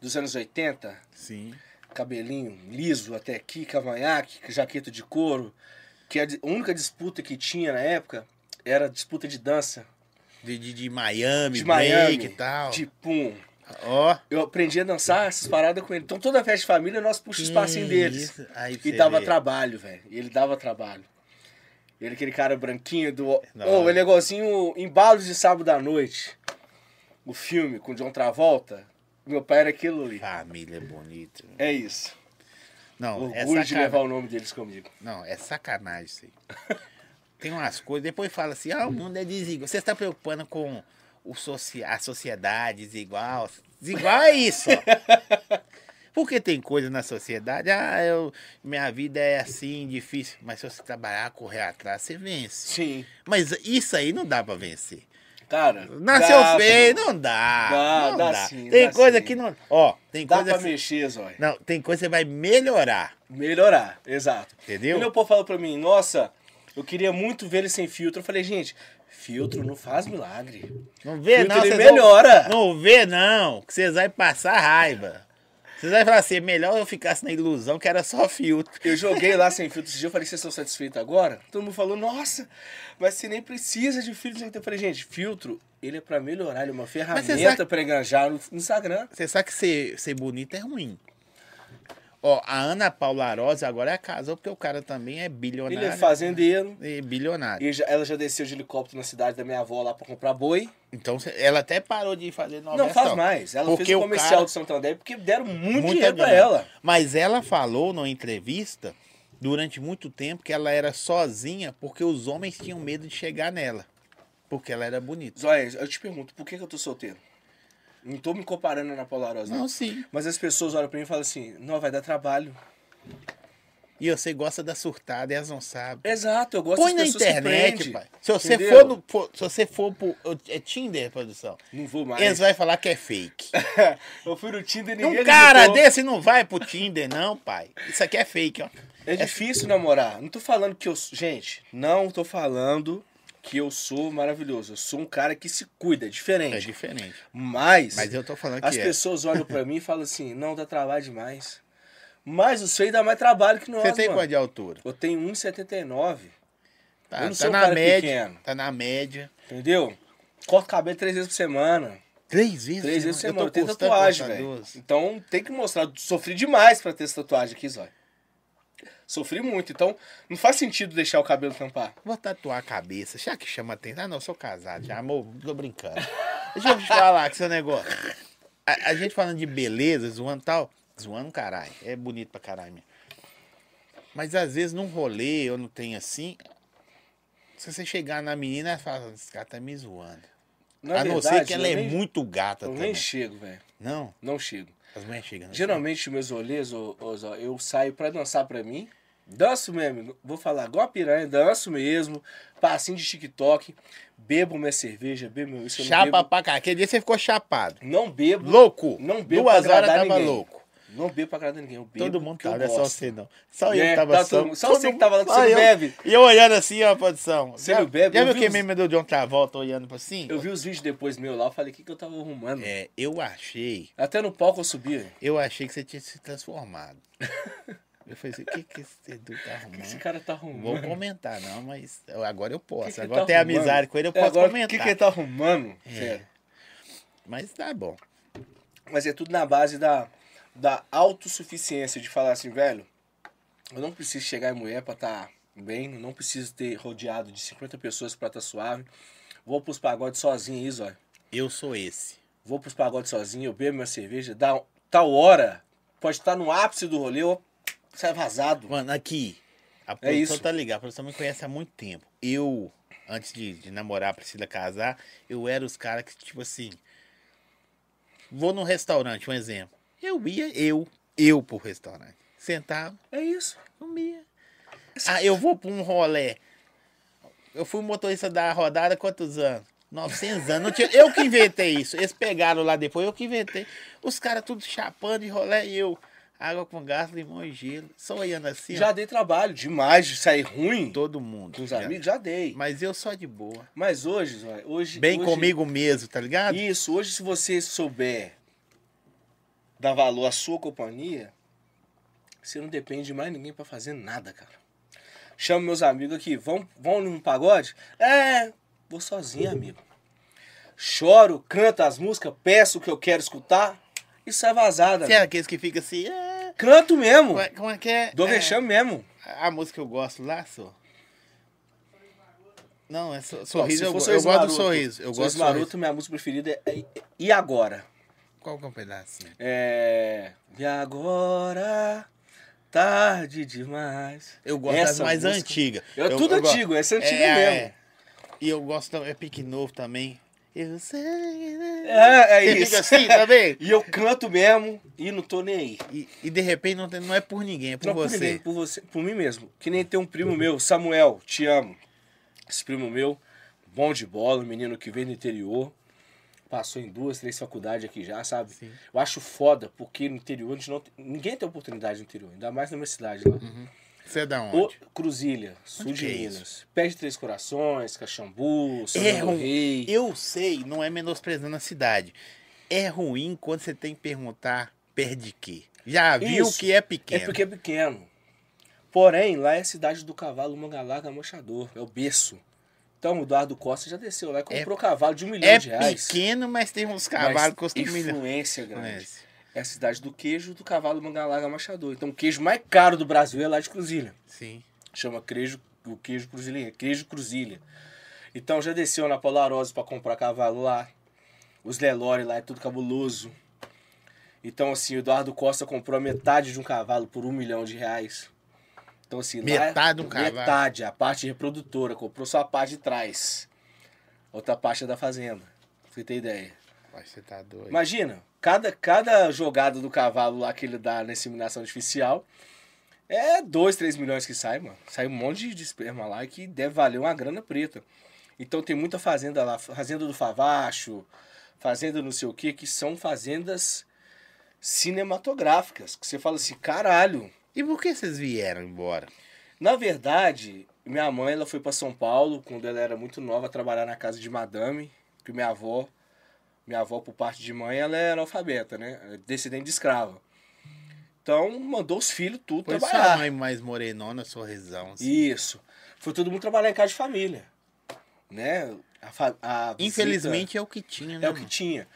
Speaker 2: dos anos 80,
Speaker 1: Sim.
Speaker 2: cabelinho liso até aqui, cavanhaque, jaqueta de couro. Que a di- a única disputa que tinha na época era disputa de dança.
Speaker 1: De, de, de Miami,
Speaker 2: De
Speaker 1: break
Speaker 2: Miami.
Speaker 1: e tal.
Speaker 2: De pum.
Speaker 1: Ó.
Speaker 2: Eu aprendi a dançar essas paradas com ele. Então toda festa de família nós puxamos os passinhos deles.
Speaker 1: Isso. Aí pra
Speaker 2: E
Speaker 1: você
Speaker 2: dava
Speaker 1: ver.
Speaker 2: trabalho, velho. E Ele dava trabalho. Ele, é aquele cara branquinho do.
Speaker 1: Não.
Speaker 2: Ô, ele é igualzinho Embalos de Sábado à Noite. O filme com John Travolta. Meu pai era aquilo ali.
Speaker 1: Família bonita. né?
Speaker 2: É isso.
Speaker 1: Não, é
Speaker 2: Orgulho de
Speaker 1: sacanagem.
Speaker 2: levar o nome deles comigo.
Speaker 1: Não, é sacanagem isso aí. Tem umas coisas, depois fala assim,
Speaker 2: Hum.
Speaker 1: ah, o mundo é desigual. Você está preocupando com o soci... a sociedade desigual. Desigual é isso. ó. Porque tem coisas na sociedade, ah, eu, minha vida é assim, difícil. Mas se você trabalhar, correr atrás, você vence.
Speaker 2: Sim.
Speaker 1: Mas isso aí não dá pra vencer.
Speaker 2: Cara.
Speaker 1: Nasceu
Speaker 2: dá,
Speaker 1: feio,
Speaker 2: pô.
Speaker 1: não dá.
Speaker 2: Dá,
Speaker 1: não
Speaker 2: dá
Speaker 1: dá.
Speaker 2: sim,
Speaker 1: tem
Speaker 2: dá
Speaker 1: coisa
Speaker 2: sim.
Speaker 1: que não. Ó, tem
Speaker 2: Dá
Speaker 1: coisa. assim.
Speaker 2: pra
Speaker 1: que-
Speaker 2: mexer, Zóia.
Speaker 1: Não, tem coisa que você vai melhorar.
Speaker 2: Melhorar, exato.
Speaker 1: Entendeu?
Speaker 2: E meu povo falou pra mim, nossa, eu queria muito ver ele sem filtro. Eu falei, gente, filtro não faz milagre.
Speaker 1: Não vê,
Speaker 2: Filtro
Speaker 1: não.
Speaker 2: ele
Speaker 1: vocês
Speaker 2: melhora.
Speaker 1: Vão... Não vê, não. Que vocês vão passar raiva. Vocês vão falar assim: melhor eu ficasse na ilusão que era só filtro.
Speaker 2: Eu joguei lá sem filtro esse dia, eu falei, vocês estão satisfeitos agora? Todo mundo falou, nossa, mas você nem precisa de filtro. Eu falei, gente, filtro, ele é pra melhorar, ele é uma
Speaker 1: você
Speaker 2: ferramenta
Speaker 1: sabe-
Speaker 2: pra enganjar no no Instagram.
Speaker 1: Você sabe que ser, ser bonito é ruim. Ó, a Ana Paula Arosa agora é casou porque o cara também é
Speaker 2: Ele
Speaker 1: bilionário.
Speaker 2: é fazendeiro.
Speaker 1: E bilionário.
Speaker 2: E já- ela já desceu de helicóptero na cidade da minha avó lá pra comprar boi.
Speaker 1: Então cê- ela até parou de fazer novela.
Speaker 2: Não faz
Speaker 1: só.
Speaker 2: mais. Ela
Speaker 1: Porque
Speaker 2: fez
Speaker 1: o
Speaker 2: um comercial
Speaker 1: cara-
Speaker 2: de Santander porque deram muito
Speaker 1: Muita
Speaker 2: É dinheiro pra
Speaker 1: grana.
Speaker 2: ela.
Speaker 1: Mas ela falou numa entrevista durante muito tempo que ela era sozinha porque os homens tinham medo de chegar nela. Porque ela era bonita.
Speaker 2: Zóia, eu te pergunto, por que, que eu tô solteiro? Não tô me comparando a Ana Paula Arosa, não.
Speaker 1: Não, sim.
Speaker 2: Mas as pessoas olham pra mim e falam assim, não, vai dar trabalho.
Speaker 1: E você gosta da surtada e elas não sabem.
Speaker 2: Exato, eu gosto
Speaker 1: Põe na
Speaker 2: das pessoas que
Speaker 1: internet,
Speaker 2: prendem.
Speaker 1: pai. Se você
Speaker 2: Entendeu?
Speaker 1: for, no, for- se você for pro é Tinder, produção,
Speaker 2: Não vou mais.
Speaker 1: eles vão falar que é fake.
Speaker 2: eu fui no Tinder e ninguém
Speaker 1: Um cara
Speaker 2: acreditou.
Speaker 1: desse não vai pro Tinder, não, pai. Isso aqui é fake, ó.
Speaker 2: É difícil namorar. Não tô falando que eu... Gente, não tô falando que eu sou maravilhoso. Eu sou um cara que se cuida, é
Speaker 1: É
Speaker 2: diferente.
Speaker 1: diferente.
Speaker 2: Mas...
Speaker 1: Mas eu tô falando
Speaker 2: As
Speaker 1: que é.
Speaker 2: pessoas olham pra mim e falam assim, não, dá trabalho demais. Mas o feio dá mais trabalho que nós,
Speaker 1: Você tem
Speaker 2: mano.
Speaker 1: quanto de altura?
Speaker 2: Eu tenho 1,79,
Speaker 1: Tá,
Speaker 2: Eu não
Speaker 1: tá
Speaker 2: sou um
Speaker 1: na
Speaker 2: cara
Speaker 1: média.
Speaker 2: pequeno.
Speaker 1: Tá na média.
Speaker 2: entendeu? Corto cabelo três vezes por semana.
Speaker 1: Três vezes?
Speaker 2: Três vezes por
Speaker 1: eu
Speaker 2: semana. Eu,
Speaker 1: tô
Speaker 2: tenho
Speaker 1: custando
Speaker 2: tatuagem,
Speaker 1: cortar
Speaker 2: velho.
Speaker 1: duas.
Speaker 2: Então tem que mostrar. Sofri demais pra ter essa tatuagem aqui, Zóia. Sofri muito. Então não faz sentido deixar o cabelo tampar.
Speaker 1: Vou tatuar a cabeça. Já que chama atenção. Ah, não, eu sou casado já, amor. Tô brincando. Deixa eu te falar com seu negócio. A, a gente falando de beleza, zoando e tal. Zoando, caralho. É bonito pra caralho mesmo. Mas às vezes num rolê, eu não tenho assim. Se você chegar na menina, ela fala, esse cara tá me zoando.
Speaker 2: Na
Speaker 1: a não ser
Speaker 2: verdade,
Speaker 1: que ela
Speaker 2: eu
Speaker 1: é
Speaker 2: nem-
Speaker 1: muito gata
Speaker 2: Eu
Speaker 1: também.
Speaker 2: nem chego, velho.
Speaker 1: Não,
Speaker 2: Não chego.
Speaker 1: as mulheres chegam. assim.
Speaker 2: Geralmente, meus rolês, ô, ô, Zó, eu saio pra dançar pra mim. Danço mesmo, vou falar igual a piranha, danço mesmo, passinho de TikTok, bebo minha cerveja, bebo meu isso, eu não
Speaker 1: Chapa
Speaker 2: bebo,
Speaker 1: pra cá. Aquele dia você ficou chapado.
Speaker 2: não bebo,
Speaker 1: Louco.
Speaker 2: Não bebo
Speaker 1: Duas
Speaker 2: pra
Speaker 1: horas
Speaker 2: agradar
Speaker 1: tava
Speaker 2: ninguém.
Speaker 1: louco.
Speaker 2: não bebo pra agradar ninguém, eu bebo
Speaker 1: Todo mundo
Speaker 2: porque eu
Speaker 1: tava, não é só
Speaker 2: gosto.
Speaker 1: você não. Só eu
Speaker 2: É,
Speaker 1: que tava
Speaker 2: tá todo
Speaker 1: só.
Speaker 2: mundo- só
Speaker 1: todo
Speaker 2: você que
Speaker 1: mundo-
Speaker 2: tava lá que
Speaker 1: só
Speaker 2: você não
Speaker 1: eu.
Speaker 2: bebe.
Speaker 1: E eu olhando assim, ó, produção.
Speaker 2: Você
Speaker 1: Já-
Speaker 2: não bebe,
Speaker 1: Já
Speaker 2: eu
Speaker 1: viu
Speaker 2: vi
Speaker 1: que
Speaker 2: uns-
Speaker 1: meme do John Travolta olhando pra assim?
Speaker 2: Eu vi um- os vídeos depois meu lá, eu falei, o que, que eu tava arrumando?
Speaker 1: É, eu achei.
Speaker 2: Até no palco eu subia.
Speaker 1: Eu achei que você tinha se transformado. Eu falei assim, o que que esse Edu tá
Speaker 2: O que que esse
Speaker 1: arrumando?
Speaker 2: cara tá
Speaker 1: Não vou
Speaker 2: arrumando?
Speaker 1: comentar não, mas eu- agora eu posso.
Speaker 2: Que que ele
Speaker 1: agora
Speaker 2: tá
Speaker 1: tem
Speaker 2: arrumando?
Speaker 1: amizade com ele, eu
Speaker 2: É,
Speaker 1: posso
Speaker 2: agora,
Speaker 1: comentar. É.
Speaker 2: O que, que ele tá arrumando? Sério.
Speaker 1: Mas tá bom.
Speaker 2: Mas é tudo na base da, da autossuficiência, de falar assim, velho, eu não preciso chegar em mulher pra tá bem, eu não preciso ter rodeado de 50 pessoas pra tá suave. Vou pros pagodes sozinho aí, Zóio.
Speaker 1: Eu sou esse.
Speaker 2: Vou pros pagodes sozinho, eu bebo minha cerveja, dá tal hora, pode estar no ápice do rolê, eu sai vazado.
Speaker 1: Mano, aqui. A
Speaker 2: É
Speaker 1: produção
Speaker 2: isso.
Speaker 1: tá ligada, a produção me conhece há muito tempo. Eu, antes de, de namorar a Priscila casar, eu era os caras que, tipo assim. Vou num restaurante, um exemplo. Eu ia, eu, eu pro restaurante. Sentava,
Speaker 2: É isso.
Speaker 1: comia. Ah, eu vou pra um rolé. Eu fui motorista da rodada há quantos anos? 900 anos. Não tinha- eu que inventei isso. Eles pegaram lá depois, eu que inventei. Os caras tudo chapando de rolé e eu. Água com gás, limão e gelo. Só olhando assim. ó.
Speaker 2: Já dei trabalho demais de sair ruim
Speaker 1: Todo mundo.
Speaker 2: com os
Speaker 1: já.
Speaker 2: amigos, já dei.
Speaker 1: Mas eu só de boa.
Speaker 2: Mas hoje, Zóio, hoje.
Speaker 1: Bem
Speaker 2: hoje-
Speaker 1: comigo mesmo, tá ligado?
Speaker 2: Isso, hoje se você souber dar valor à sua companhia, você não depende de mais ninguém pra fazer nada, cara. Chamo meus amigos aqui, vão, vão num pagode? É, vou sozinho, amigo. Choro, canto as músicas, peço o que eu quero escutar e sai vazada.
Speaker 1: Você é aqueles que fica assim, é,
Speaker 2: Canto mesmo,
Speaker 1: como, é, como é que é?
Speaker 2: dou
Speaker 1: É,
Speaker 2: Hum. vexame mesmo.
Speaker 1: A música que eu gosto lá, só. Não, é so-
Speaker 2: Não, se
Speaker 1: sorriso. eu
Speaker 2: for
Speaker 1: go- eu,
Speaker 2: Sorriso
Speaker 1: gosto do
Speaker 2: Maroto,
Speaker 1: sorriso. Eu gosto
Speaker 2: Sorriso
Speaker 1: do
Speaker 2: Maroto,
Speaker 1: sorriso.
Speaker 2: minha música preferida é E- E Agora.
Speaker 1: Qual que é um pedacinho?
Speaker 2: É. E agora? Tarde demais.
Speaker 1: Eu gosto das mais
Speaker 2: música-
Speaker 1: antigas.
Speaker 2: É tudo
Speaker 1: gosto.
Speaker 2: antigo, essa é antiga mesmo.
Speaker 1: E eu gosto, tam- é pique novo também. Eu sei. né?
Speaker 2: É, é
Speaker 1: Você
Speaker 2: isso.
Speaker 1: fica assim, tá bem?
Speaker 2: E eu canto mesmo e não tô nem aí.
Speaker 1: E, e de repente não, tem- não é por ninguém, é por
Speaker 2: Não,
Speaker 1: você.
Speaker 2: ninguém, por você. Por mim mesmo. Que nem tem um primo meu, Samuel, te amo. Esse primo meu, bom de bola, um menino que veio do interior, passou em duas, três faculdades aqui já, sabe?
Speaker 3: Sim.
Speaker 2: Eu acho foda, porque no interior a gente não tem- ninguém tem oportunidade no interior, ainda mais na minha cidade lá.
Speaker 1: Você é da
Speaker 2: O
Speaker 1: onde?
Speaker 2: Cruzilha, sul
Speaker 1: Onde
Speaker 2: de
Speaker 1: que é
Speaker 2: Minas.
Speaker 1: isso?
Speaker 2: Pé de Três Corações, Caxambu, São
Speaker 1: É
Speaker 2: João do
Speaker 1: ruim.
Speaker 2: Rei.
Speaker 1: Eu sei, não é menosprezando a cidade. É ruim quando você tem que perguntar perto de quê. Já viu
Speaker 2: Isso.
Speaker 1: que é
Speaker 2: É
Speaker 1: pequeno.
Speaker 2: porque é pequeno. Porém, lá é a cidade do cavalo Mangalaga Manchador, é o berço. Então o Eduardo Costa já desceu lá e comprou cavalo de um milhão
Speaker 1: É
Speaker 2: de reais.
Speaker 1: pequeno, um mas tem uns
Speaker 2: Mas
Speaker 1: cavalos que custam milhões.
Speaker 2: influência grande.
Speaker 1: Conhece.
Speaker 2: É a cidade do queijo do cavalo Mangalaga Machador. Então o queijo mais caro do Brasil é lá de Cruzilha.
Speaker 1: Sim.
Speaker 2: Chama queijo, o queijo cruzilha, queijo cruzilha. Então já desceu na Polarose pra comprar cavalo lá. Os Lelore lá é tudo cabuloso. Então assim, o Eduardo Costa comprou a metade de um cavalo por um milhão de reais. Então assim, lá-
Speaker 1: Metade de um cavalo?
Speaker 2: Metade, a parte reprodutora, comprou só a parte de trás. Outra parte é da fazenda. pra Você tem ideia?
Speaker 1: Mas você tá doido.
Speaker 2: Imagina, cada, cada jogada do cavalo lá que ele dá na inseminação artificial é 2, 3 milhões que sai, mano. Sai um monte de- de esperma lá que deve valer uma grana preta. Então tem muita fazenda lá, fazenda do Favacho, fazenda não sei o que, que são fazendas cinematográficas. Que você fala assim, caralho,
Speaker 1: E por que vocês vieram embora?
Speaker 2: na verdade, minha mãe ela foi para São Paulo quando ela era muito nova trabalhar na casa de madame, que minha avó, minha avó por parte de mãe, ela é analfabeta, né? Ela é Descendente de escrava. Então, mandou os filhos tudo
Speaker 1: Foi sua
Speaker 2: trabalhar.
Speaker 1: é, mãe mais morenona, sorrisão. Assim.
Speaker 2: Isso. Foi todo mundo trabalhar em casa de família, né? A fa- a visita-
Speaker 1: Infelizmente é o que tinha, né?
Speaker 2: é o que tinha.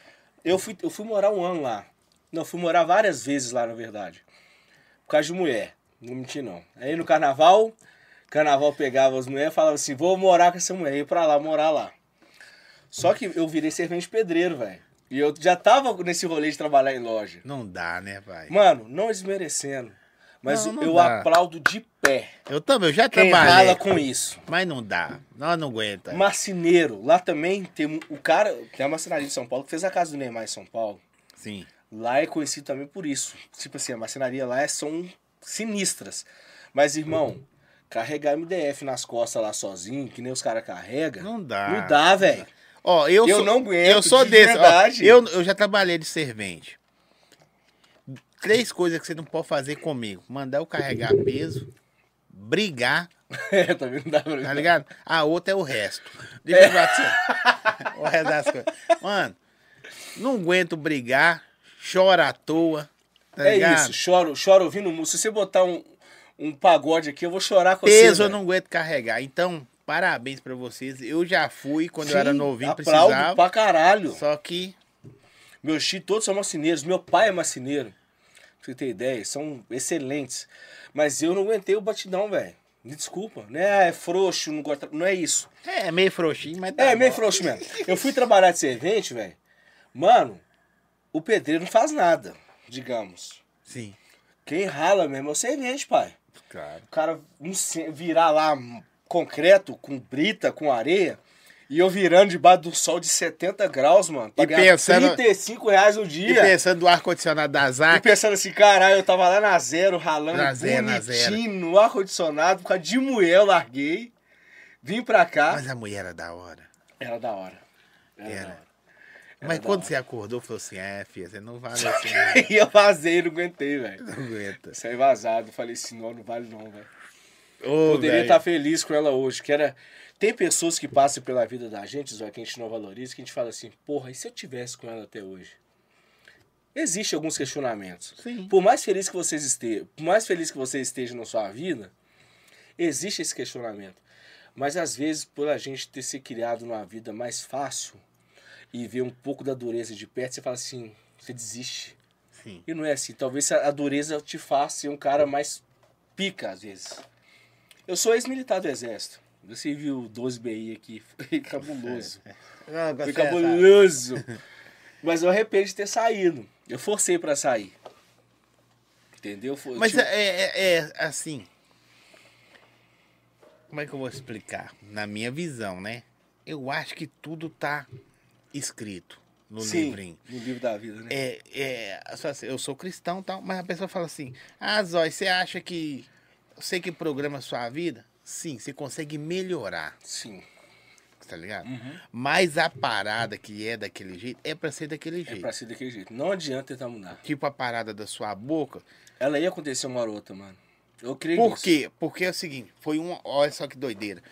Speaker 2: Eu fui, eu fui morar um ano lá. Não, fui morar várias vezes lá, na verdade. Por causa de mulher. Não menti, não. Aí no carnaval, carnaval pegava as mulheres e falava assim, vou morar com essa mulher, ia pra lá, morar lá. Só que eu virei servente pedreiro, velho. E eu já tava nesse rolê de trabalhar em loja.
Speaker 1: Não dá, né, pai?
Speaker 2: Mano, não desmerecendo. Mas
Speaker 1: Não, não
Speaker 2: eu
Speaker 1: dá.
Speaker 2: aplaudo de pé.
Speaker 1: Eu também, eu já
Speaker 2: Quem
Speaker 1: trabalhei.
Speaker 2: rala com isso.
Speaker 1: Mas não dá. Nós não aguenta.
Speaker 2: Marceneiro, lá também tem um- o cara, tem uma marcenaria de São Paulo que fez a casa do Neymar em São Paulo.
Speaker 1: Sim.
Speaker 2: Lá é conhecido também por isso. Tipo assim, a marcenaria lá é- são sinistras. Mas, irmão, carregar MDF nas costas lá sozinho, que nem os caras carregam, não,
Speaker 1: Não dá.
Speaker 2: dá, velho.
Speaker 1: Ó, eu,
Speaker 2: Eu
Speaker 1: sou,
Speaker 2: não aguento,
Speaker 1: Eu sou
Speaker 2: de
Speaker 1: desse. ó.
Speaker 2: verdade.
Speaker 1: eu, eu já trabalhei de servente. Três coisas que você não pode fazer comigo: mandar eu carregar peso, brigar,
Speaker 2: É, também não dá pra mim.
Speaker 1: tá ligado? A outra é o resto. Deixa eu falar pra você. O resto das coisas. Mano, não aguento brigar, chora à toa. Tá
Speaker 2: é
Speaker 1: ligado?
Speaker 2: isso, choro, choro ouvindo música. Se você botar um, um pagode aqui, eu vou chorar com
Speaker 1: peso
Speaker 2: você.
Speaker 1: eu
Speaker 2: velho.
Speaker 1: não aguento carregar. Então, parabéns pra vocês. Eu já fui quando eu
Speaker 2: Sim,
Speaker 1: era novinho,
Speaker 2: aplaudo
Speaker 1: precisava.
Speaker 2: pra caralho.
Speaker 1: Só que
Speaker 2: Meus tios todos são marceneiros. Meu pai é marceneiro. Pra você ter ideia, são excelentes. Mas eu não aguentei o batidão, velho. Me desculpa, né? É frouxo, não gosta. Não é isso.
Speaker 1: é meio frouxinho, mas tá
Speaker 2: É, meio
Speaker 1: bom.
Speaker 2: frouxo mesmo. Eu fui trabalhar de servente, velho. Mano, o pedreiro não faz nada, digamos.
Speaker 1: Sim,
Speaker 2: Quem rala mesmo é o servente, pai.
Speaker 1: claro.
Speaker 2: O cara um se- virar lá um concreto, com brita, com areia, e eu virando debaixo do sol de 70 graus, mano. Pra
Speaker 1: E
Speaker 2: ganhar
Speaker 1: pensando-
Speaker 2: 35 reais o
Speaker 1: E
Speaker 2: dia.
Speaker 1: pensando no ar-condicionado da
Speaker 2: E
Speaker 1: ZAC,
Speaker 2: pensando assim, caralho, eu tava lá na zero, ralando,
Speaker 1: Ah. Na zero, na zero.
Speaker 2: bonitinho, no ar-condicionado, por causa de mulher, eu larguei, vim pra cá.
Speaker 1: mas a mulher era da hora.
Speaker 2: Era da hora. Era,
Speaker 1: Era.
Speaker 2: da hora. Era
Speaker 1: Mas
Speaker 2: da
Speaker 1: quando
Speaker 2: hora.
Speaker 1: você acordou, falou assim, é, filha, você não vale assim, não.
Speaker 2: E eu vazei, não aguentei, velho.
Speaker 1: não aguenta.
Speaker 2: Saí vazado, falei assim, não, não vale não, velho.
Speaker 1: Ô,
Speaker 2: Poderia tá
Speaker 1: velho,
Speaker 2: estar feliz com ela hoje, que era... Tem pessoas que passam pela vida da gente, Zó, que a gente não valoriza, que a gente fala assim, porra, e se eu tivesse com ela até hoje? Existem alguns questionamentos.
Speaker 1: Sim.
Speaker 2: Por mais feliz que vocês estejam, por mais feliz que você esteja na sua vida, existe esse questionamento. Mas às vezes, por a gente ter se criado numa vida mais fácil e ver um pouco da dureza de perto, você fala assim, você desiste.
Speaker 1: Sim.
Speaker 2: E não é assim. Talvez a a dureza te faça ser um cara mais pica, às vezes. Eu sou ex-militar do Exército. Você viu o 12BI aqui. Foi cabuloso.
Speaker 1: É, Não,
Speaker 2: Foi
Speaker 1: você sabe.
Speaker 2: cabuloso. Mas eu arrependo de ter saído. Eu forcei pra sair. Entendeu? Foi-
Speaker 1: Mas
Speaker 2: tipo,
Speaker 1: é, é- é assim. Como é que eu vou explicar? Na minha visão, né? Eu acho que tudo tá escrito no
Speaker 2: sim,
Speaker 1: livrinho.
Speaker 2: No livro da vida, né?
Speaker 1: É, é, só assim, eu sou cristão e tal, mas a pessoa fala assim: Ah, Zói, você acha que. É. Eu sei que programa a sua vida? Sim, você consegue melhorar.
Speaker 2: Sim.
Speaker 1: tá ligado?
Speaker 2: Uhum.
Speaker 1: Mas a parada que é daquele jeito é pra ser daquele
Speaker 2: É
Speaker 1: jeito.
Speaker 2: pra ser daquele jeito. Não adianta tentar mudar.
Speaker 1: Tipo a parada da sua boca.
Speaker 2: Ela ia acontecer uma hora ou outra, mano. Eu creio
Speaker 1: Por
Speaker 2: nisso.
Speaker 1: quê? Porque é o seguinte, foi uma. Olha só que doideira.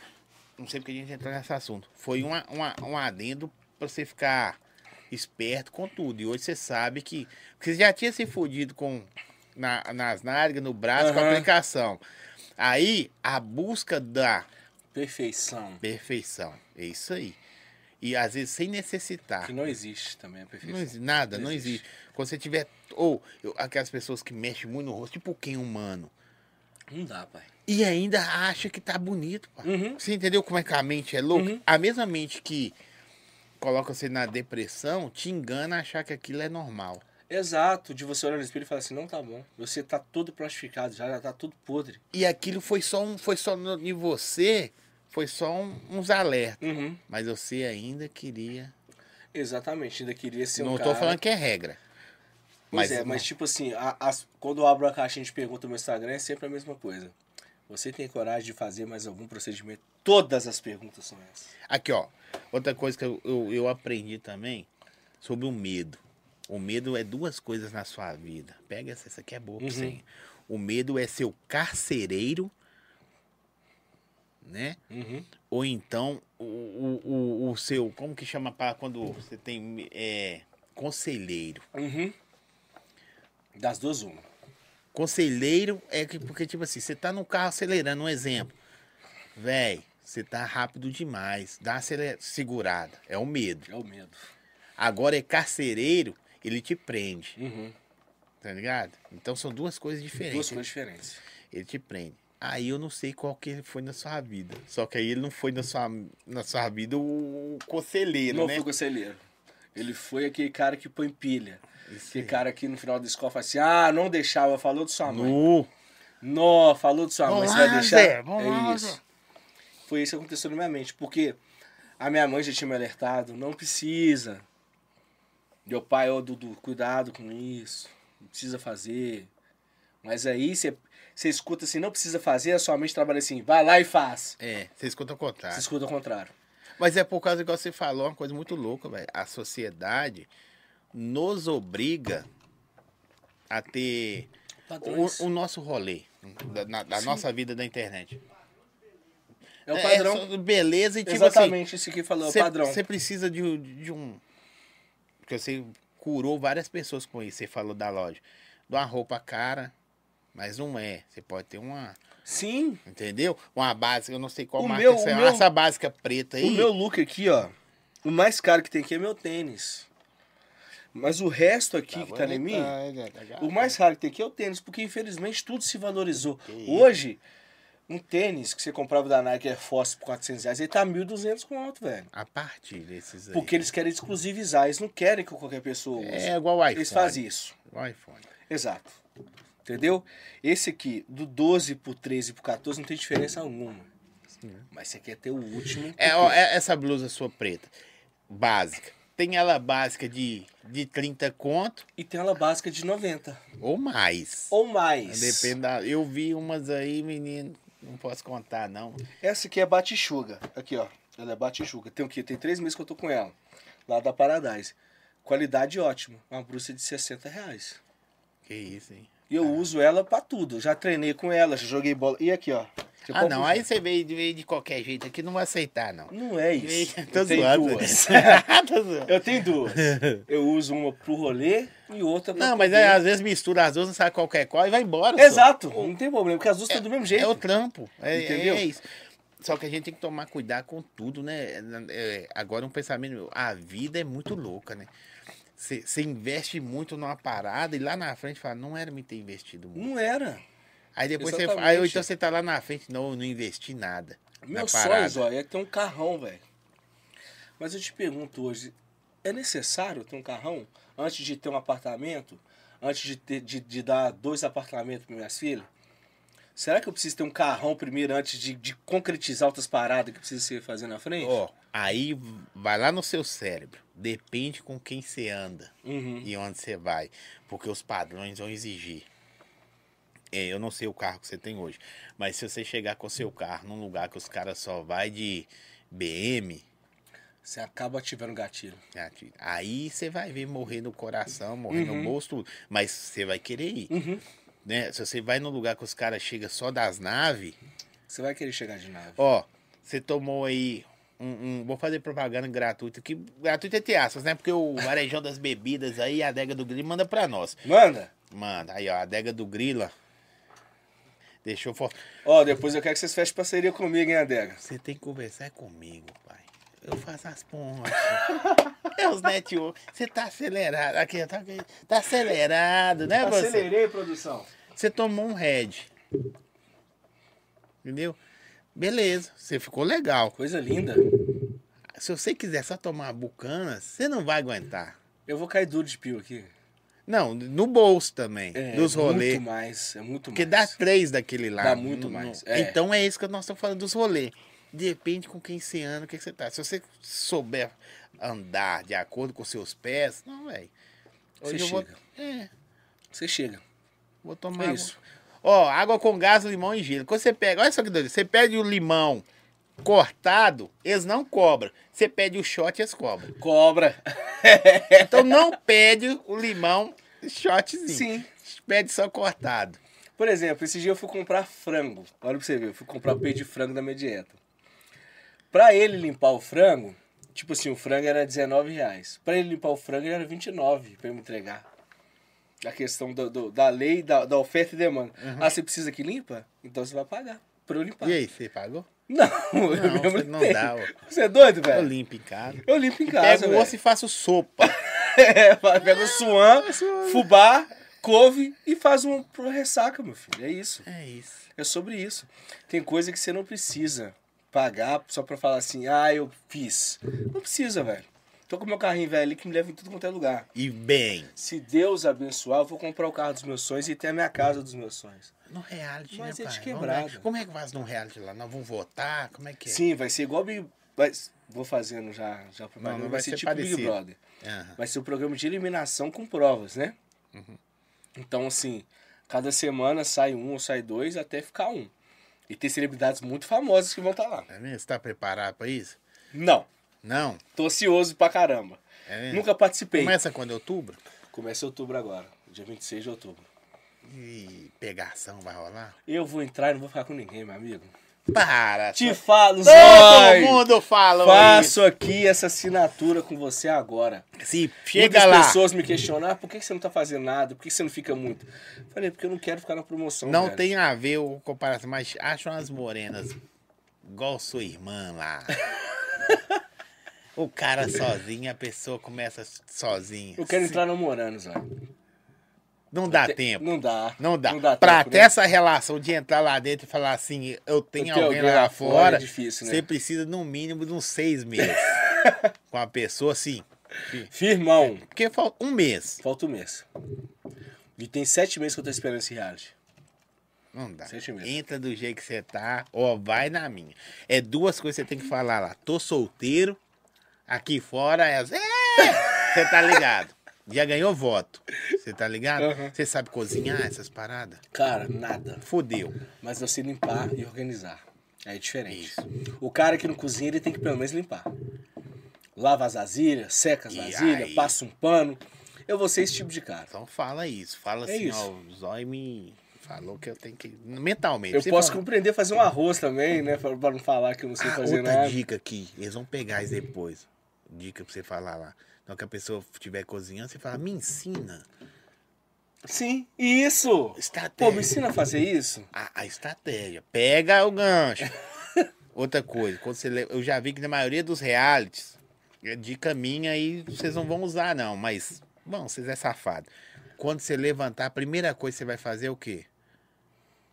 Speaker 1: Não sei porque a gente entrou nesse assunto. Foi uma, uma, um adendo pra você ficar esperto com tudo. E hoje você sabe que. Porque você já tinha se fudido com. Na, nas nádegas, no braço, com a
Speaker 2: Aham.
Speaker 1: aplicação. Aí, a busca da
Speaker 2: Perfeição.
Speaker 1: perfeição. É isso aí. E às vezes sem necessitar.
Speaker 2: Que não existe também a
Speaker 1: Ah. Não
Speaker 2: perfeição.
Speaker 1: existe, nada,
Speaker 2: Não
Speaker 1: não
Speaker 2: existe.
Speaker 1: existe. Quando você tiver. Ou eu- aquelas pessoas que mexem muito no rosto, tipo quem humano.
Speaker 2: Não dá, pai.
Speaker 1: E ainda acha que tá bonito, pá.
Speaker 2: Uhum.
Speaker 1: Você entendeu como é que a mente é louca?
Speaker 2: Uhum.
Speaker 1: A mesma mente que coloca você na depressão te engana a achar que aquilo é normal.
Speaker 2: Exato, de você olhar no espelho e falar assim, não tá bom. Você tá todo plastificado, já, já tá tudo podre.
Speaker 1: E aquilo foi só um. Foi só no, em você, foi só um- uns alertas.
Speaker 2: Uhum.
Speaker 1: Mas você ainda queria.
Speaker 2: Exatamente, ainda queria ser
Speaker 1: não
Speaker 2: um
Speaker 1: tô
Speaker 2: cara...
Speaker 1: falando que é regra.
Speaker 2: Pois
Speaker 1: mas-
Speaker 2: é, mas tipo assim, a- as- quando eu abro a caixinha de pergunta no meu Instagram, é sempre a mesma coisa. Você tem coragem de fazer mais algum procedimento? Todas as perguntas são essas.
Speaker 1: Aqui, ó. Outra coisa que eu, eu, eu aprendi também sobre o medo. O medo é duas coisas na sua vida. Pega essa, essa aqui é boa pra
Speaker 2: Uhum.
Speaker 1: você. hein? O medo é seu carcereiro, né?
Speaker 2: Uhum.
Speaker 1: Ou então o, o, o, o seu. Como que chama para quando você tem. É, conselheiro.
Speaker 2: Uhum. Das duas, uma.
Speaker 1: Conselheiro é que, porque, tipo assim, você tá no carro acelerando, um exemplo. Véi, você tá rápido demais. Dá uma acele- segurada. É o medo.
Speaker 2: É o medo.
Speaker 1: Agora é carcereiro, ele te prende,
Speaker 2: Uhum.
Speaker 1: tá ligado? Então são duas coisas
Speaker 2: Duas
Speaker 1: diferentes.
Speaker 2: coisas diferentes.
Speaker 1: Ele te prende. Aí eu não sei qual que foi na sua vida. Só que aí ele não foi na sua, na sua vida o, o conselheiro,
Speaker 2: não é-
Speaker 1: né?
Speaker 2: foi conselheiro. Ele foi aquele cara que põe pilha.
Speaker 1: Isso
Speaker 2: Aquele cara que no final da escola fala assim: ah, não deixava, falou de sua mãe.
Speaker 1: No.
Speaker 2: Nó, falou de sua mãe,
Speaker 1: Vamos
Speaker 2: você
Speaker 1: lá,
Speaker 2: vai deixar.
Speaker 1: Zé, vamos
Speaker 2: é
Speaker 1: lá,
Speaker 2: isso.
Speaker 1: Zé.
Speaker 2: Foi isso que aconteceu na minha mente, porque a minha mãe já tinha me alertado, não precisa. Meu pai, ô Dudu, cuidado com isso, não precisa fazer. Mas aí você você escuta assim, não precisa fazer, a sua mente trabalha assim, vai lá e faz.
Speaker 1: É, você escuta o
Speaker 2: Você
Speaker 1: contrário.
Speaker 2: escuta o contrário.
Speaker 1: Mas é por causa que você falou uma coisa muito louca, velho. A sociedade nos obriga a ter
Speaker 2: Padrões.
Speaker 1: o, o nosso rolê da, na- da nossa vida da internet.
Speaker 2: é o padrão.
Speaker 1: só beleza e tipo assim,
Speaker 2: Exatamente isso que falou, é o padrão.
Speaker 1: Você precisa de, um- de um. Porque você curou várias pessoas com isso. Você falou da loja. De uma roupa cara, mas não é. Você pode ter uma.
Speaker 2: Sim,
Speaker 1: Entendeu? Uma básica, eu não sei qual
Speaker 2: O
Speaker 1: marca
Speaker 2: meu-
Speaker 1: essa
Speaker 2: o
Speaker 1: é.
Speaker 2: meu-
Speaker 1: Essa básica preta aí.
Speaker 2: O meu look aqui, ó. O mais caro que tem aqui é meu tênis. Mas o resto aqui que tá em mim, o mais raro que tem aqui é o tênis, porque infelizmente tudo se valorizou.
Speaker 1: isso.
Speaker 2: Hoje, um tênis que você comprava da Nike Air Force por 400 reais, ele tá 1.200 conto, velho.
Speaker 1: A partir desses aí.
Speaker 2: Porque eles querem exclusivizar, eles não querem que qualquer pessoa use.
Speaker 1: É igual o iPhone.
Speaker 2: eles fazem isso.
Speaker 1: O iPhone.
Speaker 2: Exato. Entendeu? Esse aqui, do 12 pro 13 pro 14, não tem diferença alguma. Mas você quer ter o último.
Speaker 1: É, ó, é- essa blusa sua preta. Básica. Tem ela básica de, de 30 conto
Speaker 2: E tem ela básica de 90.
Speaker 1: ou mais.
Speaker 2: ou mais.
Speaker 1: Ah, Depende da. Eu vi umas aí, menino. Não posso contar, não.
Speaker 2: Essa aqui é batichuga. Aqui, ó. Ela é batichuga. Tem o quê? Tem três meses que eu tô com ela. Lá da Paradise. Qualidade ótima. Uma bruxa de 60 reais.
Speaker 1: Que isso, hein?
Speaker 2: E eu uso ela pra tudo. Já treinei com ela, já joguei bola. E aqui, ó. Tem
Speaker 1: ah,
Speaker 2: qual
Speaker 1: não.
Speaker 2: bruxa?
Speaker 1: Aí você veio, de- veio de qualquer jeito aqui, não vai aceitar, não.
Speaker 2: Não é isso.
Speaker 1: Veio- Tô
Speaker 2: eu tenho
Speaker 1: zoando.
Speaker 2: duas.
Speaker 1: Tô zoando.
Speaker 2: eu tenho duas. Eu uso uma pro rolê e outra pra
Speaker 1: Não, mas é
Speaker 2: poder-
Speaker 1: aí, às vezes mistura as duas, não sabe qualquer qual e vai embora. só.
Speaker 2: Exato. Não tem problema, porque as duas estão do mesmo jeito.
Speaker 1: É o trampo. É,
Speaker 2: Entendeu?
Speaker 1: Entendeu? É isso. Só que a gente tem que tomar cuidado com tudo, né? É, agora um pensamento meu. A vida é muito louca, né? Você você investe muito numa parada e lá na frente fala, não era me ter investido muito.
Speaker 2: Não era.
Speaker 1: Aí depois você
Speaker 2: Exatamente.
Speaker 1: aí, ou então você tá lá na frente, não, eu não investi nada.
Speaker 2: Meu
Speaker 1: na parada.
Speaker 2: sonho, ó, é ter um carrão, velho. Mas eu te pergunto hoje, é necessário ter um carrão antes de ter um apartamento? Antes de, ter- de, de dar dois apartamentos para minhas filhas? Será que eu preciso ter um carrão primeiro antes de, de concretizar outras paradas que precisa ser fazer na frente?
Speaker 1: Ó, aí vai lá no seu cérebro. Depende com quem você anda
Speaker 2: Uhum.
Speaker 1: e onde você vai. Porque os padrões vão exigir. É, eu não sei o carro que você tem hoje. Mas se você chegar com o seu carro num lugar que os caras só vai de BM,
Speaker 2: Você acaba ativando gatilho.
Speaker 1: Gatilho. né, Aí você vai ver morrer no coração, morrer no bolso, tudo. Mas você vai querer ir. Né? Se você vai num lugar que os caras chegam só das naves,
Speaker 2: Você vai querer chegar de nave.
Speaker 1: ó, você tomou aí um, um- Vou fazer propaganda gratuita, que gratuita é entre aspas, né? Porque o varejão das bebidas aí, a adega do Grilo manda pra nós.
Speaker 2: Manda!
Speaker 1: Manda, aí ó, a adega do Grila. Deixou eu. for-
Speaker 2: Ó, depois eu quero que vocês fechem parceria comigo, hein, Adega?
Speaker 1: Você tem que conversar comigo, pai. Eu faço as pontas. é os network. Você tá acelerado. Aqui, ó, tá, tá acelerado,
Speaker 2: Tá
Speaker 1: né, você?
Speaker 2: produção.
Speaker 1: Você tomou um red. Entendeu? Beleza, você ficou legal.
Speaker 2: Coisa linda.
Speaker 1: Se você quiser só tomar bucana, você não vai aguentar.
Speaker 2: Eu vou cair duro de pio aqui.
Speaker 1: Não, no bolso também, dos rolês.
Speaker 2: É, muito mais, é muito
Speaker 1: Porque dá
Speaker 2: mais.
Speaker 1: três daquele lá.
Speaker 2: Dá muito
Speaker 1: Não-
Speaker 2: mais,
Speaker 1: não-
Speaker 2: é.
Speaker 1: Então é isso que nós estamos falando dos rolês. Depende com quem você anda, o que, que você tá. Se você souber andar de acordo com seus pés, não, velho.
Speaker 2: Você
Speaker 1: Hoje eu vou.
Speaker 2: chega.
Speaker 1: É,
Speaker 2: Você chega.
Speaker 1: vou tomar.
Speaker 2: É
Speaker 1: água.
Speaker 2: isso.
Speaker 1: Ó, água com gás, limão e gelo. Quando você pega, olha só que doido. Você pede o limão cortado, eles não cobram. Você pede o shot, eles cobram.
Speaker 2: Cobra. É.
Speaker 1: Então não pede o limão shotzinho.
Speaker 2: Sim.
Speaker 1: Pede só cortado.
Speaker 2: Por exemplo, esse dia eu fui comprar frango. Olha pra você ver, eu fui comprar o peito de frango da minha dieta. Pra ele limpar o frango, tipo assim, o frango era 19 reais. Pra ele limpar o frango, ele era 29 pra ele me entregar. A questão do- do- da lei, da, da oferta e demanda. Ah, você precisa que limpa? Então você vai pagar pra eu limpar.
Speaker 1: Uhum. E aí, você pagou?
Speaker 2: Não, Tá. eu
Speaker 1: Não,
Speaker 2: mesmo
Speaker 1: não
Speaker 2: tenho.
Speaker 1: dá, ó.
Speaker 2: Você é doido,
Speaker 1: Eu
Speaker 2: velho?
Speaker 1: limpo em casa.
Speaker 2: Eu limpo em casa,
Speaker 1: Pega o
Speaker 2: velho.
Speaker 1: osso e faço sopa.
Speaker 2: É, pega o suan,
Speaker 1: É, suan.
Speaker 2: fubá, couve e faz um pro ressaca, meu filho. É isso.
Speaker 1: É isso.
Speaker 2: É sobre isso. Tem coisa que você não precisa pagar só pra falar assim, ah, eu fiz. Não precisa, velho. Tô com meu carrinho velho ali que me leva em tudo quanto é lugar.
Speaker 1: E bem,
Speaker 2: Se Deus abençoar, eu vou comprar o carro dos meus sonhos e ter a minha casa dos meus sonhos.
Speaker 1: no reality,
Speaker 2: Mas
Speaker 1: né,
Speaker 2: é de
Speaker 1: pai?
Speaker 2: quebrada.
Speaker 1: Vamos ver. Como é que faz no reality lá? Nós vamos votar? Como é que é?
Speaker 2: Sim, vai ser igual Big... vai- Vou fazendo já, já propaganda.
Speaker 1: Não, não vai
Speaker 2: vai ser,
Speaker 1: ser
Speaker 2: tipo Big
Speaker 1: parecido.
Speaker 2: Brother.
Speaker 1: Aham.
Speaker 2: Vai ser um programa de eliminação com provas, né?
Speaker 1: Uhum.
Speaker 2: Então, assim, cada semana sai um ou sai dois até ficar um. E tem celebridades muito famosas que vão estar lá.
Speaker 1: Tá vendo? Você tá preparado pra isso?
Speaker 2: Não,
Speaker 1: Não?
Speaker 2: tô ansioso pra caramba.
Speaker 1: É mesmo?
Speaker 2: Nunca participei. Começa...
Speaker 1: Começa quando é outubro?
Speaker 2: outubro agora, dia 26 de outubro.
Speaker 1: E pegação vai rolar?
Speaker 2: Eu vou entrar e não vou ficar com ninguém, meu amigo.
Speaker 1: Para!
Speaker 2: Te
Speaker 1: só-
Speaker 2: falo,
Speaker 1: Todo
Speaker 2: Zói!
Speaker 1: mundo fala
Speaker 2: Faço aqui essa assinatura com você agora.
Speaker 1: isso. Se chega
Speaker 2: Muitas
Speaker 1: lá,
Speaker 2: pessoas me questionam, ah, por que que você não tá fazendo nada? Por que que você não fica muito? Falei, porque eu não quero ficar na promoção,
Speaker 1: não
Speaker 2: velho.
Speaker 1: tem a ver o comparação, mas acho umas morenas igual sua irmã lá. o cara sozinho, a pessoa começa sozinha.
Speaker 2: Eu quero entrar namorando, Zói.
Speaker 1: Não dá tempo.
Speaker 2: Não dá.
Speaker 1: Não dá.
Speaker 2: Não dá
Speaker 1: pra
Speaker 2: tempo,
Speaker 1: até
Speaker 2: né?
Speaker 1: essa relação de entrar lá dentro e falar assim, eu tenho
Speaker 2: Eu tenho
Speaker 1: alguém lá fora,
Speaker 2: é difícil, né?
Speaker 1: você precisa no mínimo de uns seis meses. com a pessoa assim.
Speaker 2: Firmão.
Speaker 1: Porque falta um mês.
Speaker 2: Falta um mês. E tem sete meses que eu tô esperando esse reality.
Speaker 1: Não dá.
Speaker 2: Sete meses.
Speaker 1: Entra do jeito que você tá, ó, vai na minha. É duas coisas que você tem que falar lá. Tô solteiro, aqui fora é. É! Você tá ligado. Já ganhou voto. Você tá ligado?
Speaker 2: Uhum.
Speaker 1: Você sabe cozinhar essas paradas?
Speaker 2: Cara, nada.
Speaker 1: Fudeu.
Speaker 2: Mas você limpar e organizar. É diferente.
Speaker 1: Isso.
Speaker 2: O cara que não cozinha, ele tem que pelo menos limpar. Lava as vasilhas, seca as
Speaker 1: E
Speaker 2: vasilhas,
Speaker 1: aí?
Speaker 2: passa um pano. Eu vou ser esse tipo de cara.
Speaker 1: Então fala isso, fala
Speaker 2: É
Speaker 1: assim,
Speaker 2: isso.
Speaker 1: ó, o Zói me falou que eu tenho que. Mentalmente.
Speaker 2: Eu
Speaker 1: você
Speaker 2: posso
Speaker 1: fala.
Speaker 2: compreender fazer um arroz também, né? Pra pra não falar que eu não sei
Speaker 1: Ah,
Speaker 2: fazer
Speaker 1: outra
Speaker 2: nada.
Speaker 1: dica aqui, eles vão pegar isso depois. Dica pra você falar lá. Então que a pessoa estiver cozinhando, você fala, me ensina.
Speaker 2: Sim, isso! Pô, me
Speaker 1: Estratégia.
Speaker 2: ensina a fazer isso?
Speaker 1: a, a estratégia. Pega o gancho. Outra coisa, quando você le- eu já vi que na maioria dos realities, é dica minha aí vocês não vão usar, não. Mas, bom, vocês é safado. Quando você levantar, a primeira coisa que você vai fazer é o quê?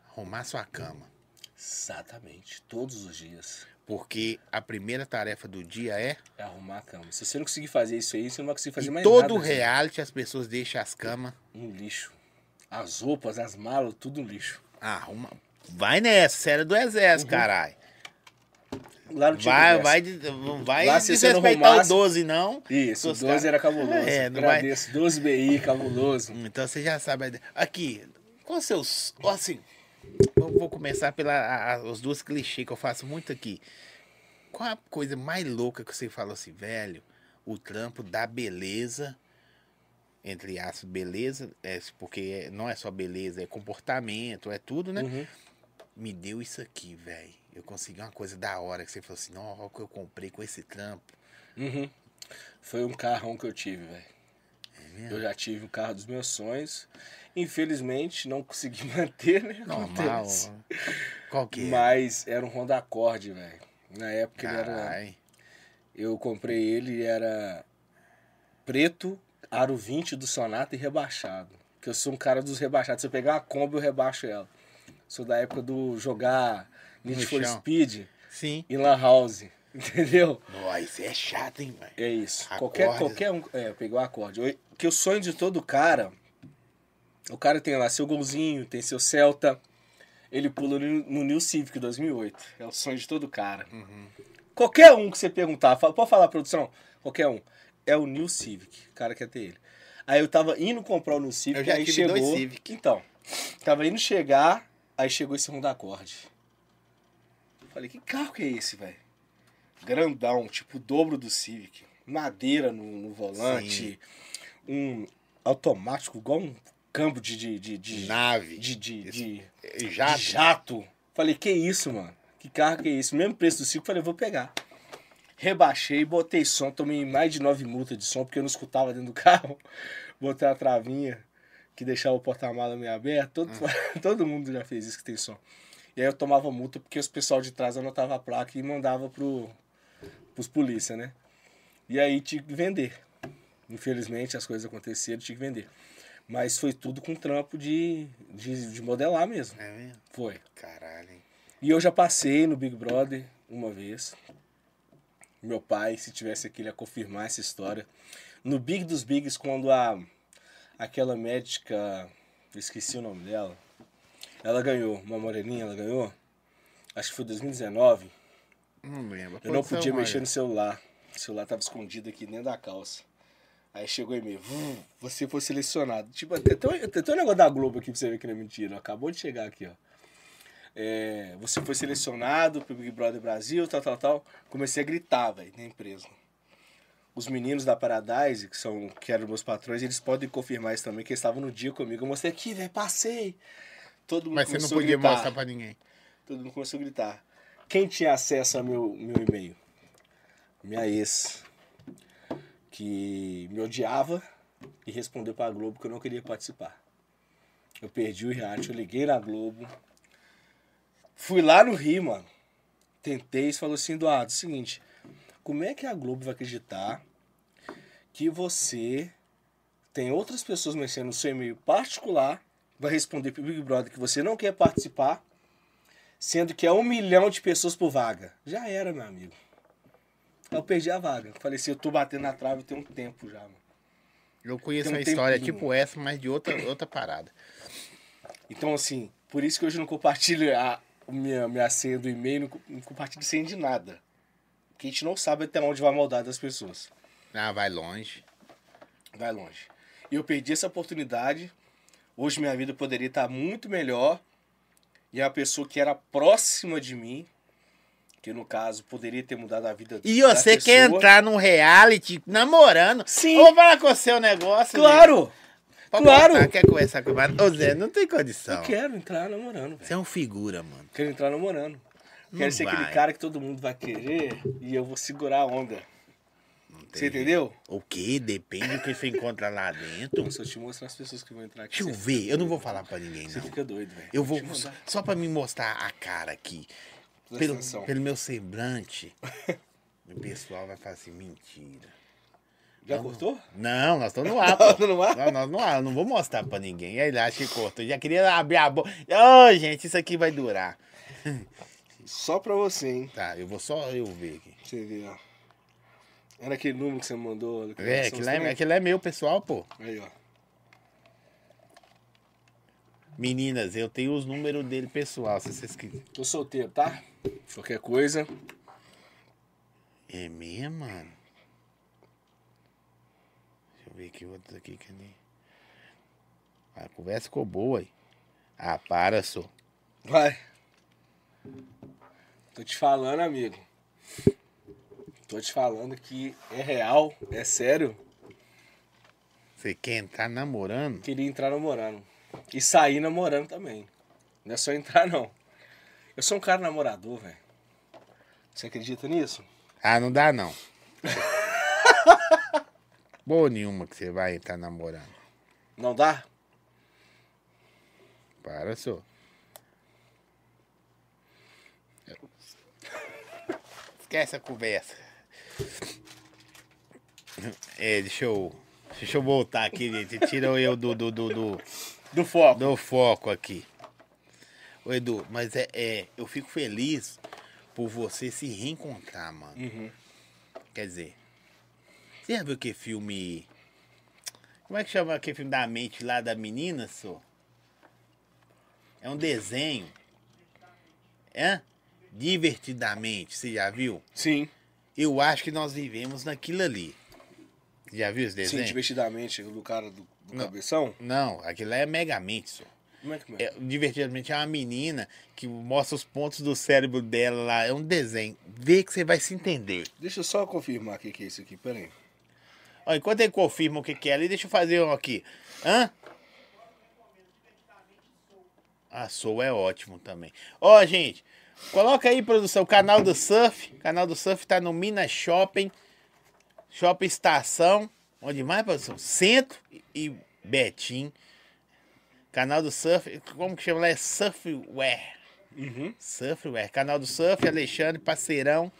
Speaker 1: Arrumar sua cama.
Speaker 2: Exatamente, todos os dias.
Speaker 1: Porque a primeira tarefa do dia é.
Speaker 2: É arrumar a cama. Se você não conseguir fazer isso aí, você não vai conseguir fazer
Speaker 1: e
Speaker 2: mais nada. né?
Speaker 1: todo
Speaker 2: gente.
Speaker 1: reality as pessoas deixam as camas.
Speaker 2: No lixo. As roupas, as malas, tudo no lixo.
Speaker 1: Arruma. Vai nessa, sério do exército,
Speaker 2: Uhum.
Speaker 1: caralho.
Speaker 2: Lá no é assim.
Speaker 1: Vai, vai, de- não vai
Speaker 2: Lá, se você não
Speaker 1: desrespeitar o
Speaker 2: arrumasse-
Speaker 1: 12, não.
Speaker 2: Isso,
Speaker 1: Os
Speaker 2: 12
Speaker 1: caras-
Speaker 2: era cabuloso.
Speaker 1: É, não vai-
Speaker 2: Agradeço. 12 BI, cabuloso.
Speaker 1: Então você já sabe. a ideia. Aqui, qual os seus. ó, Assim, eu vou começar pelas os duas clichês que eu faço muito aqui. Qual a coisa mais louca que você falou assim, velho? O trampo da beleza, entre aspas, beleza, é, porque não é só beleza, é comportamento, é tudo, né?
Speaker 2: Uhum.
Speaker 1: Me deu isso aqui, velho. Eu consegui uma coisa da hora que você falou assim, não, olha o que eu comprei com esse trampo.
Speaker 2: Uhum. Foi um carrão que eu tive, velho.
Speaker 1: É
Speaker 2: Eu já tive o carro dos meus sonhos. Infelizmente, não consegui manter, né?
Speaker 1: Normal.
Speaker 2: Acontece.
Speaker 1: Qual que é?
Speaker 2: Mas era um Honda Accord, velho. Na época ele era.
Speaker 1: Carai.
Speaker 2: Eu comprei ele e era preto, aro 20 do Sonata e rebaixado. Porque eu sou um cara dos rebaixados. Se eu pegar uma Kombi, eu rebaixo ela. Sou da época do jogar Need
Speaker 1: No
Speaker 2: for
Speaker 1: chão.
Speaker 2: Speed
Speaker 1: Sim.
Speaker 2: em La House. Entendeu?
Speaker 1: Nossa, é chato, hein, velho?
Speaker 2: É isso.
Speaker 1: Acorde.
Speaker 2: Qualquer, qualquer um. É, pegou o acorde. Eu- Que o sonho de todo cara. O cara tem lá seu golzinho, tem seu Celta. Ele pula no, no New Civic 2008. É o sonho de todo cara.
Speaker 1: Uhum.
Speaker 2: Qualquer um que você perguntar, fala- pode falar, produção? Qualquer um. É o New Civic. O cara quer ter ele. Aí eu tava indo comprar o New Civic,
Speaker 1: Eu já
Speaker 2: aí
Speaker 1: tive
Speaker 2: chegou.
Speaker 1: dois Civic.
Speaker 2: Então, tava indo chegar, aí chegou esse Honda Accord. Falei, que carro que é esse, velho? Grandão, tipo o dobro do Civic. Madeira no, no volante. Um automático, igual um câmbio de. de, de, de,
Speaker 1: Nave.
Speaker 2: de, de- de-
Speaker 1: Já.
Speaker 2: de jato. Falei, que isso, mano? Que carro que é isso? Mesmo preço do Civic, falei, vou pegar. Rebaixei, botei som, tomei mais de nove multas de som, porque eu não escutava dentro do carro. Botei a travinha, que deixava o porta-mala meio aberto. Todo, todo mundo já fez isso que tem som. E aí eu tomava multa porque os pessoal de trás anotava a placa e mandava pro, pros polícia, né? E aí tinha que vender. Infelizmente as coisas aconteceram, tinha que vender. Mas foi tudo com trampo de, de, de modelar mesmo.
Speaker 1: É mesmo?
Speaker 2: Foi.
Speaker 1: Caralho, hein?
Speaker 2: E eu já passei no Big Brother uma vez. Meu pai, se tivesse aqui, ele ia confirmar essa história. No Big dos Bigs, quando a aquela médica, eu esqueci o nome dela, ela ganhou, uma moreninha, ela ganhou. Acho que foi 2019.
Speaker 1: Não lembro.
Speaker 2: Eu não
Speaker 1: Produção,
Speaker 2: podia
Speaker 1: olha.
Speaker 2: mexer no celular. O celular tava escondido aqui dentro da calça. Aí chegou o e-mail, vum, você foi selecionado. Tipo, tem até, um- tem até um negócio da Globo aqui pra você ver que não é mentira. ó. Acabou de chegar aqui, ó. É, você foi selecionado pro Big Brother Brasil, tal, tal, tal. Comecei a gritar, velho, na empresa. Os meninos da Paradise, que são que eram meus patrões, eles podem confirmar isso também, que eles estavam no dia comigo. Eu mostrei aqui, velho, passei. Todo mundo
Speaker 1: Mas você não
Speaker 2: começou a
Speaker 1: podia
Speaker 2: gritar.
Speaker 1: mostrar pra ninguém.
Speaker 2: Todo mundo começou a gritar. Quem tinha acesso ao meu, meu e-mail? Minha ex. Que me odiava e respondeu pra Globo que eu não queria participar. Eu perdi o reality, eu liguei na Globo. Fui lá no Rio, mano. Tentei, eles falou assim, Eduardo, seguinte, como é que a Globo vai acreditar que você tem outras pessoas mexendo no seu e-mail particular, vai responder pro Big Brother que você não quer participar sendo que é um milhão de pessoas por vaga. Já era, meu amigo. Eu perdi a vaga. Falei assim, eu tô batendo na trave tem um tempo já, mano.
Speaker 1: Eu conheço
Speaker 2: Tem um
Speaker 1: uma história
Speaker 2: tempinho.
Speaker 1: tipo essa, mas de outra, outra parada.
Speaker 2: Então, assim, por isso que hoje eu não compartilho a o minha, minha senha do e-mail, não, co- não compartilho senha de nada. Porque a gente não sabe até onde vai a maldade das pessoas.
Speaker 1: Ah, vai longe.
Speaker 2: Vai longe. E eu perdi essa oportunidade. Hoje minha vida poderia estar muito melhor. E a pessoa que era próxima de mim, que no caso poderia ter mudado a vida
Speaker 1: E
Speaker 2: da
Speaker 1: você quer
Speaker 2: pessoa.
Speaker 1: entrar num reality namorando?
Speaker 2: Sim.
Speaker 1: Eu vou falar com o seu negócio.
Speaker 2: Claro!
Speaker 1: gente. Pode
Speaker 2: claro.
Speaker 1: Contar, quer conversar com o Ô, Zé, não tem condição.
Speaker 2: Eu quero entrar namorando, velho.
Speaker 1: Você é um figura, mano.
Speaker 2: Quero entrar namorando.
Speaker 1: Não
Speaker 2: quero ser aquele
Speaker 1: vai.
Speaker 2: cara que todo mundo vai querer e eu vou segurar a onda. Você entendeu? Então,
Speaker 1: O quê? Depende do que você encontra lá dentro.
Speaker 2: Se eu te mostrar as pessoas que vão entrar aqui.
Speaker 1: Deixa eu
Speaker 2: você-
Speaker 1: ver. Eu não vou falar pra ninguém,
Speaker 2: Você
Speaker 1: não.
Speaker 2: fica doido, velho.
Speaker 1: Eu vou.
Speaker 2: te mandar.
Speaker 1: Só pra me mostrar a cara aqui.
Speaker 2: Presta
Speaker 1: Pelo,
Speaker 2: atenção.
Speaker 1: pelo meu semblante. o pessoal vai falar assim: mentira.
Speaker 2: Já
Speaker 1: Não,
Speaker 2: cortou? Tá
Speaker 1: Não, nós estamos no ar.
Speaker 2: Nós
Speaker 1: pô.
Speaker 2: estamos no ar?
Speaker 1: Nós, nós no ar, eu não vou mostrar pra ninguém. Aí ele acha que cortou. Já queria abrir a boca. Ô, gente, isso aqui vai durar.
Speaker 2: Só pra você, hein?
Speaker 1: Tá, eu vou só eu ver aqui.
Speaker 2: Pra Você ver, ó. Era aquele número que você mandou. do
Speaker 1: É,
Speaker 2: coração,
Speaker 1: aquilo
Speaker 2: você
Speaker 1: é,
Speaker 2: lembra?
Speaker 1: aquilo é meu, pessoal, pô.
Speaker 2: Aí, ó.
Speaker 1: Meninas, eu tenho os números dele, pessoal, se vocês quiserem.
Speaker 2: Tô solteiro, tá? Qualquer coisa.
Speaker 1: É mesmo, mano? Deixa eu ver aqui outros aqui, cadê? A conversa ficou boa aí. Ah, para, só.
Speaker 2: Vai. Tô te falando, amigo. Tô te falando que é real, é sério.
Speaker 1: Você quer entrar namorando?
Speaker 2: Queria entrar namorando. E sair namorando também. Não é só entrar, não. Eu sou um cara namorador, velho. Você acredita nisso?
Speaker 1: Ah, não dá não. Boa nenhuma que você vai entrar namorando.
Speaker 2: Não dá?
Speaker 1: Para, senhor. Esquece a conversa. É, deixa eu. Deixa eu voltar aqui, gente. Tira eu do, do, do, do,
Speaker 2: Do foco.
Speaker 1: do foco aqui. Ô, Edu, mas é, é, Eu fico feliz por você se reencontrar, mano. Quer dizer. Você já viu que filme. Como é que chama aquele filme da mente lá da menina, senhor? É um desenho. É? Divertidamente, você já viu?
Speaker 2: Sim.
Speaker 1: Eu acho que nós vivemos naquilo ali. Já viu esse
Speaker 2: Sim,
Speaker 1: desenho?
Speaker 2: divertidamente, do cara do, do cabeção.
Speaker 1: Não, aquilo lá é megamente, senhor.
Speaker 2: Como é que é?
Speaker 1: É, divertidamente é uma menina que mostra os pontos do cérebro dela lá. É um desenho. Vê que você vai se entender.
Speaker 2: Deixa eu só confirmar o que, que é isso aqui, peraí.
Speaker 1: Ó, enquanto ele confirma o que, que é ali, deixa eu fazer um aqui. Hã? Ah, Soul é ótimo também. Ó, gente, coloca aí, produção, o canal do Surf. O canal do Surf tá no Minas Shopping, Shopping Estação. Onde mais, produção? Centro e Betim. Canal do Surf, como que chama lá? É Surfware.
Speaker 2: Uhum.
Speaker 1: Surfware. Canal do Surf, Alexandre, parceirão.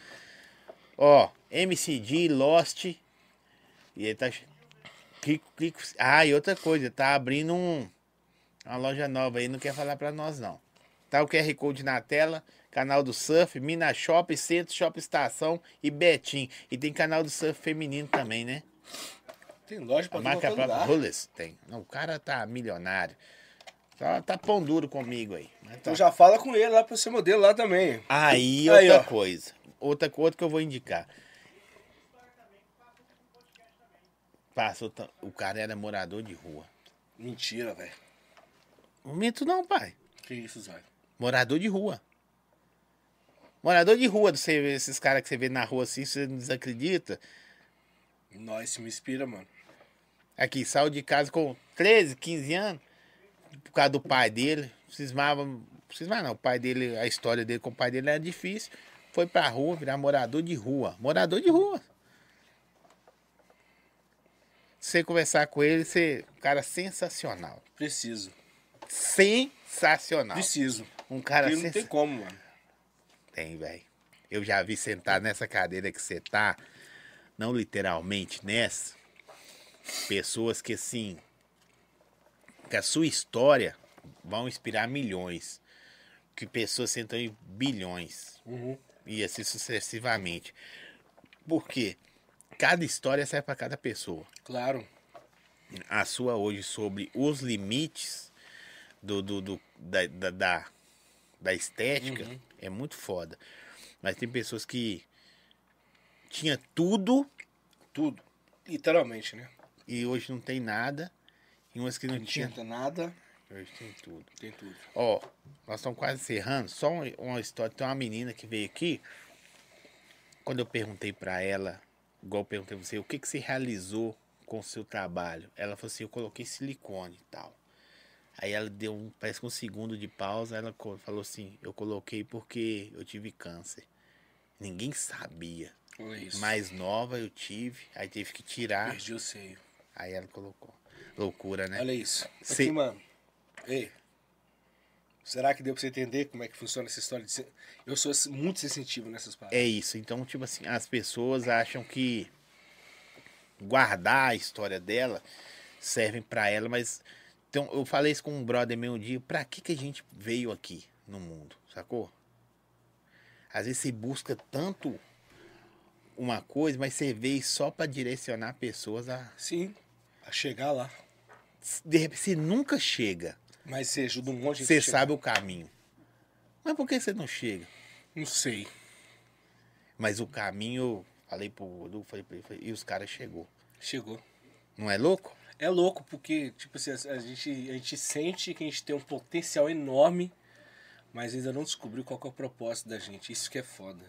Speaker 1: Ó, MCD, Lost. E ele tá. Clico, clico. Ah, e outra coisa, tá abrindo um, uma loja nova aí, não quer falar pra nós não. Tá o QR Code na tela, canal do Surf, Minas Shop, Centro Shop Estação e Betim. E tem canal do Surf feminino também, né?
Speaker 2: Tem loja
Speaker 1: A
Speaker 2: pra
Speaker 1: marca
Speaker 2: todo
Speaker 1: própria
Speaker 2: lugar.
Speaker 1: Rules tem. Não, o cara tá milionário. Tá, tá pão duro comigo aí. mas tá.
Speaker 2: Então já fala com ele lá pra ser modelo lá também.
Speaker 1: Aí,
Speaker 2: Aí,
Speaker 1: outra
Speaker 2: ó.
Speaker 1: coisa. Outra coisa que eu vou indicar. Passou, ta- o cara era morador de rua.
Speaker 2: Mentira, velho.
Speaker 1: Não Minto não, pai.
Speaker 2: Que isso, Zé?
Speaker 1: Morador de rua. Morador de rua, você vê esses caras que você vê na rua assim, você não desacredita.
Speaker 2: Nós isso me inspira, mano.
Speaker 1: Aqui, saiu de casa com 13, 15 anos, por causa do pai dele. Cismava, cismava não, o pai dele, a história dele com o pai dele era difícil. Foi pra rua, virar morador de rua. Morador de rua. Se você conversar com ele, você. Um cara sensacional.
Speaker 2: Preciso.
Speaker 1: Sensacional.
Speaker 2: Preciso.
Speaker 1: Um cara
Speaker 2: Porque não
Speaker 1: sensacional.
Speaker 2: tem como, mano.
Speaker 1: Tem, velho. Eu já vi sentar nessa cadeira que você tá, não literalmente nessa, pessoas que assim, que a sua história vão inspirar milhões. Que pessoas sentam em bilhões. E assim sucessivamente. Por quê? Cada história serve para cada pessoa
Speaker 2: Claro.
Speaker 1: a sua hoje sobre os limites do, do, do- da, da, da, da estética é muito foda. Mas tem pessoas que tinha tudo
Speaker 2: Tudo. Literalmente, né?
Speaker 1: e hoje não tem nada. E umas que não,
Speaker 2: Não
Speaker 1: tinha.
Speaker 2: tinha nada,
Speaker 1: Hoje tem tudo.
Speaker 2: tem tudo.
Speaker 1: Ó, nós estamos quase encerrando. Só um- uma história. Tem uma menina que veio aqui. Quando eu perguntei pra ela, igual eu perguntei pra você, o que que você realizou com o seu trabalho? Ela falou assim: eu coloquei silicone e tal. Aí ela deu, um, parece que um segundo de pausa. Ela co- falou assim: eu coloquei porque eu tive câncer. Ninguém sabia.
Speaker 2: Olha isso.
Speaker 1: Mais nova eu tive, aí teve que tirar.
Speaker 2: Perdi o seio.
Speaker 1: Aí ela colocou. Loucura, ah, né?
Speaker 2: Olha isso.
Speaker 1: Se-
Speaker 2: Aqui, mano. Ei. Será que deu pra você entender como é que funciona essa história? De ser... Eu sou muito sensitivo nessas paradas.
Speaker 1: É isso. Então, tipo assim, as pessoas acham que guardar a história dela servem pra ela, mas então eu falei isso com um brother meu um dia, pra que que a gente veio aqui no mundo, sacou? Às vezes você busca tanto uma coisa, mas você veio só pra direcionar pessoas a
Speaker 2: Sim. A chegar lá.
Speaker 1: de repente você nunca chega.
Speaker 2: Mas você ajuda um monte de
Speaker 1: Você
Speaker 2: gente a chegar.
Speaker 1: sabe o caminho. Mas por que você não chega?
Speaker 2: Não sei.
Speaker 1: Mas o caminho, falei pro Edu, falei pra ele, falei, e os caras chegou.
Speaker 2: Chegou.
Speaker 1: Não é louco?
Speaker 2: É louco, porque, tipo assim, a, a gente, a gente sente que a gente tem um potencial enorme, mas ainda não descobriu qual que é o propósito da gente. Isso que é foda.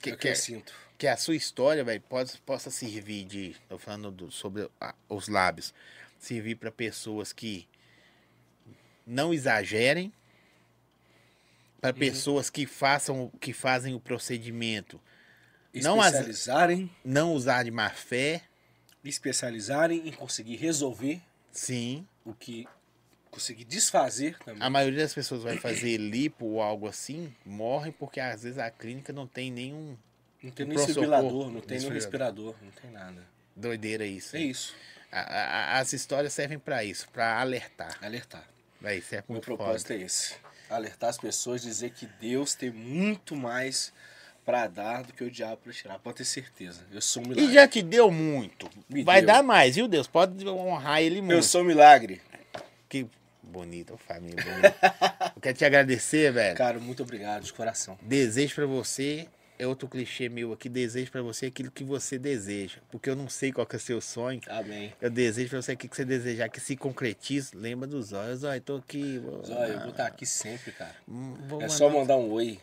Speaker 1: que,
Speaker 2: é o que
Speaker 1: que,
Speaker 2: eu sinto.
Speaker 1: que a sua história, velho, possa, possa servir de. Tô falando do- sobre a- os lábios. Servir pra pessoas que não exagerem. Pra
Speaker 2: Uhum.
Speaker 1: pessoas que façam que fazem o procedimento. Não as-
Speaker 2: Especializarem,
Speaker 1: Não usar de má fé.
Speaker 2: especializarem em conseguir resolver
Speaker 1: Sim.
Speaker 2: o que conseguir desfazer também.
Speaker 1: A maioria das pessoas vai fazer lipo ou algo assim, morre porque às vezes a clínica não tem nenhum
Speaker 2: Não tem
Speaker 1: o
Speaker 2: nem
Speaker 1: pronto-socorro,
Speaker 2: desfibrilador, não tem nem
Speaker 1: desfibrilador.
Speaker 2: respirador, não tem nada.
Speaker 1: doideira isso.
Speaker 2: É isso,
Speaker 1: A- a- a- as histórias servem pra isso, pra alertar.
Speaker 2: alertar.
Speaker 1: Véi, isso é
Speaker 2: Meu
Speaker 1: muito
Speaker 2: propósito
Speaker 1: foda.
Speaker 2: é esse. Alertar as pessoas, dizer que Deus tem muito mais pra dar do que o diabo pra tirar. Pode ter certeza. Eu sou um
Speaker 1: E
Speaker 2: milagre.
Speaker 1: já te deu muito.
Speaker 2: Me
Speaker 1: Vai
Speaker 2: deu.
Speaker 1: dar mais, viu, Deus? Pode honrar ele muito.
Speaker 2: Eu sou um milagre.
Speaker 1: Que bonito, ô família. é bonita. Eu quero te agradecer, velho.
Speaker 2: Cara, muito obrigado de coração.
Speaker 1: Desejo pra você, é outro clichê meu aqui, desejo pra você aquilo que você deseja. Porque eu não sei qual que é o seu sonho.
Speaker 2: Amém.
Speaker 1: Eu desejo pra você aqui que você desejar que se concretize. Lembra dos olhos. Olha, tô aqui. Vou,
Speaker 2: Zóia, eu vou estar aqui sempre, cara.
Speaker 1: Hum, vou
Speaker 2: É só
Speaker 1: mandar-
Speaker 2: mandar um oi.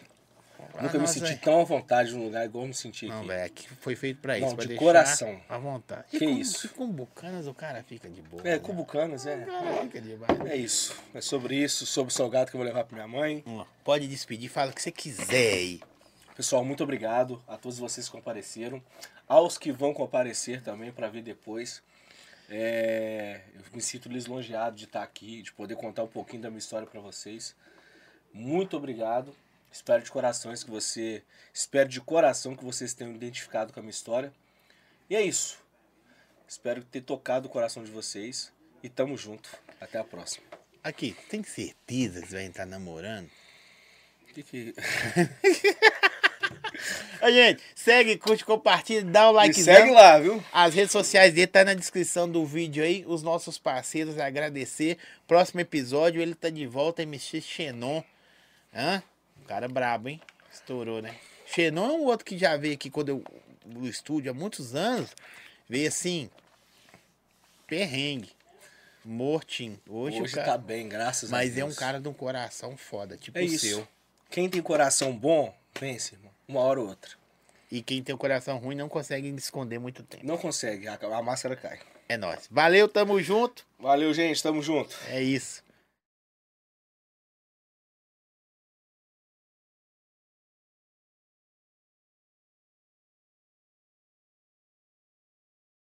Speaker 1: Ah,
Speaker 2: Nunca me
Speaker 1: nossa,
Speaker 2: senti
Speaker 1: velho.
Speaker 2: tão à vontade num lugar igual eu me senti
Speaker 1: Não,
Speaker 2: aqui.
Speaker 1: velho, aqui foi feito pra isso.
Speaker 2: Não,
Speaker 1: pra
Speaker 2: de
Speaker 1: deixar
Speaker 2: coração.
Speaker 1: À vontade.
Speaker 2: Que
Speaker 1: e com,
Speaker 2: isso?
Speaker 1: E com bucanas o cara fica de boa.
Speaker 2: É,
Speaker 1: né?
Speaker 2: cubucanas,
Speaker 1: O
Speaker 2: é.
Speaker 1: cara fica de boa.
Speaker 2: É isso. É sobre isso, sobre o salgado que eu vou levar pra minha mãe.
Speaker 1: Vamos lá. Pode despedir, fala o que você quiser aí.
Speaker 2: Pessoal, muito obrigado a todos vocês que compareceram, aos que vão comparecer também para ver depois. É, eu me sinto lisonjeado de estar aqui, de poder contar um pouquinho da minha história para vocês. Muito obrigado. Espero de corações que você, espero de coração que vocês tenham identificado com a minha história. E é isso. Espero ter tocado o coração de vocês e tamo junto. Até a próxima.
Speaker 1: Aqui, tem certeza que você vai entrar namorando?
Speaker 2: Que que-
Speaker 1: Ô, gente, segue, curte, compartilha, dá o
Speaker 2: Me
Speaker 1: like.
Speaker 2: segue lá, viu?
Speaker 1: As redes sociais dele tá na descrição do vídeo aí. Os nossos parceiros agradecer. Próximo episódio ele tá de volta, MC Xenon. Hã? O cara brabo, hein? Estourou, né? Xenon é um outro que já veio aqui quando eu no estúdio há muitos anos. Veio assim. Perrengue. Mortinho. Hoje,
Speaker 2: Hoje,
Speaker 1: o cara.
Speaker 2: tá bem, graças a Deus.
Speaker 1: Mas é um cara de um coração foda, tipo
Speaker 2: É
Speaker 1: o
Speaker 2: isso.
Speaker 1: seu.
Speaker 2: Quem tem coração bom, vence, irmão. Uma hora ou outra.
Speaker 1: E quem tem um coração ruim não consegue esconder muito tempo.
Speaker 2: Não consegue, a, a máscara cai.
Speaker 1: É nóis. Valeu, tamo junto.
Speaker 2: Valeu, gente. Tamo junto.
Speaker 1: É isso.